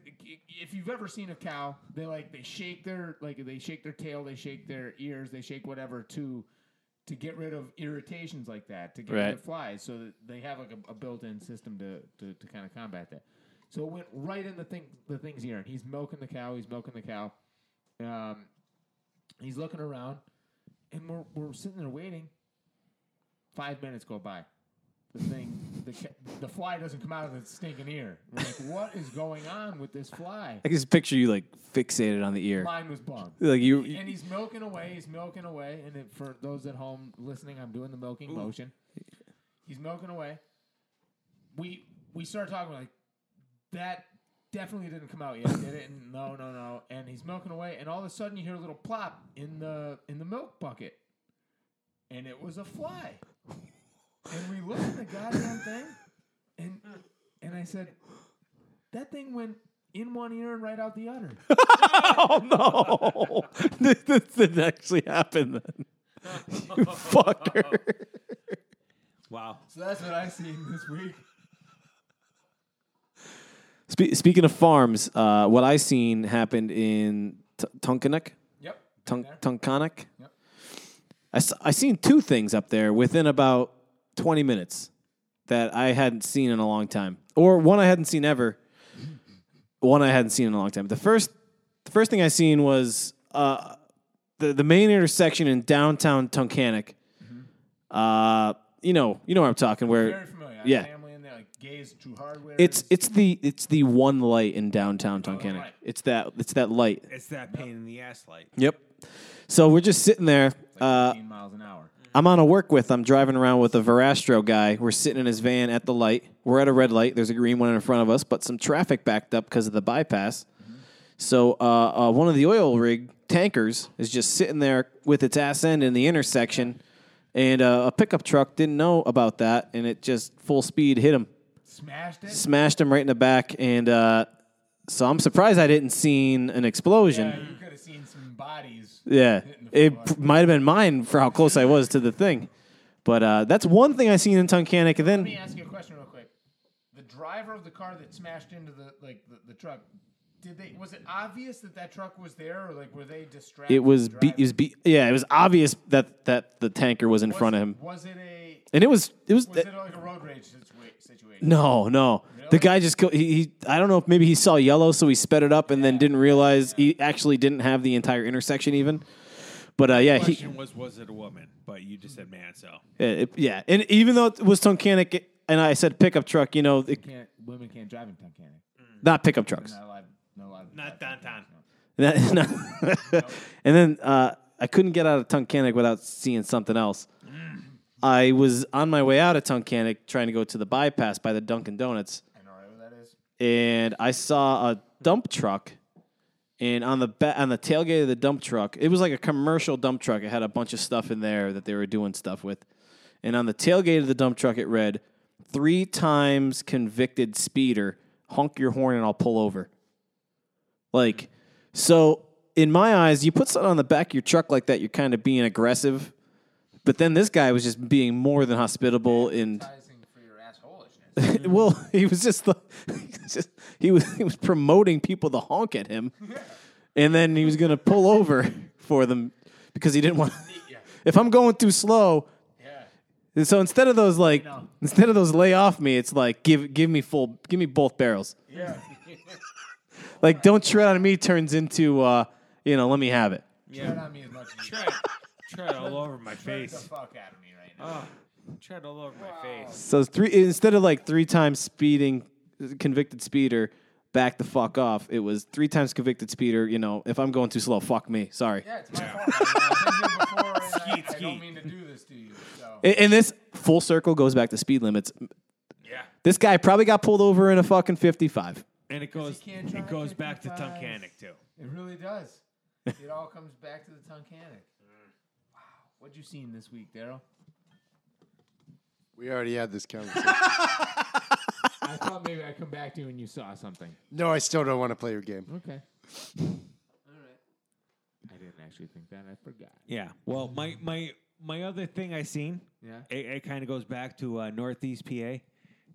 Speaker 3: if you've ever seen a cow, they like they shake their like they shake their tail, they shake their ears, they shake whatever to to get rid of irritations like that, to get rid
Speaker 4: Right.
Speaker 3: of flies, so that they have like a, a built-in system to, to, to kind of combat that. So it went right in the thing the thing's ear, and he's milking the cow, he's milking the cow. Um, he's looking around, and we're we're sitting there waiting. Five minutes go by. The thing, the, ca- the fly doesn't come out of the stinking ear. We're like, what is going on with this fly?
Speaker 4: I can just picture you like fixated on the ear.
Speaker 3: Mine was bung.
Speaker 4: Like you, [laughs]
Speaker 3: And he's milking away. He's milking away. And it, for those at home listening, I'm doing the milking motion. He's milking away. We we start talking like that. Definitely didn't come out yet, did it? And no, no, no. And he's milking away, and all of a sudden you hear a little plop in the in the milk bucket, and it was a fly. And we looked at the goddamn thing, and and I said, that thing went in one ear and right out the other.
Speaker 4: oh no, [laughs] this, this didn't actually happen then. [laughs] you fucker.
Speaker 2: [laughs] Wow.
Speaker 3: So that's what I seen this week.
Speaker 4: Spe- speaking of farms, uh, what I seen happened in T- Tunkenek.
Speaker 3: Yep.
Speaker 4: Tunk-
Speaker 3: there.
Speaker 4: Tunkhannock.
Speaker 3: Yep.
Speaker 4: I, s- I seen two things up there within about 20 minutes that I hadn't seen in a long time, or one I hadn't seen ever, one I hadn't seen in a long time. The first, the first thing I seen was uh, the the main intersection in downtown Tunkhannock. Uh, you know, you know what I'm talking. Where
Speaker 3: Mm-hmm. Very familiar. I
Speaker 4: Yeah.
Speaker 3: yeah. Family in there, like gays, true hardware.
Speaker 4: it's it's the it's the one light in downtown Tunkhannock.
Speaker 3: Oh, right.
Speaker 4: It's that it's that light.
Speaker 2: It's that pain in the ass
Speaker 4: [laughs]
Speaker 2: light.
Speaker 4: Yep. So we're just sitting there. uh,
Speaker 3: 15 miles an hour.
Speaker 4: I'm on a work with. I'm driving around with a Verastro guy. We're sitting in his van at the light. We're at a red light. There's a green one in front of us, but some traffic backed up because of the bypass.
Speaker 3: Mm-hmm.
Speaker 4: So uh, uh, one of the oil rig tankers is just sitting there with its ass end in the intersection, and uh, a pickup truck didn't know about that, and it just full speed hit him,
Speaker 3: Smashed it.
Speaker 4: smashed him right in the back, and uh, so I'm surprised I didn't seen an explosion.
Speaker 3: Yeah, you could have seen some bodies.
Speaker 4: Yeah,
Speaker 3: hitting the
Speaker 4: it
Speaker 3: floor.
Speaker 4: p- might have been mine for how close I was to the thing, but uh, that's one thing I seen in Tunkhannock. And
Speaker 3: Let me
Speaker 4: then
Speaker 3: ask you a question real quick. The driver of the car that smashed into the like the, the truck
Speaker 7: Did they? Was it obvious that that truck was there, or like were they distracted?
Speaker 4: It was, be, it
Speaker 7: driving?
Speaker 4: was be, yeah, it was obvious that that the tanker was in
Speaker 7: Was
Speaker 4: front of
Speaker 7: it-
Speaker 4: him,
Speaker 7: Was it a?
Speaker 4: and it was it was,
Speaker 7: Was
Speaker 4: that-
Speaker 7: it like a road rage situa- situation?
Speaker 4: no no the
Speaker 7: Really?
Speaker 4: guy just go, he, he I don't know if maybe he saw yellow so he sped it up and then didn't realize he actually didn't have the entire intersection even, but uh, yeah he,
Speaker 2: Question was, was it a woman? But you just said man, so
Speaker 4: yeah, it- yeah and even though it was Tonkanic and I said pickup truck you know it,
Speaker 7: Can't, women can't drive in Tunkhannock.
Speaker 4: not pickup trucks
Speaker 7: Not allowed. Not allowed.
Speaker 2: not downtown.
Speaker 4: That- [laughs]
Speaker 7: [laughs]
Speaker 4: no. and then uh, I couldn't get out of Tunkhannock without seeing something else.
Speaker 7: Mm.
Speaker 4: I was on my way out of Tunkhannock trying to go to the bypass by the Dunkin' Donuts,
Speaker 7: I know right where that is.
Speaker 4: and I saw a dump truck. And on the ba- on the tailgate of the dump truck, it was like a commercial dump truck. It had a bunch of stuff in there that they were doing stuff with. And on the tailgate of the dump truck, it read, three times convicted speeder, honk your horn and I'll pull over. Like, so in my eyes, you put something on the back of your truck like that, you're kind of being aggressive. But then this guy was just being more than hospitable and
Speaker 7: Advertising for your
Speaker 4: [laughs]
Speaker 7: assholishness.
Speaker 4: well, he was just the [laughs] just, he was he was promoting people to honk at him, and then he was gonna pull over for them because he didn't want. if I'm going too slow, yeah. So instead of those like instead of those lay off me, it's like give give me full give me both barrels. Yeah. [laughs] like don't tread on me turns into uh you know let me have it.
Speaker 7: Tread on me as much
Speaker 2: [laughs]
Speaker 7: as you
Speaker 2: Try it, try it all over my
Speaker 7: Tread the
Speaker 2: face.
Speaker 7: fuck out of me right now.
Speaker 2: Try it all over my face.
Speaker 4: So three instead of like three times speeding convicted speeder, back the fuck off. It was three times convicted speeder. You know, if I'm going too slow, fuck me. Sorry.
Speaker 7: Yeah, it's my fault. I've been here before, and I, I
Speaker 2: skeet.
Speaker 7: don't mean to do this to you. So
Speaker 4: And, and this full circle goes back to speed limits.
Speaker 2: Yeah,
Speaker 4: This guy probably got pulled over in a fucking 55.
Speaker 2: and it goes
Speaker 7: can't
Speaker 2: it
Speaker 7: drive
Speaker 2: goes back to
Speaker 7: 55.
Speaker 2: Tunkhannock too.
Speaker 7: it really does. It all comes back to the Tunkhannock. Wow, what you seen this week, Daryl?
Speaker 5: We already had this conversation.
Speaker 7: I thought maybe I'd come back to you and you saw something.
Speaker 5: [laughs] no, I still don't want to play your game.
Speaker 7: Okay. All right. I didn't actually think that. I forgot.
Speaker 2: Yeah. Well, my my my other thing I seen.
Speaker 7: Yeah.
Speaker 2: It, it kind of goes back to uh, Northeast PA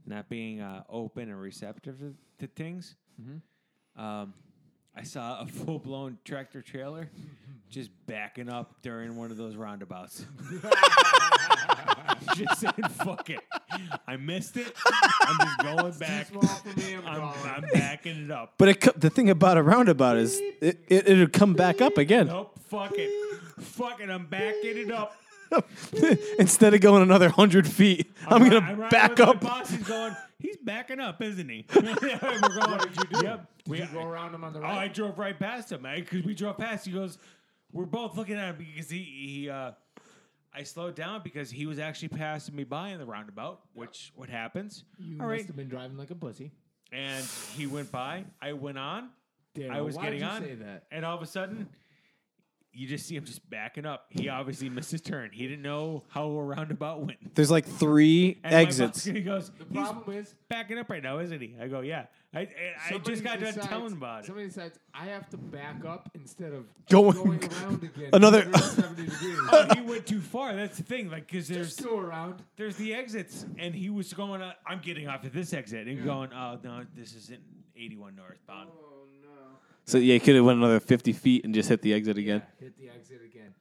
Speaker 2: not being uh, open and receptive to, to things.
Speaker 7: Mm-hmm.
Speaker 2: Um, I saw a [laughs] full blown tractor trailer just backing up during one of those roundabouts. [laughs] just saying, fuck it. I missed it. I'm just going back. I'm, I'm backing it up.
Speaker 4: But it, co- the thing about a roundabout is it, it, it'll come back up again.
Speaker 2: Nope, fuck it. fuck it, I'm backing it up.
Speaker 4: [laughs] Instead of going another 100 feet, [laughs] I'm, going
Speaker 2: ri-
Speaker 4: to
Speaker 2: riding
Speaker 4: back
Speaker 2: with my
Speaker 4: up.
Speaker 2: boss is going, he's backing up, isn't
Speaker 4: [laughs]
Speaker 2: he? [laughs] We're going, Yep. We,
Speaker 7: Go around him on the
Speaker 2: Oh, I
Speaker 7: right.
Speaker 2: drove right past him because we drove past. He goes, "We're both looking at him because he he." Uh, I slowed down because he was actually passing me by in the roundabout, which what happens.
Speaker 7: you
Speaker 2: All
Speaker 7: must
Speaker 2: right,
Speaker 7: have been driving like a pussy.
Speaker 2: and he went by. I went on.
Speaker 7: Daryl,
Speaker 2: I was
Speaker 7: why'd
Speaker 2: getting
Speaker 7: uh, you
Speaker 2: on,
Speaker 7: Say that.
Speaker 2: and all of a sudden, you just see him just backing up. He obviously [laughs] missed his turn. He didn't know how a roundabout went.
Speaker 4: There's like three
Speaker 2: And my
Speaker 4: exits.
Speaker 2: boss- He goes, he's
Speaker 7: Problem is,
Speaker 2: backing up right now, isn't he? I go, yeah. I I, I
Speaker 7: somebody
Speaker 2: just got done
Speaker 7: decides-
Speaker 2: telling about it.
Speaker 7: Somebody decides I have to back up instead of
Speaker 4: Going-
Speaker 7: going, around again.
Speaker 4: Another-
Speaker 7: 170 degrees. [laughs]
Speaker 2: he went too far. That's the thing. Like, because there's
Speaker 7: Just go around.
Speaker 2: there's the exits, and he was going. Uh, I'm getting off at this exit, and going, oh no, this isn't 81 northbound.
Speaker 4: So yeah, he could have went another 50 feet and just hit the exit again.
Speaker 7: Hit the exit again.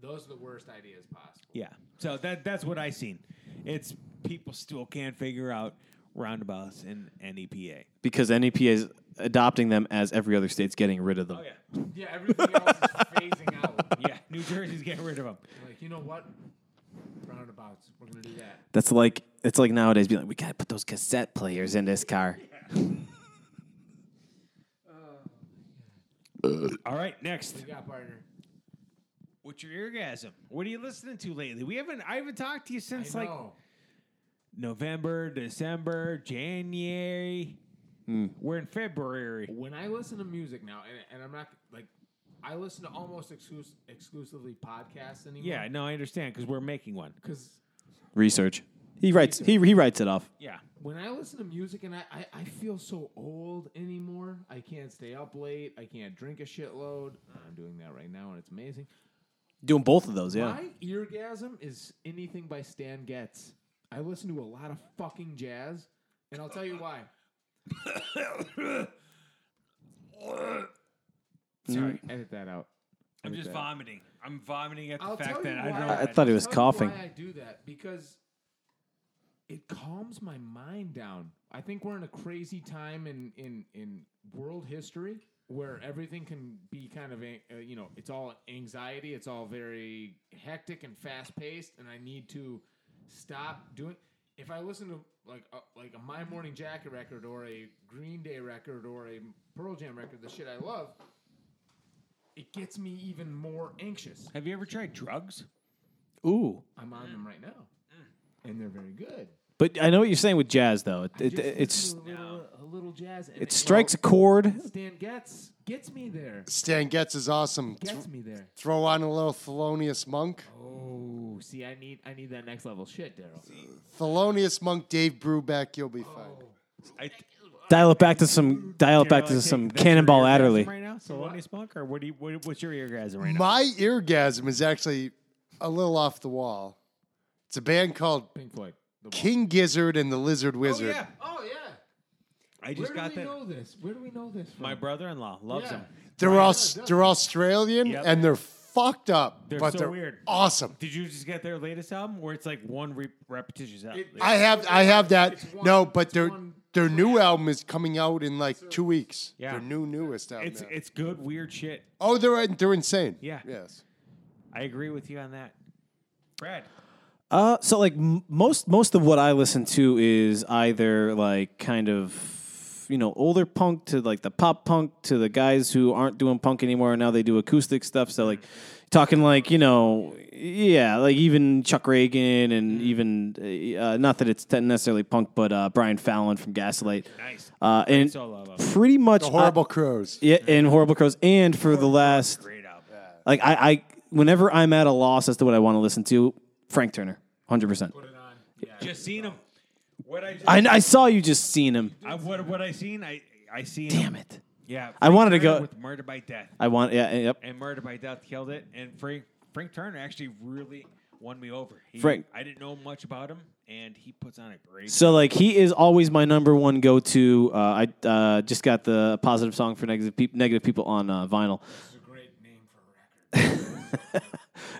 Speaker 7: Those are the worst ideas possible.
Speaker 2: Yeah. So that that's what I seen. It's people still can't figure out roundabouts in E NEPA.
Speaker 4: Because NEPA is adopting them as every other state's getting rid of them.
Speaker 2: yeah.
Speaker 7: Oh, Yeah, everything else is phasing out.
Speaker 2: Yeah. [laughs] New Jersey's getting rid of them.
Speaker 7: Like, you know what? Roundabouts. We're going to do that.
Speaker 4: That's like it's like nowadays being like, we gotta put those cassette players in this [laughs] car.
Speaker 2: All right. Next.
Speaker 7: You got partner.
Speaker 2: What's your orgasm? What are you listening to lately? We haven't. I haven't talked to you
Speaker 7: I
Speaker 2: since like
Speaker 7: know.
Speaker 2: November, December, January.
Speaker 4: Hmm.
Speaker 2: We're in February.
Speaker 7: when I listen to music now, and, and I'm not like, I listen to almost exclus- exclusively podcasts anymore.
Speaker 2: Yeah, no, I understand because we're making one.
Speaker 7: Because
Speaker 4: Research. He writes he he writes it off.
Speaker 2: Yeah,
Speaker 7: when I listen to music and I, I, I feel so old anymore. I can't stay up late. I can't drink a shitload. I'm doing that right now and it's amazing.
Speaker 4: Doing both of those, yeah.
Speaker 7: My eargasm is anything by Stan Getz. I listen to a lot of [coughs] fucking jazz, and I'll tell you why.
Speaker 3: Sorry, edit that out.
Speaker 2: I'm just vomiting. I'm vomiting at the fact that I
Speaker 3: why
Speaker 2: don't know.
Speaker 4: I- I thought he was
Speaker 3: tell you
Speaker 4: coughing.
Speaker 3: Why I do that because it calms my mind down. I think we're in a crazy time in in in world history where everything can be kind of a- uh, you know it's all anxiety, it's all very hectic and fast paced, and I need to stop doing. If I listen to like a, like a My Morning Jacket record or a Green Day record or a Pearl Jam record, the shit I love, it gets me even more anxious.
Speaker 2: Have you ever tried drugs?
Speaker 4: Ooh.
Speaker 3: I'm on them right now, and they're very good.
Speaker 4: But I know what you're saying with jazz, though. It, it,
Speaker 3: Just
Speaker 4: it's
Speaker 3: listen to a little, a little jazz. and
Speaker 4: it strikes a chord.
Speaker 3: Stan gets gets me there.
Speaker 5: Stan Getz is awesome. Th-
Speaker 3: Gets me there.
Speaker 5: throw on a little Thelonious Monk.
Speaker 3: Oh, see, I need I need that next level shit, Daryl. Oh.
Speaker 5: Thelonious Monk, Dave Brubeck, you'll be fine.
Speaker 2: I,
Speaker 4: Dial it back to some. Dial it back to some Cannonball Adderley.
Speaker 2: right now. Thelonious Monk, or what do you, what, what's your eargasm right now?
Speaker 5: My eargasm is actually a little off the wall. It's a band called
Speaker 3: Pink Floyd. The Wall.
Speaker 5: King Gizzard and the Lizard Wizard.
Speaker 3: Oh yeah.
Speaker 2: I
Speaker 3: Where
Speaker 2: just
Speaker 3: do
Speaker 2: got
Speaker 3: we
Speaker 2: that.
Speaker 3: know this? Where do we know this? From?
Speaker 2: My brother-in-law loves
Speaker 3: Yeah.
Speaker 2: him.
Speaker 5: They're all they're Australian
Speaker 2: Yep.
Speaker 5: and they're fucked up,
Speaker 2: They're
Speaker 5: but
Speaker 2: so
Speaker 5: they're
Speaker 2: weird.
Speaker 5: awesome.
Speaker 2: Did you just get their latest album, where it's like one re- repetitious album?
Speaker 5: I have I have that.
Speaker 3: It's one-
Speaker 5: no, but
Speaker 3: it's
Speaker 5: their
Speaker 3: one-
Speaker 5: their new album is coming out in like two weeks.
Speaker 2: Yeah.
Speaker 5: Their new newest album.
Speaker 2: it's it's good, weird shit.
Speaker 5: oh, they're they're insane.
Speaker 2: Yeah.
Speaker 5: Yes.
Speaker 2: I agree with you on that, Brad.
Speaker 4: Uh, so like m- most most of what I listen to is either like kind of you know older punk to like the pop punk to the guys who aren't doing punk anymore and now they do acoustic stuff. So like talking like you know yeah like even Chuck Reagan and even uh, not that it's necessarily punk but uh, Brian Fallon from Gaslight.
Speaker 2: Nice.
Speaker 4: Uh, and
Speaker 2: solo album.
Speaker 4: pretty much
Speaker 5: The Horrible Crows.
Speaker 4: yeah, and horrible crows. And for the last
Speaker 2: Great album.
Speaker 4: like I, I whenever I'm at a loss as to what I want to listen to, Frank Turner, hundred percent.
Speaker 2: Just seen him. What I just,
Speaker 4: I, I saw you just seen him.
Speaker 2: I- what what I seen I I seen him.
Speaker 4: Damn it!
Speaker 2: Yeah,
Speaker 4: I
Speaker 2: Frank
Speaker 4: wanted to
Speaker 2: Turner
Speaker 4: go-
Speaker 2: with Murder by Death,
Speaker 4: I want yeah yep.
Speaker 2: and Murder by Death killed it. And Frank Frank Turner actually really won me over. He,
Speaker 4: Frank.
Speaker 2: I didn't know much about him, and he puts on a great.
Speaker 4: So like he is always my number one go to. Uh, I uh, just got the positive song for negative peop negative people on uh, vinyl. [laughs]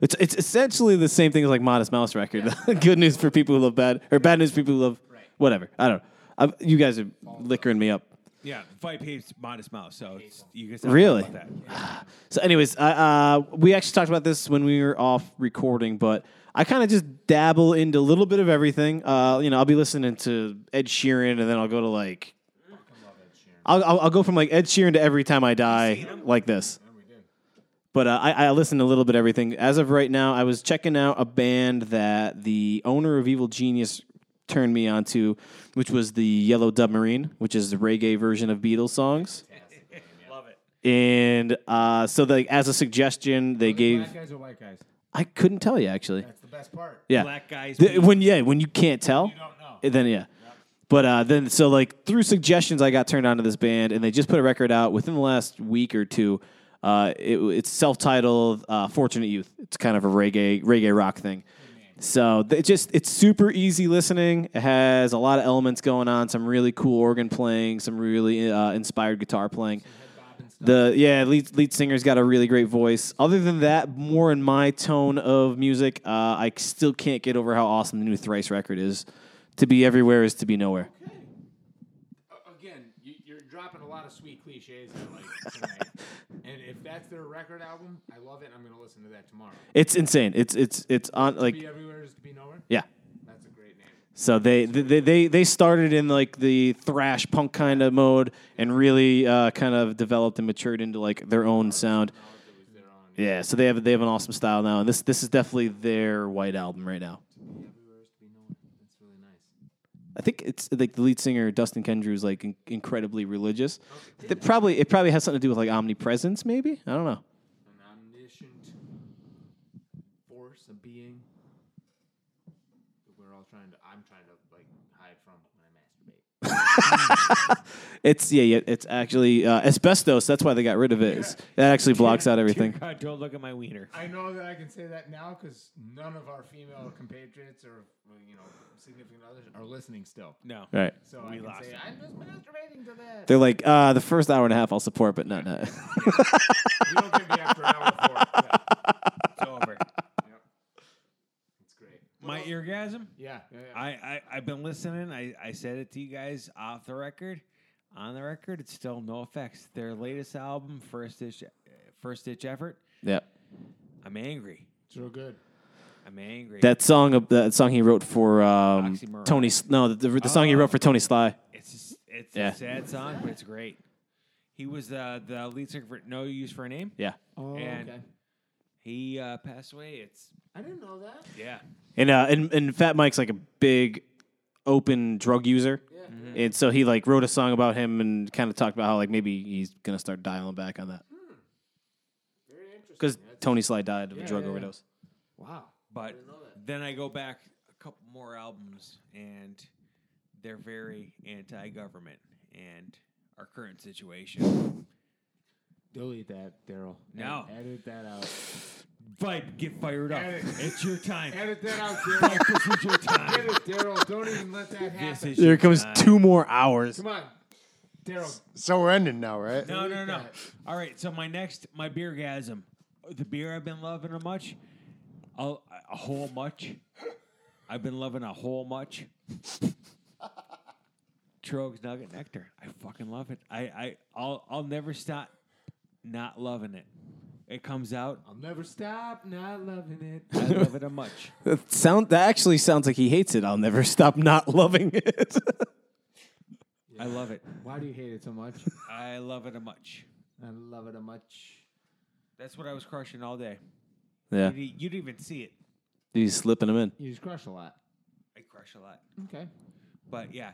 Speaker 4: It's it's essentially the same thing as like Modest Mouse record. [laughs] Good news for people who love bad, or bad news for people who love whatever. I don't know. i you guys are liquoring me up.
Speaker 2: yeah, Vibe hates Modest Mouse, so it's, you guys
Speaker 4: Really?
Speaker 2: have to know about that.
Speaker 4: So, anyways, uh, uh, we actually talked about this when we were off recording, but I kind of just dabble into a little bit of everything. Uh, you know, I'll be listening to Ed Sheeran, and then I'll go to like, I'll, I'll, I'll go from like Ed Sheeran to Every Time I Die, like this. But uh, I, I listen to a little bit of everything. As of right now, I was checking out a band that the owner of Evil Genius turned me onto, which was the Yellow Submarine, which is the reggae version of Beatles songs.
Speaker 2: Love it.
Speaker 4: And uh, so, like as a suggestion, they gave
Speaker 3: Black guys or white guys?
Speaker 4: I couldn't tell you actually.
Speaker 3: That's the best part.
Speaker 4: Yeah,
Speaker 2: Black guys.
Speaker 4: Th- when yeah, when you can't tell, eh,
Speaker 3: don't know.
Speaker 4: then yeah. But uh, then so like through suggestions, I got turned on to this band, and they just put a record out within the last week or two. Uh, it, it's self-titled uh, "Fortunate Youth." It's kind of a reggae reggae rock thing. So th- it just it's super easy listening. It has a lot of elements going on. Some really cool organ playing. Some really uh, inspired guitar playing. The yeah, lead lead singer's got a really great voice. Other than that, more in my tone of music, uh, I still can't get over how awesome the new Thrice record is. To be everywhere is to be nowhere.
Speaker 3: Again, you, you're dropping a lot of sweet cliches I like tonight. and if that's their record album, I love it. and I'm gonna listen to that tomorrow.
Speaker 4: It's insane. It's it's it's on
Speaker 3: Be
Speaker 4: like
Speaker 3: everywhere is to be nowhere.
Speaker 4: yeah.
Speaker 3: That's a great name.
Speaker 4: So they they they, they started in like the thrash punk kind of mode and really uh, kind of developed and matured into like their own sound. Yeah, so they have they have an awesome style now, and this this is definitely their white album right now. I think it's like the lead singer Dustin Kendrew is like in- incredibly religious. That probably it probably has something to do with like omnipresence, maybe. I don't know.
Speaker 3: An omniscient force of being that we're all trying to. I'm trying to like hide from when I masturbate.
Speaker 4: it's yeah, yeah, it's actually uh, asbestos. That's why they got rid of it. It's- That actually blocks out
Speaker 2: [laughs]
Speaker 4: everything.
Speaker 2: Dear God, don't look at my wiener.
Speaker 7: I know that I can say that now because none of our [laughs] female compatriots or you know significant others are listening still.
Speaker 2: No.
Speaker 4: Right.
Speaker 7: So I can say I'm just masturbating to that.
Speaker 4: They're like, uh, the first hour and a half I'll support, but not [laughs] not.
Speaker 7: you don't get me after an hour four. Yeah,
Speaker 2: It's
Speaker 4: [laughs]
Speaker 2: over.
Speaker 7: it's great.
Speaker 2: My orgasm?
Speaker 7: Yeah, yeah, yeah.
Speaker 2: I, I, I've been listening. I, I said it to you guys off the record. On the record, it's still no effects. Their latest album, First Ditch, uh, First Ditch Effort,
Speaker 4: yeah.
Speaker 2: I'm angry.
Speaker 7: it's real good.
Speaker 2: I'm angry.
Speaker 4: That song of that song he wrote for um,
Speaker 2: Oxymoron.
Speaker 4: Tony. S- No, the, the, the song he wrote for Tony Sly.
Speaker 2: It's just, it's
Speaker 4: Yeah.
Speaker 2: a sad song, but it's great. He was the the lead singer for No Use for a Name,
Speaker 4: Yeah.
Speaker 7: Oh,
Speaker 2: and
Speaker 7: okay.
Speaker 2: he uh, passed away. It's
Speaker 7: I didn't know that.
Speaker 2: yeah,
Speaker 4: And uh, and and Fat Mike's like a big open drug user. And so he like wrote a song about him and kind of talked about how like maybe he's gonna start dialing back on that
Speaker 7: Hmm. Very interesting.
Speaker 4: because Tony Sly died of a drug
Speaker 7: yeah, yeah.
Speaker 4: overdose.
Speaker 7: Wow.
Speaker 2: but then I go back a couple more albums, and they're very anti-government and our current situation.
Speaker 7: Delete that, Daryl.
Speaker 2: No.
Speaker 7: Edit that out.
Speaker 2: Vibe, get fired up.
Speaker 7: Edit.
Speaker 2: It's your time.
Speaker 7: Edit that [laughs] out, Daryl.
Speaker 2: This is your time.
Speaker 7: Edit, Daryl. Don't even let that happen.
Speaker 2: This is
Speaker 4: There
Speaker 2: your
Speaker 4: comes
Speaker 2: time.
Speaker 4: two more hours.
Speaker 7: Come on, Daryl.
Speaker 5: So we're ending now, right?
Speaker 2: No, no, no. All right, so my next, my beer gasm, the beer I've been loving a much, a, a whole much. I've been loving a whole much. Trogs Nugget Nectar. I fucking love it. I, I, I'll, I'll never stop not loving it. It comes out.
Speaker 7: I'll never stop not loving it.
Speaker 2: I love it a much.
Speaker 4: That sound that actually sounds like he hates it. I'll never [laughs] stop not loving it. [laughs]
Speaker 2: I love it.
Speaker 7: Why do you hate it so much?
Speaker 2: I love it a much.
Speaker 7: [laughs] I love it a much.
Speaker 2: That's what I was crushing all day.
Speaker 4: yeah,
Speaker 2: You'd, you'd even see it.
Speaker 4: he's slipping him in.
Speaker 7: You just crush a lot.
Speaker 2: I crush a lot.
Speaker 7: Okay.
Speaker 2: But yeah,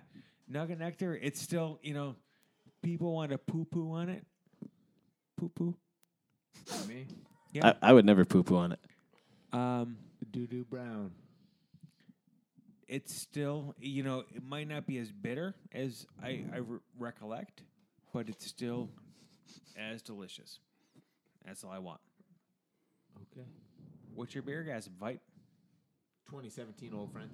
Speaker 2: Nugget Nectar, it's still, you know, people want to poo poo on it. Poo poo.
Speaker 7: Me,
Speaker 4: I, I would never poo poo on it.
Speaker 2: Um,
Speaker 7: Doo Doo Brown.
Speaker 2: it's still, you know, it might not be as bitter as I, I re- recollect, but it's still as delicious. That's all I want.
Speaker 7: Okay.
Speaker 2: What's your beer gas vibe?
Speaker 7: 2017, old friends.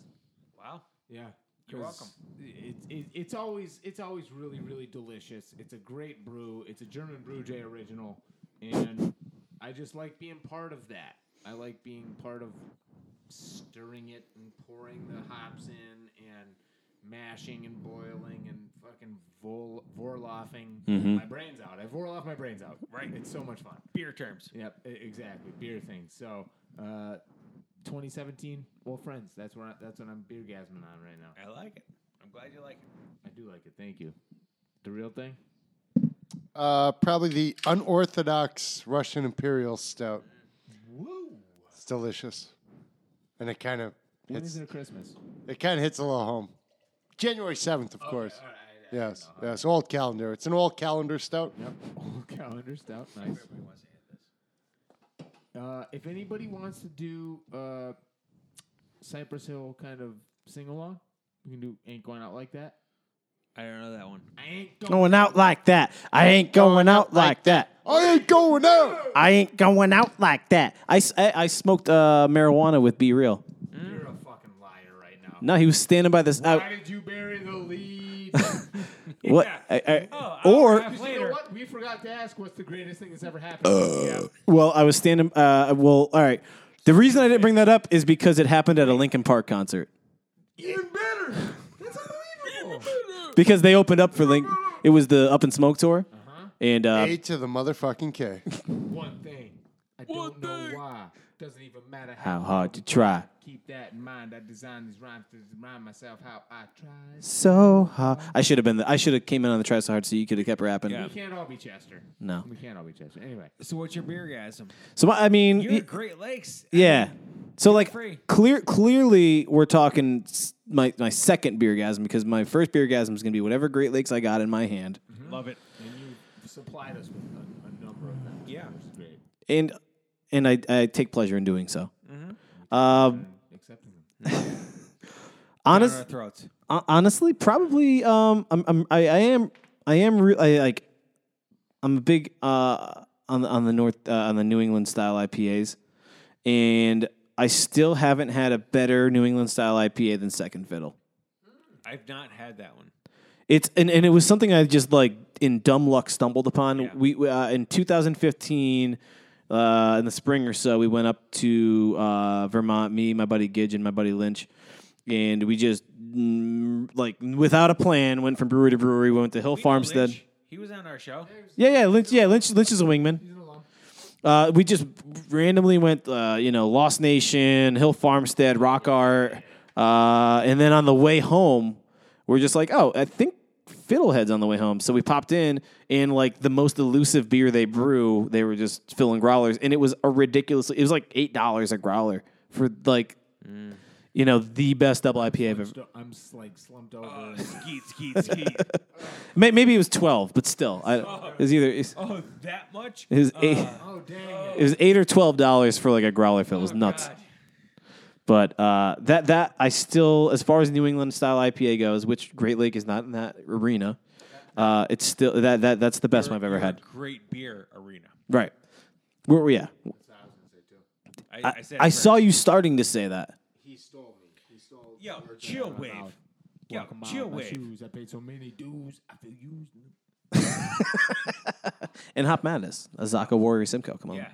Speaker 2: Wow.
Speaker 7: Yeah.
Speaker 2: You're
Speaker 7: 'cause It's it, it's always it's always really really delicious. It's a great brew. It's a German brew J original, and I just like being part of that. I like being part of stirring it and pouring the hops in and mashing and boiling and fucking vor- vorloffing my brains out. I vorloff my brains out.
Speaker 2: Right.
Speaker 7: It's so much fun.
Speaker 2: Beer terms.
Speaker 7: Yep, e- exactly. Beer thing. So, uh, 2017, well, friends. That's where I, that's what I'm beer gasming on right now.
Speaker 2: I like it. I'm glad you like it.
Speaker 7: I do like it. Thank you. The real thing.
Speaker 5: Uh, probably the unorthodox Russian Imperial Stout.
Speaker 7: Woo!
Speaker 5: It's delicious, and it kind of
Speaker 7: When
Speaker 5: hits.
Speaker 7: is it a
Speaker 5: It,
Speaker 7: Christmas?
Speaker 5: kind of hits a little home. January seventh, of course.
Speaker 7: All right,
Speaker 5: Yes, yes. Old calendar. It's an old calendar stout.
Speaker 7: Yep. [laughs] Old calendar stout. Nice. Uh, if anybody wants to do uh, Cypress Hill kind of sing along, we can do "Ain't Going Out Like That."
Speaker 2: I don't know that one.
Speaker 7: I ain't going.
Speaker 4: Going out like that. I ain't going out like that.
Speaker 5: I ain't going out.
Speaker 4: I ain't going out like that. I, s- I- I smoked uh, marijuana with Be Real.
Speaker 7: You're a fucking liar right now.
Speaker 4: No, he was standing by this out.
Speaker 7: Why did you bury the [laughs] lead?
Speaker 4: What?
Speaker 2: Yeah.
Speaker 4: I- I-
Speaker 2: Oh,
Speaker 4: or
Speaker 2: I'll have
Speaker 7: You know
Speaker 2: later.
Speaker 7: what? We forgot to ask what's the greatest thing that's ever happened. yeah.
Speaker 4: well, I was standing. Uh, well, all right. The reason I didn't bring that up is because it happened at a Linkin Park concert.
Speaker 7: Even better. That's unbelievable.
Speaker 4: Because they opened up for Link. It was the Up in Smoke tour,
Speaker 7: Uh-huh.
Speaker 4: and uh,
Speaker 5: A to the motherfucking K. [laughs]
Speaker 7: One thing. I don't know why. Doesn't even matter
Speaker 4: how hard to try.
Speaker 7: Keep that in mind. I designed these rhymes to remind myself how I tried.
Speaker 4: So hard. I should have been. The, I should have came in on the try so hard, so you could have kept rapping.
Speaker 2: Yeah.
Speaker 7: We can't all be Chester.
Speaker 4: No.
Speaker 7: We can't all be Chester. Anyway.
Speaker 2: So what's your beer gasm?
Speaker 4: So I mean,
Speaker 2: You're
Speaker 4: y-
Speaker 2: at Great Lakes.
Speaker 4: yeah. So like
Speaker 2: free.
Speaker 4: clear, clearly we're talking s- my my second beer gasm because my first beer gasm is gonna be whatever Great Lakes I got in my hand,
Speaker 2: Love it.
Speaker 7: And you supplied us with a, a number of them.
Speaker 2: Yeah.
Speaker 7: Which is great.
Speaker 4: and and I, I take pleasure in doing so. Um,
Speaker 7: Accepting them.
Speaker 2: down
Speaker 4: [laughs] Honest,
Speaker 2: our throats.
Speaker 4: Uh, honestly, probably. Um, I'm, I'm, I, I am, I am re- I, like, I'm a big uh on the on the north uh, on the New England style IPAs, and I still haven't had a better New England style IPA than Second Fiddle.
Speaker 2: I've not had that one.
Speaker 4: It's and, and it was something I just like in dumb luck stumbled upon. We we, uh, in 2015. Uh, in the spring or so, we went up to uh, Vermont. Me, my buddy Gidge, and my buddy Lynch, and we just mm, like without a plan went from brewery to brewery. We went to Hill Farmstead.
Speaker 2: Lynch, he was on our show.
Speaker 4: Yeah, yeah, Lynch. Yeah, Lynch. Lynch is a wingman. Uh, we just randomly went, uh, you know, Lost Nation, Hill Farmstead, Rock Art, uh, and then on the way home, we're just like, oh, I think Fiddlehead's on the way home. So we popped in, and like the most elusive beer they brew, they were just filling growlers, and it was a ridiculous. It was like eight dollars a growler for like, you know, the best double IPA I've ever.
Speaker 7: I'm s- like slumped over.
Speaker 2: Uh, skeet, skeet,
Speaker 7: [laughs]
Speaker 2: skeet.
Speaker 4: May- Maybe it was twelve, but still, I, it was either. It's,
Speaker 2: oh, that much?
Speaker 4: it was eight.
Speaker 7: oh dang it!
Speaker 4: It was eight or twelve dollars for like a growler fill.
Speaker 2: Oh
Speaker 4: It was nuts. But uh, that that I still, as far as New England style IPA goes, which Great Lake is not in that arena, uh, it's still that that that's the best one I've ever
Speaker 2: You're a
Speaker 4: had.
Speaker 2: Great beer arena.
Speaker 4: Right. Where were we at?
Speaker 2: I,
Speaker 4: I,
Speaker 2: I, said
Speaker 4: I
Speaker 2: it
Speaker 4: saw you starting to say that.
Speaker 7: He stole me. He stole.
Speaker 2: first. Yo, chill wave. Yo,
Speaker 7: Come on,
Speaker 2: chill
Speaker 7: my
Speaker 2: wave.
Speaker 7: shoes. I paid so many dues. I feel used.
Speaker 4: And Hop Madness, Azaka Warrior Simcoe. Come on.
Speaker 2: Yeah.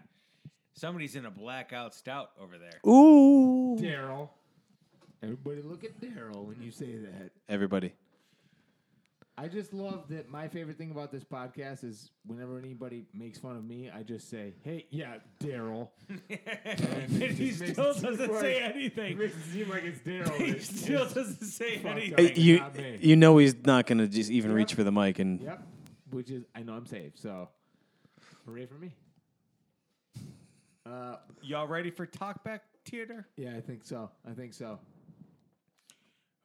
Speaker 2: Somebody's in a blackout stout over there.
Speaker 4: Ooh.
Speaker 7: Daryl. Everybody, look at Daryl when you say that.
Speaker 4: Everybody.
Speaker 7: I just love that my favorite thing about this podcast is whenever anybody makes fun of me, I just say, "Hey, yeah, Daryl."
Speaker 2: [laughs] and he still doesn't say anything.
Speaker 7: Makes [laughs] it seem like it's [laughs] Daryl.
Speaker 2: He
Speaker 7: It's-
Speaker 2: still doesn't say anything.
Speaker 7: Hey,
Speaker 4: You
Speaker 7: not me.
Speaker 4: you know he's not gonna just even reach for the mic and
Speaker 7: Yep. Which is, I know I'm safe, so hooray for me. Uh,
Speaker 2: Y'all ready for Talkback Theater?
Speaker 7: yeah, I think so. I think so.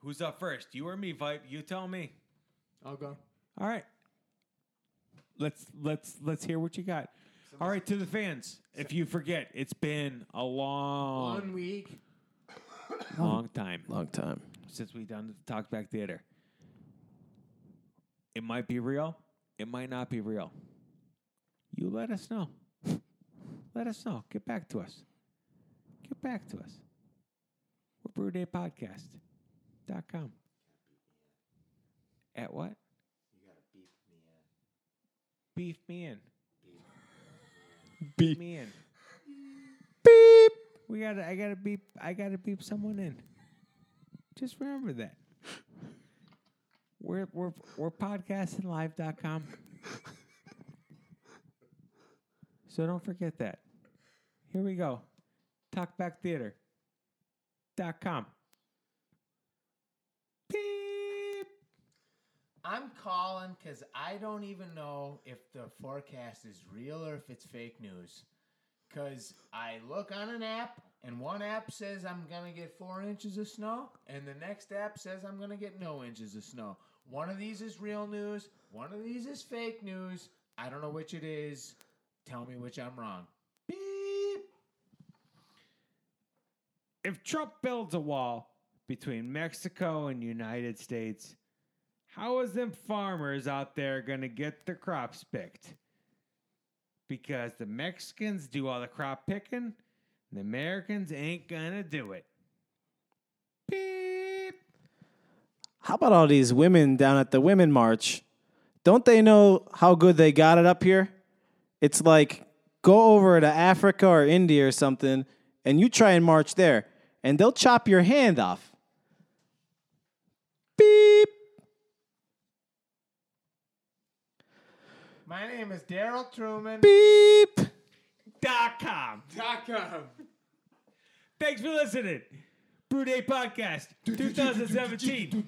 Speaker 2: Who's up first? You or me, Vipe? You tell me.
Speaker 7: I'll go.
Speaker 2: All right. Let's let's let's hear what you got. All right, to the fans. If you forget, it's been a
Speaker 7: One
Speaker 2: long,
Speaker 7: week.
Speaker 2: long time
Speaker 4: long time.
Speaker 2: since we've done the Talkback Theater. It might be real. It might not be real. You let us know. [laughs] Let us know. Get back to us. Get back to us. We're brewdaypodcast.com. At what? You gotta beef me in. Beef me in. Beef me in.
Speaker 4: Beep.
Speaker 2: We gotta I gotta beep I gotta beep someone in. Just remember that. We're we're we're podcastinglive.com. so don't forget that. Here we go. Talkbacktheater.com. Beep.
Speaker 7: I'm calling because I don't even know if the forecast is real or if it's fake news. Because I look on an app, and one app says I'm going to get four inches of snow, and the next app says I'm going to get no inches of snow. One of these is real news, one of these is fake news. I don't know which it is. Tell me which I'm wrong. Beep.
Speaker 2: If Trump builds a wall between Mexico and United States, how is them farmers out there going to get their crops picked? Because the Mexicans do all the crop picking, and the Americans ain't going to do it. Beep.
Speaker 4: how about all these women down at the women march? Don't they know how good they got it up here? It's like go over to Africa or India or something and you try and march there and they'll chop your hand off. Beep.
Speaker 7: My name is Daryl Truman.
Speaker 4: Beep.
Speaker 2: Dot com. Thanks for listening. Brew Day Podcast 2017.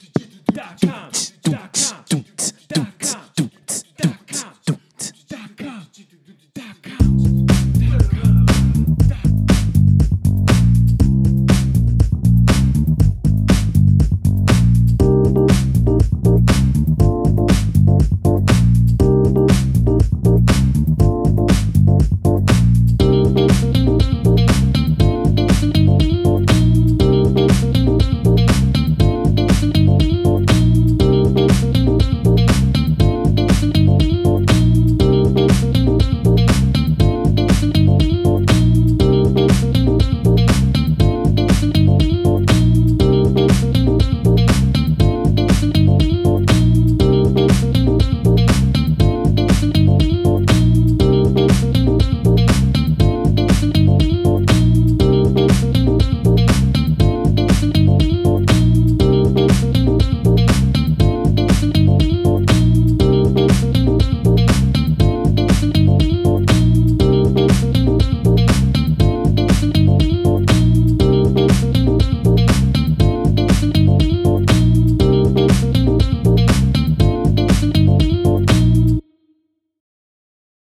Speaker 2: Dot com. Dot com. Dot com.